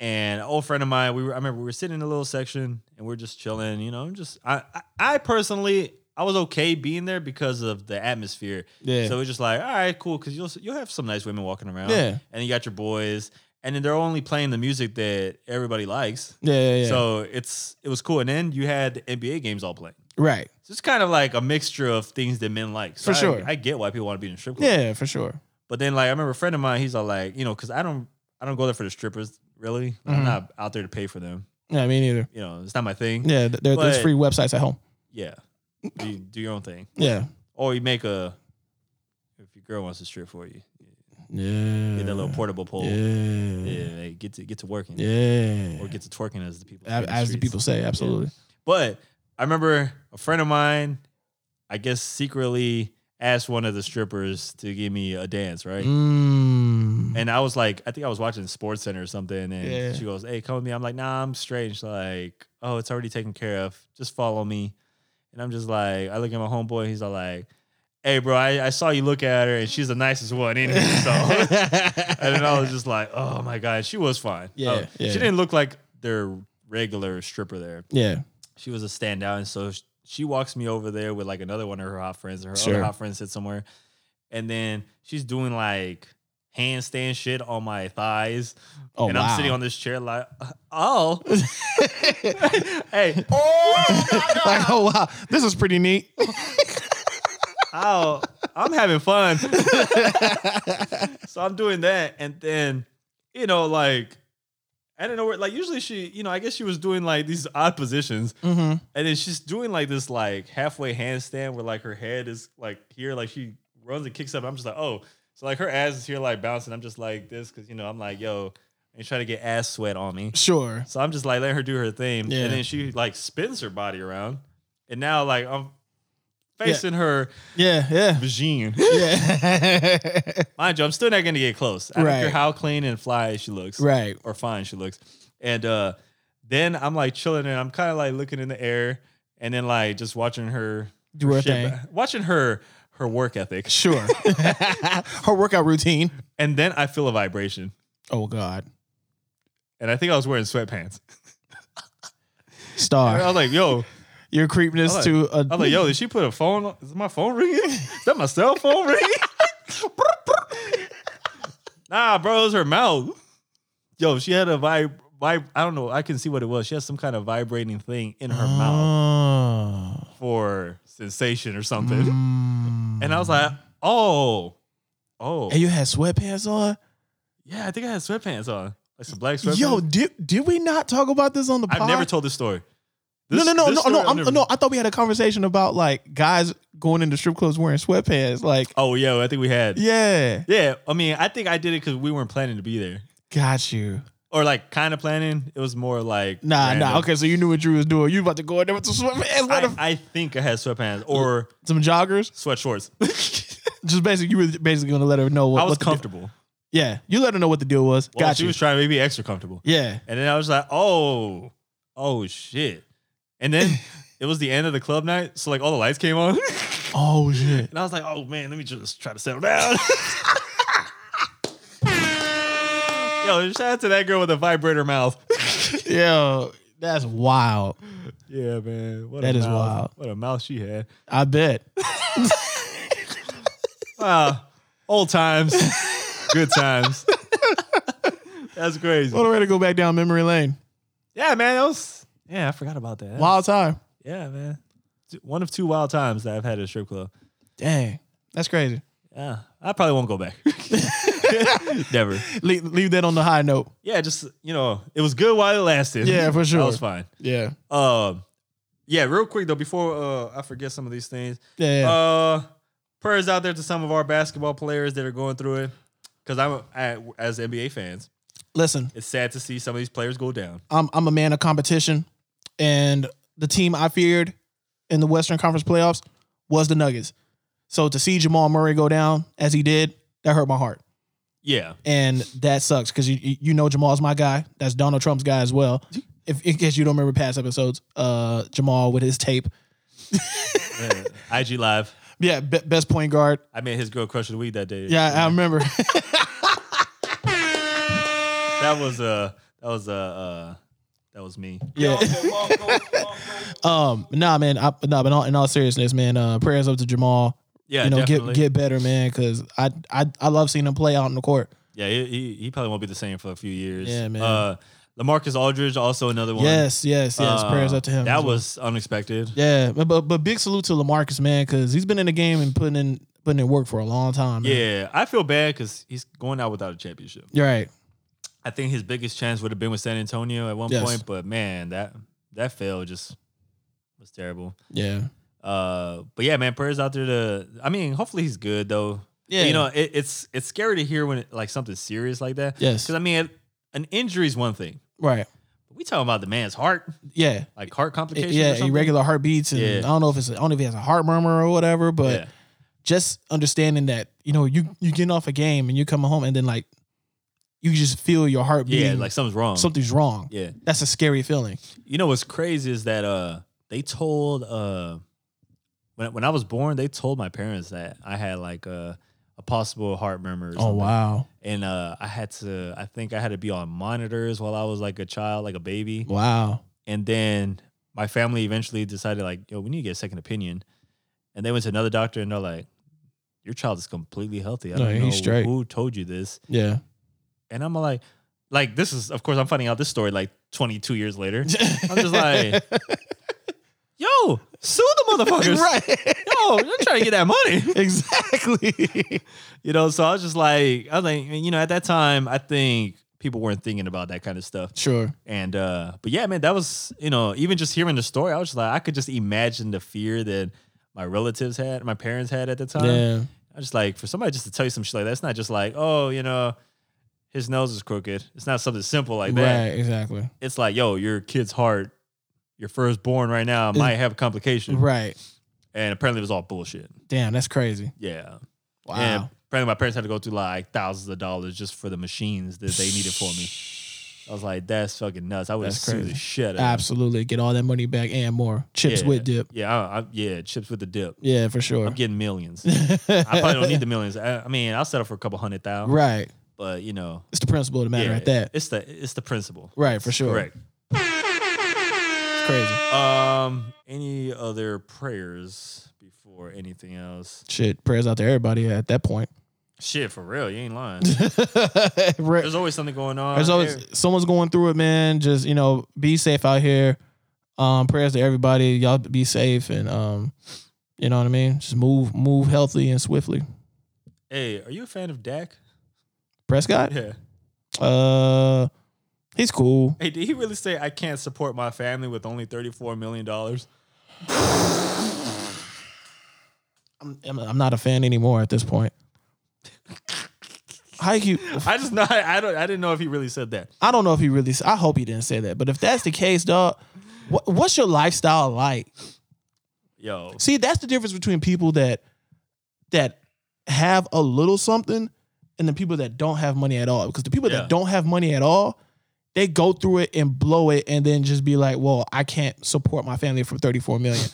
A: And an old friend of mine, we were I remember we were sitting in a little section and we are just chilling, you know, just I, I I personally I was okay being there because of the atmosphere.
B: yeah,
A: So it's just like, all right, cool, because you'll you'll have some nice women walking around.
B: Yeah.
A: And you got your boys. And then they're only playing the music that everybody likes.
B: yeah, yeah, yeah.
A: So it's it was cool. And then you had NBA games all playing.
B: right.
A: So it's kind of like a mixture of things that men like. So
B: For
A: I-
B: sure.
A: I get why people want to be in a strip club.
B: Yeah, for sure.
A: But then like I remember a friend of mine, he's all like, you know, because I don't I don't go there for the strippers really.
B: Mhm.
A: I'm not out there to pay for them.
B: Yeah, me neither.
A: You know, it's not my thing.
B: Yeah, th- there, there's
A: But-
B: free websites at home.
A: Yeah. Do, you- do your own thing.
B: Yeah,
A: Or you make a if your girl wants to strip for you,
B: yeah.
A: get that little portable pole. Yeah,
B: Yeah,
A: like, get to get to working.
B: yeah.
A: Or get to twerking as the people say in
B: As, as the
A: streets.
B: people say, absolutely.
A: But I remember a friend of mine, I guess secretly asked one of the strippers to give me a dance, right?
B: Mm.
A: And I was like, I think I was watching Sports Center or something, and
B: Yeah.
A: she goes, "Hey, come with me." I'm like, "Nah, I'm straight." And she's like, "Oh, it's already taken care of. Just follow me." And I'm just like, I look at my homeboy. He's all like, "Hey, bro, I, I saw you look at her, and she's the nicest one in here." So, and then I was just like, "Oh my god, she was fine.
B: Yeah,
A: Oh,
B: yeah.
A: she didn't look like their regular stripper there.
B: yeah.
A: She was a standout, and so sh- she walks me over there with like another one of her hot friends, and her
B: Sure.
A: other hot friend sits somewhere, and then she's doing like handstand shit on my thighs,
B: Oh,
A: and
B: wow.
A: I'm sitting on this chair like, oh, hey,
B: like, oh wow, this is pretty neat.
A: oh, I'm having fun, so I'm doing that, and then you know like. I don't know where, like, usually she, you know, I guess she was doing like these odd positions.
B: Mm-hmm.
A: And then she's doing like this like halfway handstand where like her head is like here, like she runs and kicks up. I'm just like, oh. So like her ass is here like bouncing. I'm just like this because you know, I'm like, yo, and try to get ass sweat on me.
B: Sure.
A: So I'm just like letting her do her thing.
B: Yeah.
A: And then she like spins her body around. And now like I'm facing her
B: Yeah, yeah,
A: vagine.
B: yeah.
A: Mind you, I'm still not gonna get close. I
B: Right.
A: don't care how clean and fly she looks
B: right.
A: or fine she looks. And uh then I'm like chilling and I'm kind of like looking in the air and then like just watching her
B: Do her
A: shit-
B: thing.
A: watching her her work ethic.
B: Sure. Her workout routine.
A: And then I feel a vibration.
B: Oh God.
A: And I think I was wearing sweatpants. And I
B: Star.
A: was like, yo,
B: Your creepiness to
A: I
B: a.
A: was like, yo, did she put a phone? on- Is my phone ringing? Is that my cell phone ringing? nah, bro, it was her mouth. Yo, she had a vibe. Vibe, I don't know. I can see what it was. She has some kind of vibrating thing in
B: Mm.
A: her mouth
B: Oh.
A: for sensation or something.
B: Mm.
A: And I was like, oh, oh,
B: And you had sweatpants on.
A: yeah, I think I had sweatpants on, like some black sweatpants.
B: Yo, did did we not talk about this on the
A: I've
B: pod?
A: never told this story.
B: no,
A: This-
B: no, no,
A: this
B: no,
A: story
B: no,
A: I've
B: I'm,
A: never-
B: no. I thought we had a conversation about like guys going into strip clubs wearing sweatpants. Like,
A: Oh, yeah, I think we had. Yeah,
B: yeah,
A: I mean, I think I did it because we weren't planning to be there,
B: got you.
A: or like kind of planning. It was more like
B: Nah,
A: random.
B: nah. Okay, so you knew what you was doing. You about to go in there with some sweatpants, let
A: I, I think I had sweatpants or
B: some joggers.
A: sweat shorts.
B: Just basically, you were basically gonna let her know what
A: I was
B: what to do.
A: comfortable.
B: Yeah, you let her know what the deal was.
A: Well,
B: Got
A: she
B: you.
A: was trying to make me extra comfortable.
B: yeah.
A: And then I was like, oh, oh shit. And then it was the end of the club night. So like all the lights came on.
B: Oh shit.
A: And I was like, oh man, let me just try to settle down. Yo, shout out to that girl with the vibrator mouth.
B: Yo, that's wild.
A: Yeah, man. What
B: That
A: a
B: is
A: mouth.
B: wild.
A: What a mouth she had.
B: I bet.
A: Wow. Old times. Good times. That's crazy.
B: What a way to go back down memory lane.
A: Yeah, man. That was yeah, I forgot about that.
B: Wild time.
A: Yeah, man. T- One of two wild times that I've had at a strip club.
B: Dang, that's crazy.
A: Yeah. I probably won't go back. Never.
B: Leave, leave that on the high note.
A: Yeah, just you know, it was good while it lasted.
B: Yeah, for sure.
A: That was fine.
B: Yeah.
A: Um, yeah, real quick though, before uh, I forget some of these things,
B: Yeah.
A: uh, prayers out there to some of our basketball players that are going through it. Because I'm I, as NBA fans,
B: Listen,
A: it's sad to see some of these players go down.
B: I'm I'm a man of competition, and the team I feared in the Western Conference playoffs was the Nuggets. So to see Jamal Murray go down as he did, that hurt my heart,
A: Yeah,
B: and that sucks because you you know Jamal's my guy. That's Donald Trump's guy as well. If in case you don't remember past episodes, uh, Jamal with his tape,
A: Man, IG uh, Live.
B: yeah, be- best point guard.
A: I met his girl crush of the week that day.
B: Yeah, I remember.
A: that was uh that was uh, uh that was me.
B: yeah. Um, nah, man. I, nah, but in all, in all seriousness, man. Uh, prayers up to Jamal.
A: Yeah,
B: you know,
A: definitely.
B: get get better, man. Because I, I I love seeing him play out in the court.
A: yeah, he, he he probably won't be the same for a few years.
B: Yeah, man.
A: Uh, Lamarcus Aldridge also another one.
B: Yes, yes, yes.
A: Uh,
B: prayers up to him.
A: That
B: as well.
A: was unexpected.
B: yeah, but, but but big salute to Lamarcus, man, because he's been in the game and putting in putting in work for a long time. Man.
A: Yeah, I feel bad because he's going out without a championship.
B: you're right.
A: I think his biggest chance would have been with San Antonio at one
B: Yes.
A: point, but man, that that fail just was terrible.
B: Yeah,
A: Uh, but yeah, man, prayers out there to. I mean, hopefully he's good though.
B: Yeah.
A: you know, it, it's it's scary to hear when it, like something serious like that.
B: Yes.
A: because I mean, an injury is one thing.
B: right.
A: But we talking about the man's heart,
B: Yeah,
A: like heart
B: It-
A: complications. or
B: yeah.
A: something?
B: Irregular heartbeats, and
A: Yeah.
B: I don't know if it's I don't know if he has a heart murmur or whatever, but
A: Yeah.
B: just understanding that you know you you getting off a game and you coming home and then like you just feel your heart
A: yeah,
B: beating.
A: like something's wrong.
B: something's wrong.
A: yeah,
B: That's a scary feeling.
A: You know what's crazy is that uh they told uh when when I was born they told my parents that I had like a a possible heart murmur. Or
B: Oh
A: something.
B: wow,
A: And uh I had to I think I had to be on monitors while I was like a child, like a baby.
B: wow.
A: And then my family eventually decided like, yo, we need to get a second opinion. And they went to another doctor and they're like, your child is completely healthy. I
B: No,
A: don't
B: he's
A: know
B: straight."
A: who told you this.
B: Yeah,
A: And I'm like, like this is of course I'm finding out this story like 22 years later. I'm just like, yo, sue the motherfuckers.
B: right.
A: Yo, they're trying to get that money.
B: exactly.
A: You know, so I was just like, I was like, you know, at that time, I think people weren't thinking about that kind of stuff.
B: Sure.
A: And uh, but yeah, man, that was, you know, even just hearing the story, I was just like, I could just imagine the fear that my relatives had, my parents had at the time.
B: Yeah.
A: I just like for somebody just to tell you some shit like that, it's not just like, oh, you know, his nose is crooked. It's not something simple like that.
B: Right. Exactly.
A: it's like, yo, your kid's heart, your firstborn right now might have a complication.
B: Right.
A: And apparently it was all bullshit.
B: Damn, that's crazy.
A: Yeah.
B: Wow.
A: And apparently my parents had to go through like thousands of dollars just for the machines that they needed for me. I was like, that's fucking nuts. I would have
B: That's
A: sued
B: crazy.
A: the shit out of them.
B: Absolutely. Get all that money back and more. Chips
A: Yeah.
B: with dip.
A: Yeah, I, I, yeah, chips with the dip.
B: Yeah, for sure.
A: I'm getting millions. I probably don't need the millions. I, I mean, I'll settle for a couple hundred thousand.
B: right.
A: But you know,
B: It's the principle of the matter
A: yeah,
B: at that.
A: it's the it's the principle.
B: Right, for sure.
A: Correct.
B: It's crazy.
A: Um, any other prayers before anything else?
B: Shit. Prayers out to everybody at that point.
A: Shit, for real, you ain't lying.
B: Right.
A: There's always something going on.
B: There's always someone's going through it, man. Just you know, be safe out here. Um, prayers to everybody. Y'all be safe and um, you know what I mean. Just move, move healthy and swiftly.
A: Hey, are you a fan of Dak?
B: Prescott,
A: Yeah.
B: uh, he's cool.
A: Hey, did he really say I can't support my family with only thirty-four million dollars?
B: I'm, I'm, I'm not a fan anymore at this point. How you?
A: I just not. I don't. I didn't know if he really said that.
B: I don't know if he really. s- I hope he didn't say that. But if that's the case, dog, what, what's your lifestyle like?
A: Yo,
B: See, that's the difference between people that that have a little something and the people that don't have money at all. Because the people
A: Yeah.
B: that don't have money at all, they go through it and blow it and then just be like, well, I can't support my family for 34 million.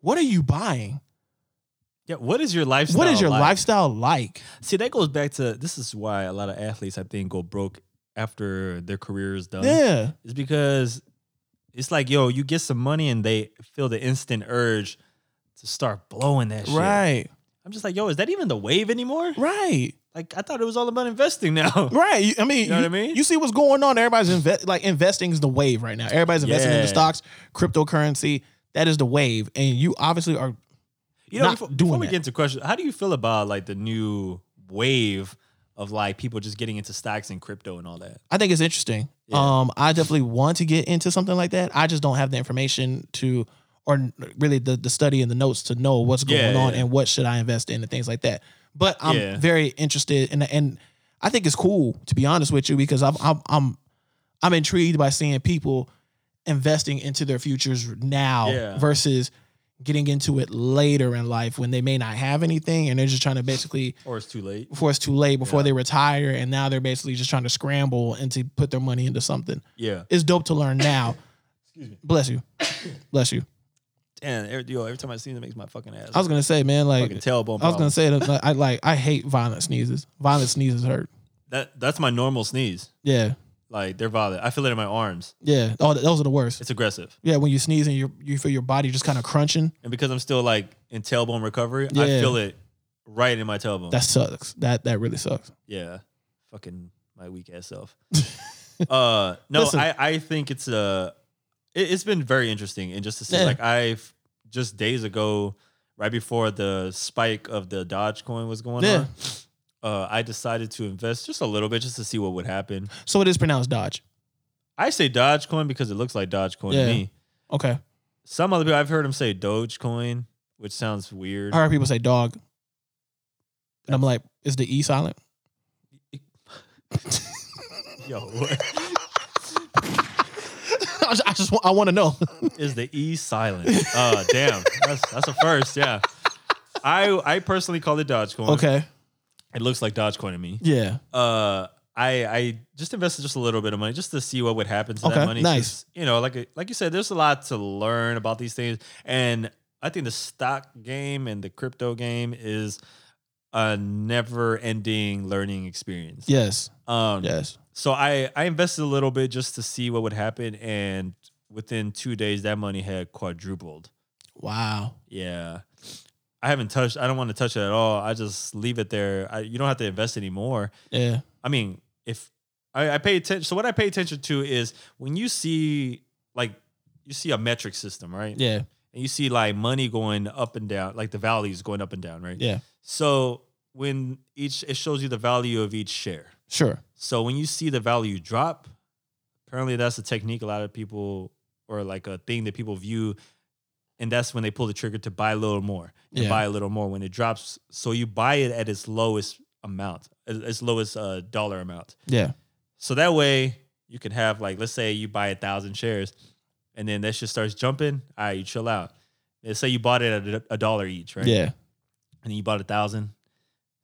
B: What are you buying?
A: Yeah, what is your lifestyle?
B: What is your
A: like?
B: lifestyle like?
A: See, that goes back to this is why a lot of athletes I think go broke after their career is done.
B: Yeah.
A: It's because it's like, yo, you get some money and they feel the instant urge to start blowing that shit.
B: Right.
A: I'm just like, yo, is that even the wave anymore?
B: Right.
A: Like I thought it was all about investing now.
B: Right. You- I mean,
A: You know what I mean?
B: You see what's going on. Everybody's inve- like investing is the wave right now. Everybody's investing in
A: Yeah.
B: the stocks, cryptocurrency. That is the wave, and you obviously are.
A: You know,
B: Not
A: before,
B: doing
A: before we
B: that.
A: get into questions, how do you feel about like the new wave of like people just getting into stocks and crypto and all that?
B: I think it's interesting.
A: Yeah.
B: Um, I definitely want to get into something like that. I just don't have the information to, or n- really the the study and the notes to know what's going
A: Yeah,
B: on
A: yeah.
B: and what should I invest in and things like that. But I'm
A: Yeah.
B: very interested and and I think it's cool to be honest with you because I'm I'm I'm, I'm intrigued by seeing people investing into their futures now
A: Yeah.
B: versus getting into it later in life when they may not have anything and they're just trying to basically
A: Or it's too late.
B: before it's too late, before
A: Yeah.
B: they retire, and now they're basically just trying to scramble and to put their money into something.
A: Yeah.
B: It's dope to learn now. Bless you, bless you.
A: Damn, every, yo, every time I see it, it makes my fucking ass.
B: I was gonna say, man, like
A: fucking tailbone.
B: I was
A: problem.
B: gonna say that like, I like I hate violent sneezes. Violent sneezes hurt.
A: that that's my normal sneeze.
B: Yeah,
A: Like they're violent. I feel it in my arms.
B: yeah. Oh, th- those are the worst.
A: It's aggressive.
B: Yeah, when you sneeze and you you feel your body just kind of crunching.
A: And because I'm still like in tailbone recovery, I
B: Yeah.
A: feel it right in my tailbone.
B: That sucks. That that really sucks.
A: yeah. Fucking my weak ass self. uh no,
B: Listen.
A: I, I think it's uh it, it's been very interesting and just to see
B: Yeah.
A: like I've just days ago, right before the spike of the Dogecoin was going
B: Yeah.
A: on, uh I decided to invest just a little bit just to see what would happen.
B: So it is pronounced dodge.
A: I say Dogecoin because it looks like Dogecoin
B: Yeah.
A: to me.
B: Okay.
A: Some other people I've heard them say Dogecoin, which sounds weird.
B: I heard people say dog, and I'm like, is the e silent?
A: Yo, what
B: I just, I just want, I want to know.
A: is the E silent? Uh damn. That's that's a first, yeah. I I personally call it Dogecoin.
B: okay.
A: It looks like Dogecoin to me.
B: Yeah.
A: Uh I I just invested just a little bit of money just to see what would happen to
B: Okay,
A: that money.
B: nice.
A: 'cause, You know, like like you said, there's a lot to learn about these things. And I think the stock game and the crypto game is a never ending learning experience.
B: Yes.
A: Um
B: Yes.
A: So I I invested a little bit just to see what would happen, and within two days, that money had quadrupled.
B: Wow.
A: Yeah, I haven't touched. I don't want to touch it at all. I just leave it there. I, you don't have to invest anymore.
B: Yeah.
A: I mean, if I, I pay attention, so what I pay attention to is when you see like you see a metric system, right?
B: Yeah.
A: And you see like money going up and down, like the values going up and down, right?
B: Yeah.
A: So when each it shows you the value of each share.
B: Sure.
A: So when you see the value drop, apparently that's a technique a lot of people or like a thing that people view, and that's when they pull the trigger to buy a little more and
B: Yeah.
A: buy a little more when it drops. So you buy it at its lowest amount, at its lowest uh, dollar amount.
B: Yeah.
A: So that way you can have like, let's say you buy a thousand shares, and then that shit starts jumping. All right, you chill out. Let's say you bought it at a- a dollar each, right?
B: Yeah.
A: and you bought a thousand.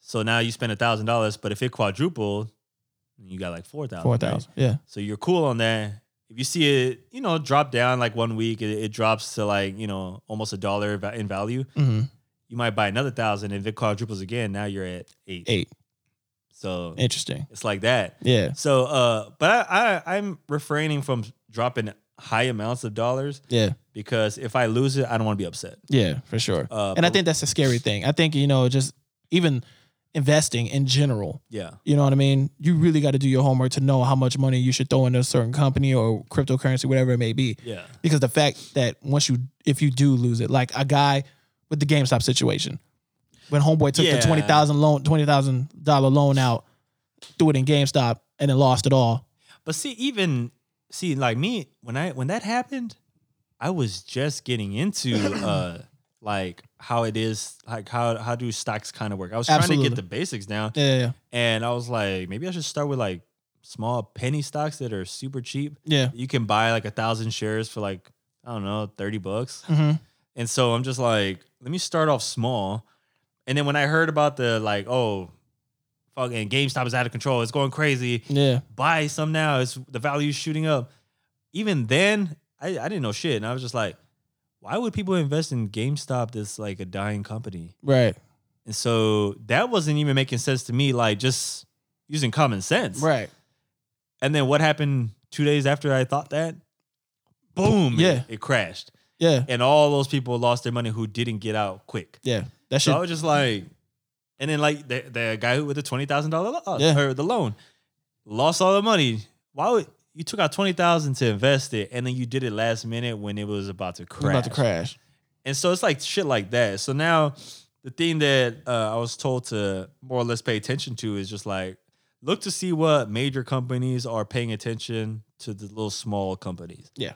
A: So now you spend a thousand dollars, but if it quadrupled, you got like four thousand.
B: Four thousand. Yeah.
A: So you're cool on that. If you see it, you know, drop down like one week, it, it drops to like you know almost a dollar va- in value.
B: Mm-hmm.
A: You might buy another thousand, and if it quadruples again, now you're at eight.
B: Eight.
A: So
B: Interesting.
A: it's like that.
B: Yeah.
A: So, uh, but I, I I'm refraining from dropping high amounts of dollars
B: Yeah.
A: because if I lose it, I don't want to be upset.
B: Yeah. For sure.
A: Uh,
B: and I
A: but-
B: think that's a scary thing. I think you know just even investing in general.
A: yeah,
B: You know what I mean? You really got to do your homework to know how much money you should throw into a certain company or cryptocurrency, whatever it may be.
A: yeah,
B: Because the fact that once you, if you do lose it, like a guy with the GameStop situation, when homeboy took
A: Yeah.
B: the twenty thousand loan, twenty thousand dollar loan out, threw it in GameStop, and then lost it all.
A: But see, even see, like me, when I when that happened, I was just getting into uh like how it is, like how how do stocks kind of work. I was trying to
B: Absolutely.
A: get the basics down,
B: Yeah, yeah,
A: and I was like, maybe I should start with like small penny stocks that are super cheap.
B: yeah.
A: You can buy like a thousand shares for like I don't know thirty bucks,
B: Mm-hmm.
A: and so I'm just like, let me start off small, and then when I heard about the like oh. fucking GameStop is out of control. It's going crazy.
B: Yeah.
A: Buy some now. It's the value's shooting up. Even then, I, I didn't know shit. And I was just like, why would people invest in GameStop that's like a dying company?
B: Right.
A: And so that wasn't even making sense to me, like just using common sense.
B: Right.
A: And then what happened two days after I thought that? Boom. it-
B: Yeah.
A: It, crashed.
B: Yeah.
A: And all those people lost their money who didn't get out quick.
B: Yeah. That
A: So
B: shit.
A: I was just like, and then like the, the guy who with the twenty thousand dollar uh,
B: Yeah.
A: or the loan lost all the money. Why would you took out twenty thousand to invest it and then you did it last minute when it was about to
B: was
A: crash?
B: about to crash.
A: And so it's like shit like that. So now the thing that uh, I was told to more or less pay attention to is just like look to see what major companies are paying attention to the little small companies.
B: Yeah.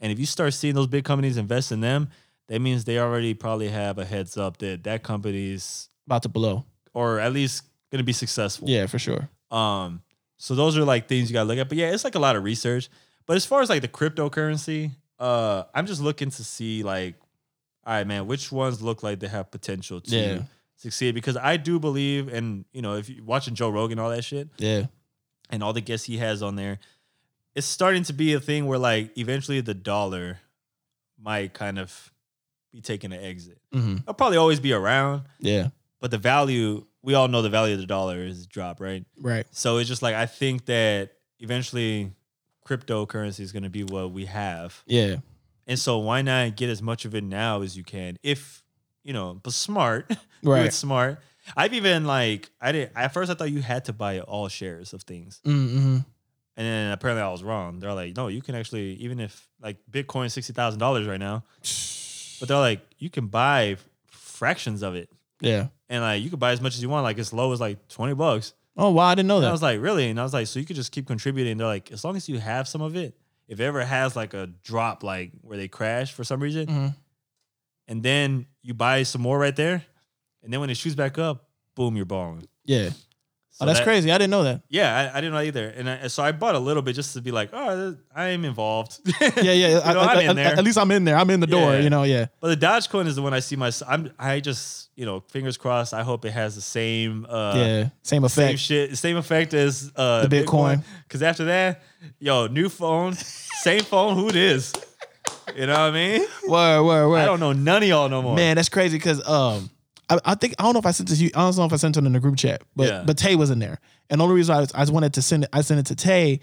A: And if you start seeing those big companies invest in them, that means they already probably have a heads up that that company's
B: About to blow.
A: or at least going to be successful.
B: Yeah, for sure.
A: Um, so those are like things you gotta look at. But yeah, it's like a lot of research. But as far as like the cryptocurrency, uh, I'm just looking to see like, all right, man, which ones look like they have potential to
B: Yeah.
A: succeed? Because I do believe, and you know, if you watching Joe Rogan all that shit
B: Yeah.
A: and all the guests he has on there, it's starting to be a thing where like eventually the dollar might kind of be taking an exit.
B: hmm
A: It'll probably always be around,
B: Yeah.
A: but the value we all know the value of the dollar is drop, right?
B: Right.
A: So it's just like I think that eventually cryptocurrency is going to be what we have.
B: Yeah.
A: And so why not get as much of it now as you can if you know, but smart. Do
B: Right.
A: it smart. I've even like I didn't at first I thought you had to buy all shares of things.
B: Mm-hmm.
A: And then apparently I was wrong. They're like, no, you can actually even if like Bitcoin sixty thousand dollars right now, but they're like, you can buy fractions of it.
B: Yeah.
A: And like you can buy as much as you want, like as low as like twenty bucks.
B: Oh wow, I didn't know
A: And I
B: that.
A: was like, really? And I was like, so you could just keep contributing. They're like, as long as you have some of it, if it ever has like a drop, like where they crash for some reason,
B: Mhm.
A: and then you buy some more right there, and then when it shoots back up, boom, you're balling.
B: Yeah.
A: So
B: Oh, that's
A: that-
B: crazy. I didn't know that.
A: Yeah, I, I didn't know either. And I, so I bought a little bit just to be like, oh, I am involved.
B: Yeah, yeah. I,
A: You know, I'm in there.
B: At least I'm in there. I'm in the door.
A: Yeah.
B: You know. Yeah.
A: But the Dogecoin is the one I see my. I'm, I just, you know, fingers crossed. I hope it has the same. Uh,
B: yeah. Same effect.
A: Same shit, same effect as uh,
B: The Bitcoin.
A: Because after that, yo, new phone, same phone. Who it is? You know what I mean?
B: Word, word, word.
A: I don't know none of y'all no more.
B: Man, that's crazy because um, I, I think I don't know if I sent this. You, I don't know if I sent it in the group chat, but
A: Yeah.
B: but Tay was in there, and the only reason I, was, I just wanted to send it, I sent it to Tay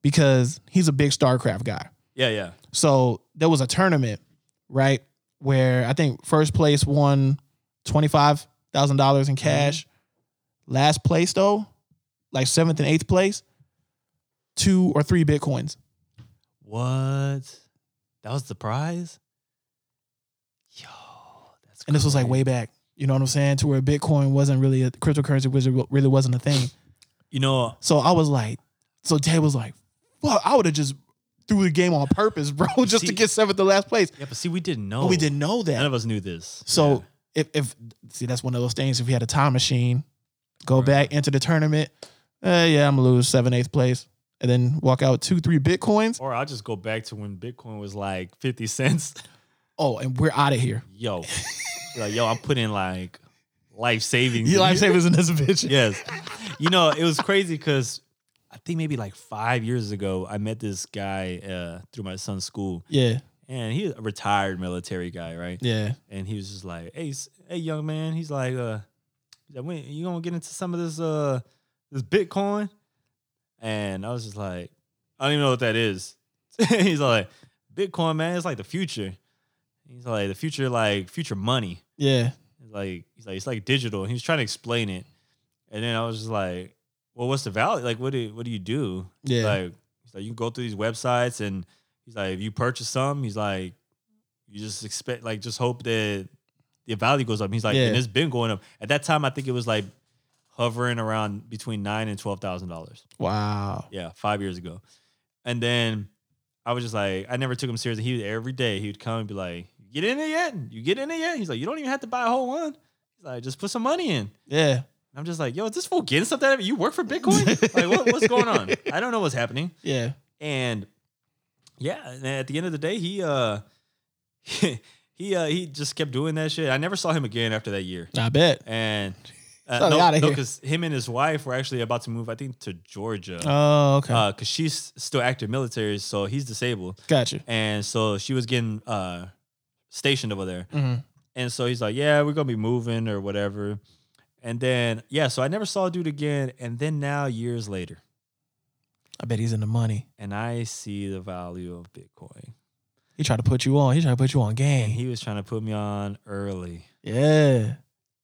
B: because he's a big StarCraft guy.
A: Yeah, yeah,
B: So there was a tournament, right, where I think first place won twenty five thousand dollars
A: Mm-hmm.
B: in cash. Last place though, like seventh and eighth place, two or three bitcoins.
A: What? That was the prize. Yo, that's.
B: And this was like
A: crazy.
B: way back. You know what I'm saying? To where Bitcoin wasn't really a cryptocurrency, was really wasn't a thing.
A: You know,
B: So I was like, so Ted was like, well, I would have just threw the game on purpose, bro, just to
A: See-
B: get seventh to last place.
A: yeah, but see, we didn't know.
B: But we didn't know
A: None
B: that.
A: of us knew this.
B: So if, if see, that's one of those things. If we had a time machine, go
A: Right.
B: back into the tournament, eh, yeah, I'm gonna lose seven, eighth place, and then walk out two, three bitcoins.
A: Or I'll just go back to when Bitcoin was like fifty cents.
B: Oh, and we're out of here.
A: Yo, like yo, I'm putting like life savings.
B: Your life savings in this bitch.
A: yes. You know, it was crazy because I think maybe like five years ago, I met this guy uh, through my son's school,
B: Yeah,
A: and he's a retired military guy, right?
B: yeah,
A: And he was just like, "Hey, s- hey, young man," he's like, "Uh, he's like, when, you gonna get into some of this uh this Bitcoin?" And I was just like, "I don't even know what that is." he's like, "Bitcoin, man, it's like the future." He's like, "The future, like future money."
B: yeah,
A: It's like he's like it's like digital. He was trying to explain it, and then I was just like, "Well, what's the value? Like, what do what do you do?
B: yeah.
A: Like, he's like you can go through these websites, and he's like, if you purchase some, he's like, you just expect like just hope that the value goes up. He's like,
B: Yeah.
A: and it's been going up. At that time, I think it was like hovering around between nine and twelve thousand dollars.
B: wow.
A: Yeah, five years ago. And then I was just like, I never took him seriously. He would every day he would come and be like, "You get in it yet? You get in it yet?" He's like, "You don't even have to buy a whole one." He's like, "Just put some money in." And
B: Yeah,
A: I'm just like, "Yo, is this fool getting something? You work for Bitcoin? like, what, what's going on? I don't know what's happening."
B: yeah,
A: And yeah, and at the end of the day, he uh, he uh, he just kept doing that shit. I never saw him again after that year.
B: I bet.
A: And Uh,
B: Fuck outta
A: no,
B: here.
A: because him and his wife were actually about to move, I think, to Georgia.
B: Oh, okay.
A: because Uh, she's still active military, so he's disabled,
B: gotcha.
A: and so she was getting uh, stationed over there,
B: Mhm.
A: and so he's like, "Yeah, we're gonna be moving or whatever," and then yeah, so I never saw dude again, and then now years later,
B: I bet he's in the money.
A: and I see the value of Bitcoin,
B: He tried to put you on. He tried to put you on
A: and
B: game.
A: he was trying to put me on early,
B: yeah,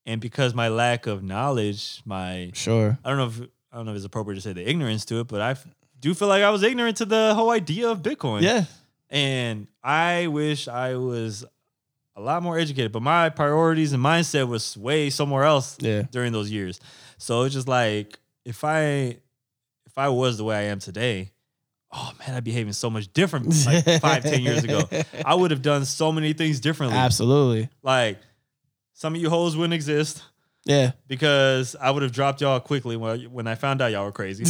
A: and because my lack of knowledge, my
B: sure.
A: I don't know if I don't know if it's appropriate to say the ignorance to it, but I f- do feel like I was ignorant to the whole idea of Bitcoin,
B: Yeah,
A: And I wish I was a lot more educated, but my priorities and mindset was way somewhere else
B: yeah.
A: during those years. So it's just like if I if I was the way I am today, oh man, I'd be behaving so much different like five, ten years ago. I would have done so many things differently.
B: Absolutely.
A: Like some of you hoes wouldn't exist
B: Yeah.
A: because I would have dropped y'all quickly when when I found out y'all were crazy.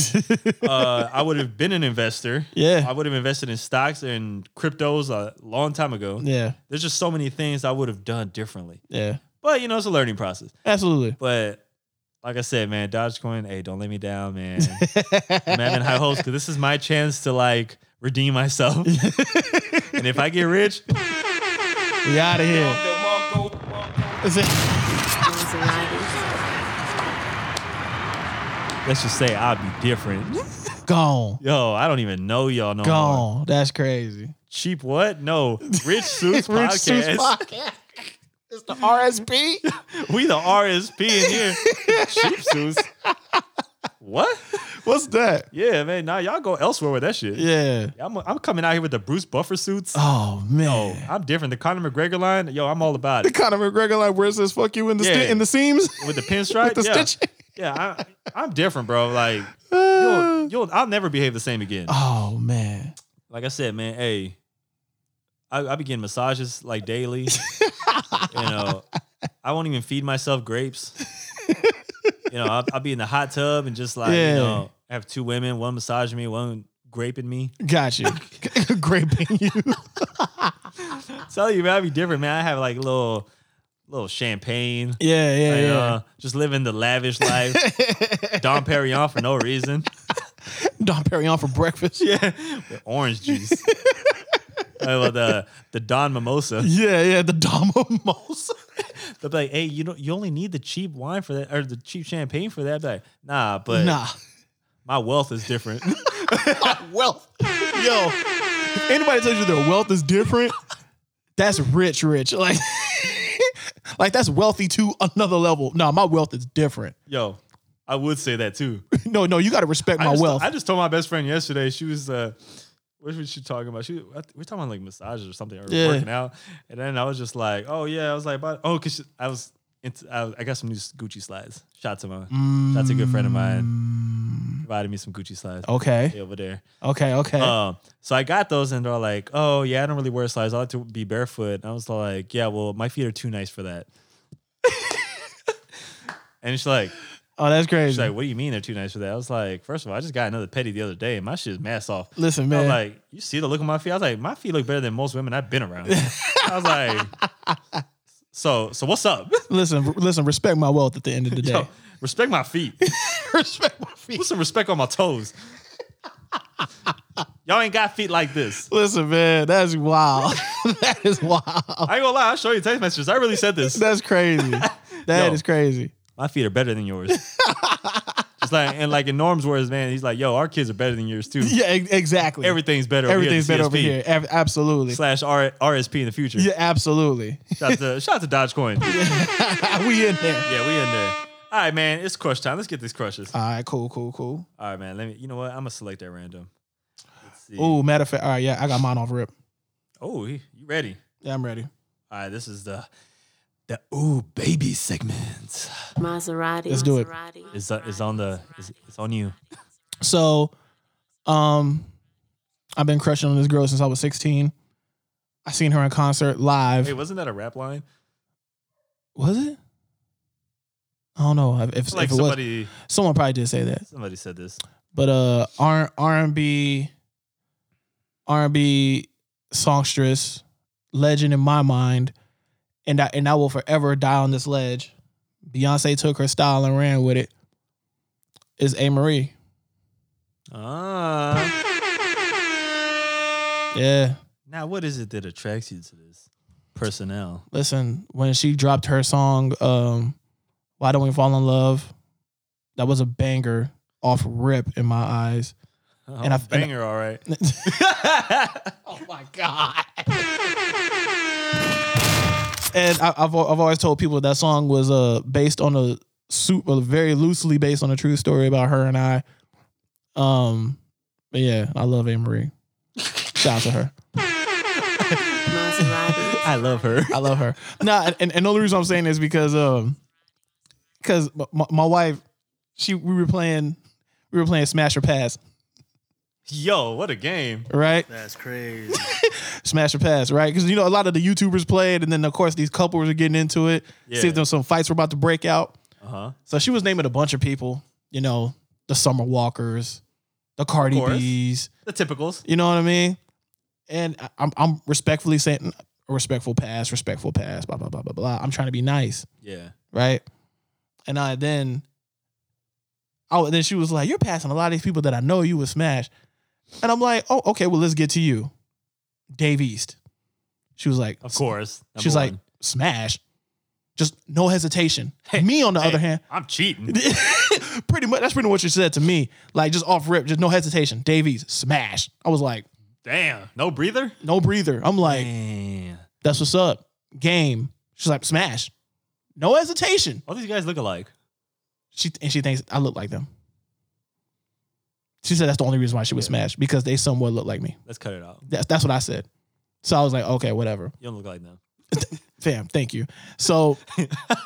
A: uh, I would have been an investor. I
B: yeah.
A: would have invested in stocks and cryptos a long time ago.
B: Yeah.
A: There's just so many things I would have done differently.
B: Yeah.
A: But you know, it's a learning process.
B: Absolutely.
A: But like I said, man, Dogecoin, hey, don't let me down, man. I'm having high hopes because this is my chance to like redeem myself. and if I get rich,
B: We out of here.
E: Maserati,
A: let's just say I'll be different.
B: Gone.
A: Yo, I don't even know y'all no more.
B: Gone. That's crazy.
A: Cheap what? No, Rich Suits
B: Rich Suits
A: podcast.
B: Podcast. It's the RSP.
A: we the RSP in here. Cheap Suits. What?
B: What's that?
A: Yeah, man. Nah, y'all go elsewhere with that shit.
B: Yeah.
A: I'm, I'm coming out here with the Bruce Buffer suits.
B: Oh man.
A: I'm different. The Conor McGregor line, yo, I'm all about
B: The
A: it.
B: Conor McGregor like where it says "fuck you" in the sti-
A: Yeah.
B: in the seams,
A: With the pinstripe,
B: the
A: yeah,
B: stitching.
A: yeah, I, I'm different, bro. Like, you'll,
B: oh
A: you'll, I'll never behave the same again.
B: man.
A: Like I said, man, hey, I, I be getting massages like daily. you know, I won't even feed myself grapes. you know, I'll, I'll be in the hot tub and just like,
B: Yeah.
A: you know, have two women, one massaging me, one graping me.
B: Got you. Graping you.
A: Tell you, man, I be different, man. I have like little, little champagne.
B: Yeah, yeah,
A: Like,
B: yeah.
A: uh, just living the lavish life. Dom Perignon for no reason.
B: Don Perignon for breakfast.
A: Yeah. With orange juice. Oh, well, the the Don Mimosa.
B: yeah, yeah. The Dom Mimosa.
A: They'll be like, hey, you don't you only need the cheap wine for that or the cheap champagne for that. Be like, nah, but
B: nah.
A: my wealth is different.
B: Wealth. Yo. if Anybody tells you their wealth is different? That's rich, rich. Like, like that's wealthy to another level. Nah, my wealth is different.
A: Yo, I would say that too.
B: No, no, you got to respect
A: I
B: my
A: just,
B: wealth.
A: I just told my best friend yesterday. She was uh, what was she talking about? She we are talking about like massages or something or
B: Yeah.
A: working out. And then I was just like, oh yeah, I was like, but oh, cause she- I was, into, I, I got some new Gucci slides. Shout out to my, shout out to a good friend of mine.
B: Mm.
A: Provided me some Gucci slides.
B: okay,
A: Yeah, over there.
B: okay, okay.
A: Um, so I got those and they're like, oh yeah, I don't really wear slides. I like to be barefoot. And I was like, yeah, well, my feet are too nice for that. and she's like,
B: oh, that's
A: She's
B: crazy.
A: like, "What do you mean they're too nice for that?" I was like, first of all, I just got another petty the other day, and my shit is mass off."
B: Listen,
A: I
B: man.
A: was like, "You see the look on my feet?" I was like, "My feet look better than most women I've been around." I was like, "So, so what's up?
B: listen, r- listen. Respect my wealth at the end of the day.
A: Yo, respect my feet.
B: respect my feet.
A: Put some respect on my toes. Y'all ain't got feet like this."
B: Listen, man, that's wild. that is wild.
A: I ain't gonna lie. I'll show you text messages. I really said this.
B: That's crazy. That is
A: Yo.
B: crazy.
A: My feet are better than yours. It's like and like in Norm's words, man, he's like, "Yo, our kids are better than yours too.
B: Yeah, e- exactly.
A: Everything's better. over here
B: Everything's
A: than
B: better over
A: CSP."
B: here. Ab- absolutely.
A: Slash R- RSP in the future.
B: Yeah, absolutely.
A: Shout out to, shout out to Dogecoin.
B: we in there.
A: Yeah, we in there. All right, man. It's crush time. Let's get these crushes. All
B: All right, cool, cool, cool.
A: right, man. Let me. You know what? I'm gonna select at random. Let's see.
B: Oh, matter of fact, all right, yeah, I got mine off rip.
A: Oh, he- you ready?
B: Yeah, I'm ready.
A: All right. This is the the ooh baby segment.
E: Maserati.
B: Let's do it.
E: Maserati.
A: Is uh, is on the is, it's on you.
B: So, um, I've been crushing on this girl since I was 16. I seen her in concert live.
A: Hey, wasn't that a rap line?
B: was it? I don't know if, if,
A: Like
B: if it was.
A: somebody
B: Someone probably did say that.
A: somebody said this.
B: but uh R and B R and B songstress legend in my mind, and I and I will forever die on this ledge. Beyonce took her style and ran with it. Is A Marie.
A: Ah.
B: Yeah.
A: Now, what is it that attracts you to this personnel?
B: Listen, when she dropped her song, um, Why Don't We Fall in Love? That was a banger off rip in my eyes.
A: Oh,
B: And I-
A: banger, all right.
B: oh my god. And I, I've al- I've always told people that song was uh based on a suit, well, very loosely based on a true story about her and I. Um, but yeah, I love Anne Marie. Shout out to her.
E: Maserati.
A: I love her.
B: I love her. nah, and, and the only reason I'm saying this because um, because my, my wife, she we were playing, we were playing Smash or Pass,
A: Yo, what a game.
B: right?
F: That's crazy.
B: smash or pass, right? Because you know a lot of the YouTubers played, and then of course these couples are getting into it.
A: Yeah.
B: See if there's some fights were about to break out.
A: Uh huh.
B: So she was naming a bunch of people. You know, the Summer Walkers, the Cardi
A: course.
B: B's.
A: The typicals.
B: You know what I mean? And I- I'm I'm respectfully saying a respectful pass, respectful pass, blah blah blah blah blah. I'm trying to be nice,
A: Yeah.
B: right? And I then. Oh, and then she was like, "You're passing a lot of these people that I know you would smash," and I'm like, "Oh, okay. Well, let's get to you, Dave East." She was like,
A: Of course. Number
B: She's like,
A: one.
B: smash. Just no hesitation. me, on the other hand,
A: I'm cheating.
B: pretty much that's pretty much what she said to me. Like just off rip, just no hesitation. Davies, smash. I was like,
A: Damn. No breather?
B: no breather. I'm like,
A: Damn.
B: that's what's up. Game. She's like, smash. No hesitation.
A: All these guys look alike.
B: She and she thinks I look like them. She said that's the only reason why she would smash because they somewhat look like me.
A: Let's cut it out.
B: That's that's what I said. So I was like, okay, whatever.
A: You don't look like them.
B: Fam, thank you. So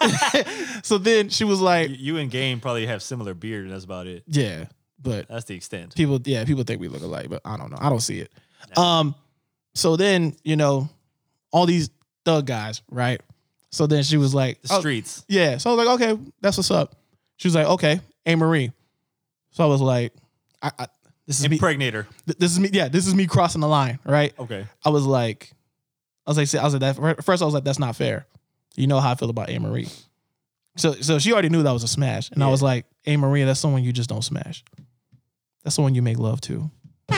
B: so then she was like,
A: You, you and Game probably have similar beard, and that's about it.
B: Yeah, but
A: That's the extent.
B: people, yeah, people think we look alike, but I don't know. I don't see it. Um, so then you know, all these thug guys, right? So then she was like,
A: The
B: oh,
A: streets.
B: yeah. So I was like, okay, that's what's up. She was like, okay, A Marie. So I was like, I, I this is me.
A: Impregnator.
B: th- This is me. Yeah, this is me crossing the line, right?
A: Okay.
B: I was like, I was like, see, I was like that. First, I was like, that's not fair. You know how I feel about A Marie. So, so she already knew that was a smash, and I was like, A Marie, that's someone you just don't smash. That's someone you make love to.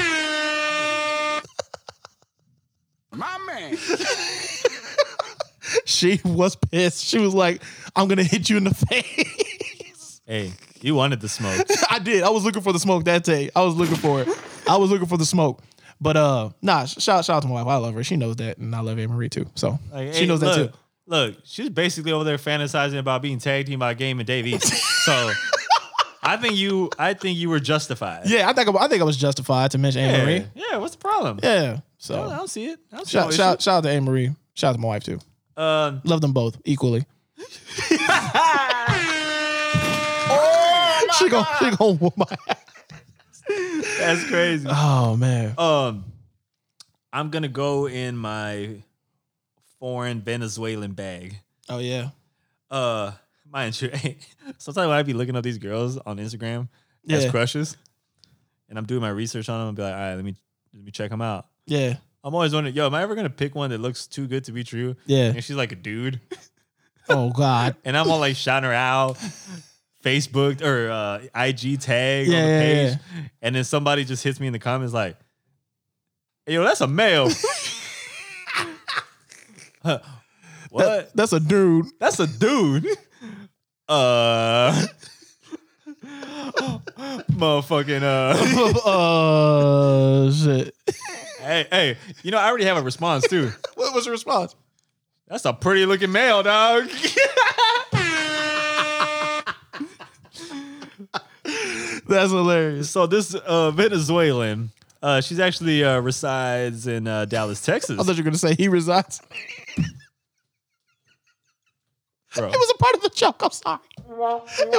C: My man.
B: She was pissed. She was like, I'm gonna hit you in the face.
A: Hey, you wanted the smoke.
B: I did. I was looking for the smoke that day. I was looking for it. I was looking for the smoke. But uh, nah. sh- Shout shout out to my wife. I love her. She knows that, and I love A Marie too. So
A: Like,
B: she
A: hey,
B: knows
A: look,
B: that too.
A: Look, she's basically over there fantasizing about being tag team by Game and Dave East. so I think you, I think you were justified.
B: Yeah, I think I, I think I was justified to mention A
A: Yeah.
B: Marie.
A: Yeah, What's the problem?
B: Yeah. So
A: I don't, I don't see it. I don't see
B: Shout,
A: no
B: shout, shout out to Anne Marie. Shout out to my wife too.
A: issue. Um,
B: Love them both equally. Oh
A: Oh
B: she gon' she gon' whoop my ass.
A: that's crazy.
B: Oh man.
A: Um, I'm gonna go in my foreign Venezuelan bag.
B: Oh yeah.
A: Uh, mind you, sometimes when I be looking up these girls on Instagram as
B: Yeah.
A: crushes, and I'm doing my research on them, and be like, all right, let me let me check them out.
B: Yeah.
A: I'm always wondering, yo, am I ever gonna pick one that looks too good to be true?
B: Yeah.
A: And she's like a dude,
B: Oh God.
A: and I'm all like shouting her out, Facebook or uh, IG tag on
B: Yeah,
A: the
B: yeah,
A: page, and then somebody just hits me in the comments like, "Yo, that's a male." Huh. what?
B: That- that's a dude.
A: that's a dude. Uh, motherfucking uh.
B: uh shit.
A: hey, hey, you know I already have a response too.
B: What was your response?
A: That's a pretty looking male, dog.
B: That's hilarious.
A: so this uh, Venezuelan, uh, she's actually uh, resides in uh, Dallas, Texas.
B: I thought you were gonna say he resides.
A: Bro,
B: It was a part of the joke. I'm sorry. It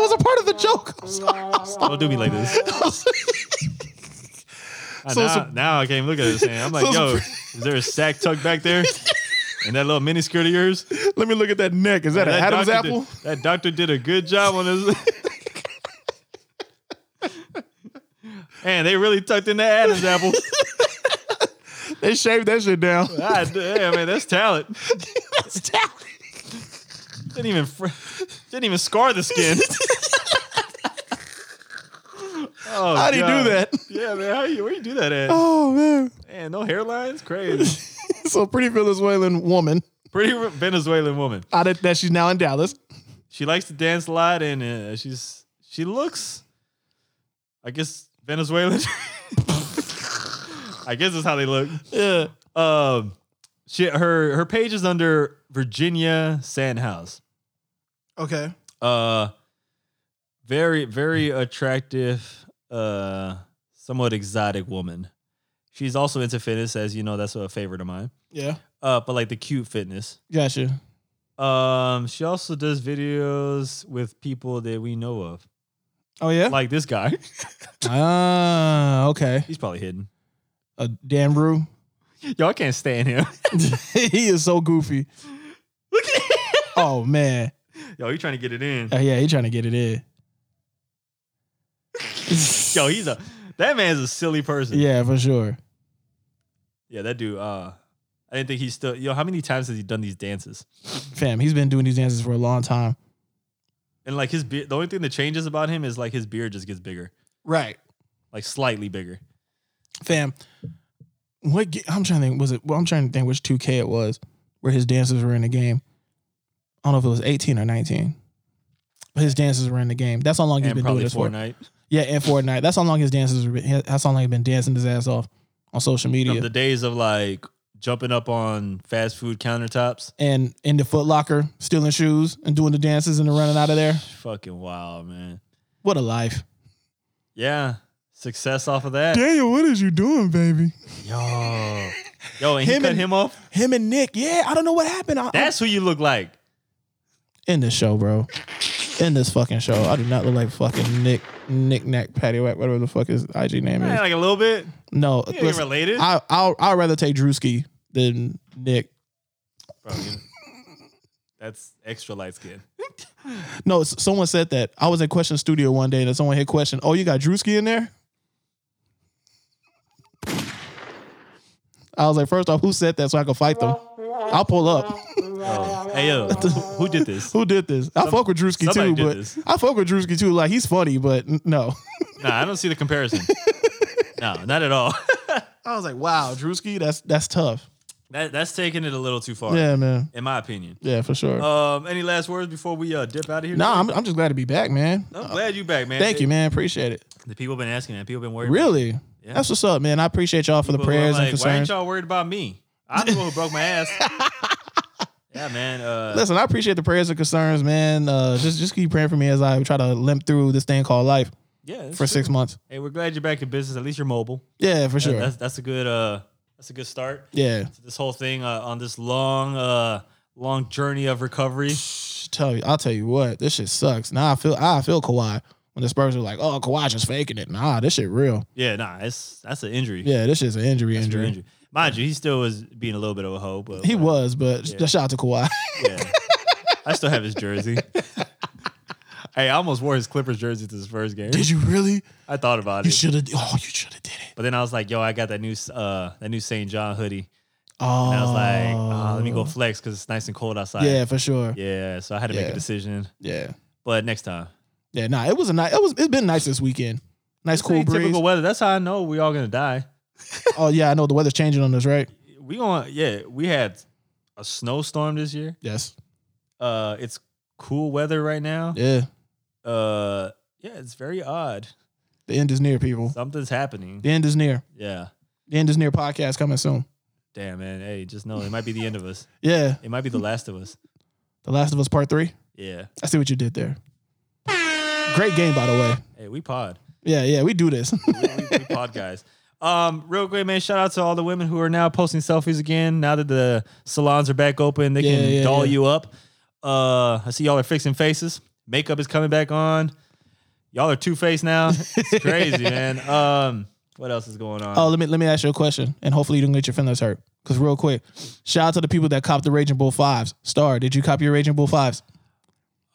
B: was a part of the joke. I'm sorry. I'm sorry.
A: don't do me like this. Uh,
B: So it's
A: now,
B: a-
A: now I can't look at this. Man. I'm like,
B: So it's
A: yo,
B: a
A: is there a sack tucked back there? And that little mini skirt of yours?
B: Let me look at that neck. Is that an
A: That
B: Adam's
A: doctor
B: apple?
A: Did, that doctor did a good job on this. And they really tucked in that Adam's apple.
B: They
A: Ah,
B: shaved that shit down.
A: God damn, man, that's talent.
B: That's talent.
A: Didn't even fr- didn't even scar the skin. oh,
B: How'd he do
A: God.
B: that?
A: Yeah, man. How you, where you do that at?
B: Oh man.
A: Man, no hairlines? Crazy.
B: So pretty Venezuelan woman
A: Pretty Venezuelan woman.
B: out of, that she's now in Dallas.
A: She likes to dance a lot, and uh, she's she looks, I guess, Venezuelan. I guess that's how they look.
B: Yeah.
A: Um, she her her page is under Virginia Sandhouse.
B: Okay.
A: Uh, very very attractive, uh, somewhat exotic woman. She's also into fitness, as you know. That's a favorite of mine.
B: Yeah.
A: Uh, but like the cute fitness.
B: Gotcha.
A: Um, she also does videos with people that we know of,
B: Oh yeah.
A: like this guy.
B: Ah. okay.
A: He's probably hidden.
B: A damn brew.
A: Yo, I can't stand him.
B: he is so goofy.
A: Look at him.
B: Oh man.
A: Yo, he trying to get it in.
B: Oh yeah. He trying to get it in.
A: Yo, he's a that man's a silly person.
B: Yeah, for sure.
A: Yeah, that dude. Uh, I didn't think he's still. Yo, how many times has he done these dances?
B: Fam, he's been doing these dances for a long time.
A: And like his beard, the only thing that changes about him is like his beard just gets bigger,
B: Right.
A: like slightly bigger.
B: Fam, what ga- I'm trying to think was it? Well, I'm trying to think which 2K it was where his dances were in the game. I don't know if it was 18 or 19. But his dances were in the game. That's how long he's
A: and
B: been doing
A: probably
B: this for.
A: Fortnite.
B: Yeah, and Fortnite. That's how long his dances. Were, been- that's how long he's been dancing his ass off on social
A: You know,
B: media
A: the days of like jumping up on fast food countertops,
B: and in the Foot Locker, stealing shoes and doing the dances and then running out of there.
A: fucking wild, man.
B: What a life!
A: Yeah, success off of that.
B: Daniel, what is you doing, baby?
A: Yo, yo, and he
B: Him
A: cut
B: and-
A: him off.
B: Him and Nick. Yeah, I don't know what happened. I,
A: That's who you look like.
B: in this show, bro. In this fucking show, I do not look like fucking Nick Nick Nack Patty Whack, whatever the fuck his IG name
A: Eh,
B: is.
A: like a little bit.
B: No,
A: You ain't
B: listen,
A: related.
B: I I'll I'd rather take Drewski than Nick.
A: Bro, you- that's extra light skin.
B: No, s- someone said that I was at Question Studio one day, and someone hit Question, "Oh, you got Drewski in there?" I was like, first off, who said that so I could fight them? I'll pull up.
A: Oh. Hey yo, who, who did this?
B: Who did this? I fuck with Drewski
A: somebody
B: too,
A: did
B: but
A: this.
B: I fuck with Drewski too. Like he's funny, but n- no.
A: Nah, I don't see the comparison. No, not at all.
B: I was like, wow, Drewski, that's that's tough.
A: That, that's taking it a little too far,
B: Yeah, man.
A: in my opinion.
B: Yeah, for sure.
A: Um, any last words before we uh, dip out of here?
B: nah, I'm, I'm just glad to be back, man.
A: I'm glad you back, man.
B: Thank you, man. Appreciate it.
A: The people been asking, man. People been worried.
B: Really?
A: Yeah.
B: That's what's up, man. I appreciate y'all for the
A: People were
B: prayers
A: like, Why ain't
B: and concerns.
A: y'all worried about me? I'm the one who broke my ass. yeah, man. Uh,
B: Listen, I appreciate the prayers and concerns, man. Uh, just just keep praying for me as I try to limp through this thing called life
A: yeah, that's
B: for
A: true.
B: six months.
A: Hey, we're glad you're back in business. At least you're mobile.
B: Yeah, for sure.
A: That's that's a good uh that's a good start.
B: yeah.
A: to This whole thing uh, on this long uh long journey of recovery.
B: Just Tell you, I'll tell you what, this shit sucks. Nah, I feel I feel Kawhi when the Spurs are like, oh, Kawhi just faking it. Nah, this shit real.
A: Yeah, nah, it's that's an injury.
B: Yeah, this shit's an injury
A: That's an
B: injury.
A: Mind you, he still was being a little bit of a hoe, but
B: He
A: whatever.
B: was, but
A: Yeah.
B: shout out to Kawhi.
A: Yeah. I still have his jersey. hey, I almost wore his Clippers jersey to his first game.
B: Did you really?
A: I thought about
B: You
A: it,
B: should have. Oh, you should have did it.
A: but then I was like, "Yo, I got that new uh that new St. John hoodie,"
B: Oh,
A: and I was like, oh, "Let me go flex because it's nice and cold outside."
B: Yeah, for sure.
A: yeah. So I had to make
B: Yeah.
A: a decision,
B: Yeah,
A: but next time,
B: yeah. Nah, it was a nice. It was. It's been nice this weekend. Nice cool
A: Pretty
B: breeze.
A: typical weather. That's how I know we all gonna die.
B: Oh yeah, I know the weather's changing on us, right?
A: We going yeah. We had a snowstorm this year.
B: Yes.
A: Uh, it's cool weather right now.
B: Yeah.
A: Uh, yeah, it's very odd.
B: The end is near, people.
A: Something's happening.
B: The end is near.
A: Yeah.
B: The end is near. Podcast coming soon.
A: Damn, man. Hey, just know it might be the end of us.
B: Yeah.
A: It might be the last of us.
B: The Last of Us Part Three.
A: Yeah.
B: I see what you did there. Great game, by the way.
A: Hey, we pod.
B: Yeah, yeah. We do this.
A: We, we pod guys. Um, real quick, man. Shout out to all the women who are now posting selfies again. Now that the salons are back open, they
B: Yeah,
A: can
B: yeah,
A: doll
B: yeah.
A: you up. Uh, I see y'all are fixing faces. Makeup is coming back on. Y'all are two faced now. It's crazy, man. Um, what else is going on?
B: oh, let me let me ask you a question, and hopefully you don't get your feelings hurt. Cause real quick, shout out to the people that copped the Raging Bull fives. Star, did you cop your Raging Bull fives?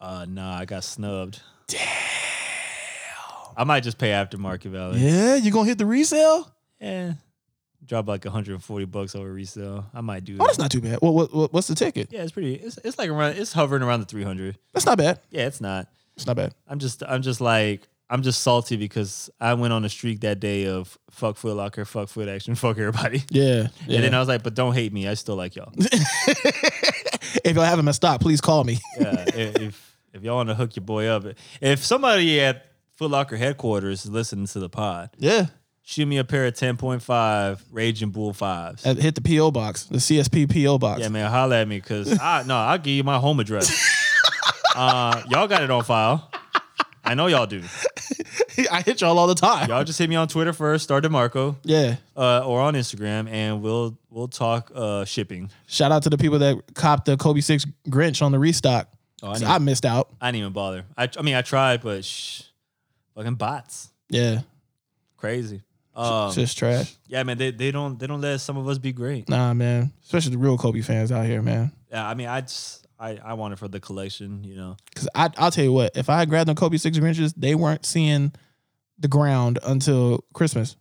A: Uh, nah, I got snubbed. Damn. I might just pay aftermarket value.
B: Yeah, you gonna hit the resale?
A: Yeah. Drop like 140 bucks over resale. I might do
B: Oh, that's
A: that.
B: not too bad. What, what, what what's the ticket?
A: Yeah, it's pretty. It's, it's like around. It's hovering around the 300.
B: That's not bad.
A: Yeah, it's not.
B: It's not bad.
A: I'm just. I'm just like. I'm just salty because I went on a streak that day of fuck Foot Locker, fuck Foot Action, fuck everybody.
B: Yeah. yeah.
A: And then I was like, but don't hate me. I still like y'all.
B: if y'all haven't messed up, please call me.
A: Yeah, if if- if y'all want to hook your boy up, if somebody at Foot Locker headquarters is listening to the pod,
B: Yeah.
A: shoot me a pair of 10.5 Raging Bull fives.
B: Uh, Hit the PO box, the CSP PO box.
A: Yeah, man, holla at me because I no, I'll give you my home address. uh, y'all got it on file. I know y'all do.
B: I hit y'all all the time.
A: Y'all just hit me on Twitter first, Star DeMarco,
B: Yeah.
A: uh, or on Instagram, and we'll we'll talk uh, shipping.
B: Shout out to the people that copped the Kobe Six Grinch on the restock.
A: Oh, I,
B: So
A: didn't,
B: I
A: I,
B: missed out.
A: didn't even bother. I, I mean, I tried, but shh, fucking bots,
B: Yeah.
A: crazy. Um,
B: It's just trash.
A: yeah, man, they, they don't they don't let some of us be great.
B: Nah, man. Especially the real Kobe fans out here, man.
A: Yeah, I mean, I just I I want it for the collection, you know.
B: Because I, I'll tell you what, if I had grabbed them Kobe Six Grinches, they weren't seeing the ground until Christmas.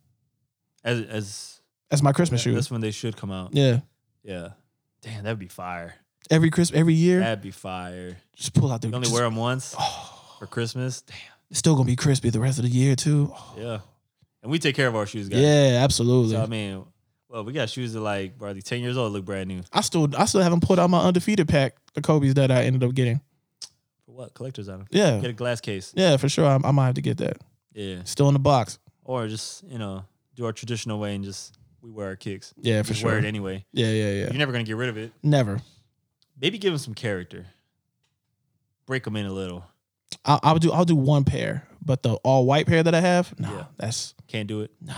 A: As as
B: That's my Christmas shoe.
A: that's when they should come out.
B: Yeah.
A: Yeah, damn, that'd be fire.
B: Every Christmas, every year,
A: That'd be fire.
B: just pull out the.
A: You only
B: just-
A: wear them once
B: Oh,
A: for Christmas. Damn.
B: it's still gonna be crispy the rest of the year too. Oh,
A: Yeah. And we take care of our shoes, guys.
B: yeah, absolutely.
A: So I mean, well, we got shoes that like probably ten years old look brand new.
B: I still, I still haven't pulled out my undefeated pack, the Kobe's that I ended up getting.
A: For what? Collectors item.
B: Yeah,
A: Get a glass case.
B: yeah, for sure. I, I might have to get that.
A: Yeah.
B: Still in the box.
A: Or just you know do our traditional way and just we wear our kicks.
B: Yeah, for
A: Just
B: sure.
A: Wear it anyway.
B: Yeah, yeah, yeah.
A: You're never gonna get rid of it.
B: Never.
A: Maybe give them some character. Break them in a little.
B: I, I'll do, I'll do one pair, but the all white pair that I have, nah,
A: Yeah.
B: that's
A: Can't do it.
B: nah,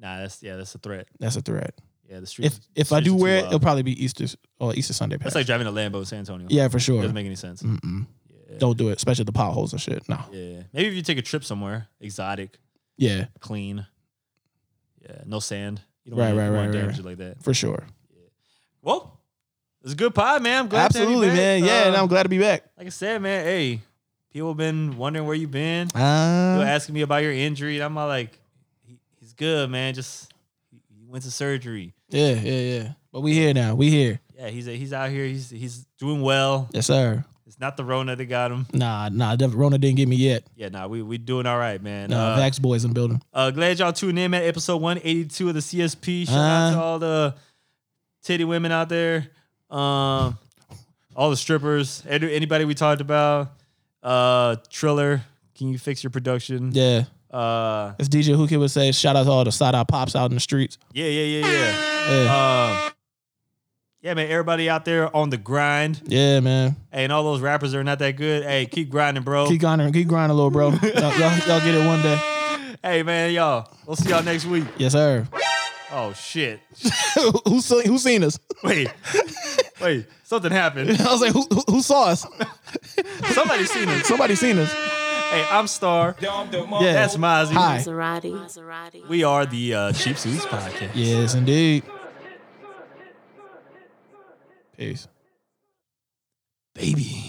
A: Nah, that's yeah, that's a threat.
B: that's a threat.
A: Yeah, the street.
B: If if I
A: streets
B: do
A: are too
B: wear it,
A: wild.
B: it'll probably be Easter or Easter Sunday pair.
A: that's like driving a Lambo in San Antonio.
B: yeah, for sure.
A: doesn't make any sense.
B: Mm-mm.
A: Yeah.
B: Don't do it, especially the potholes and shit. No.
A: Yeah. Maybe if you take a trip somewhere exotic,
B: Yeah,
A: clean. Yeah, no sand. You don't
B: Right,
A: want,
B: right,
A: you
B: right,
A: want
B: right,
A: damage
B: right.
A: it like that.
B: for sure.
A: Well, it's a good pod, man. I'm glad to have you
B: Absolutely,
A: back.
B: man. Yeah,
A: Uh,
B: and I'm glad to be back.
A: like I said, man. Hey, people been wondering where you've been. People
B: Uh,
A: asking me about your injury, and I'm all like, he, he's good, man. Just he he went to surgery.
B: yeah, yeah, yeah. But we here now. We here.
A: Yeah, he's he's out here. He's he's doing well.
B: Yes, sir.
A: It's not the Rona that got him.
B: Nah, nah. Def- Rona didn't get me yet.
A: Yeah, nah, we we doing all right, man.
B: No,
A: Uh,
B: Vax boys in the building.
A: Uh, glad y'all tuned in, man. Episode 182 of the CSP. Shout out to
B: Uh.
A: all the titty women out there, um, all the strippers, any- anybody we talked about. Uh, Triller, can you fix your production?
B: Yeah.
A: Uh,
B: As DJ Hookie would say, shout out to all the side eye pops out in the streets.
A: yeah, yeah, yeah,
B: Yeah,
A: yeah. Um, yeah, man, everybody out there on the grind.
B: yeah man.
A: Hey, and all those rappers that are not that good. Hey, keep grinding, bro.
B: Keep grinding, keep grinding, little bro. y'all, y'all, y'all get it one day.
A: Hey, man, y'all. We'll see y'all next week.
B: Yes, sir.
A: Oh, shit.
B: who, seen, who seen us?
A: Wait, wait, something happened.
B: I was like, who, who, who saw us?
A: Somebody seen it.
B: Somebody seen us.
A: Hey, I'm Star.
B: Yeah.
A: That's Mozzie.
B: Hi.
E: Maserati. Maserati.
A: We are the uh, Cheap Suits Podcast.
B: Yes, indeed. Peace. Baby.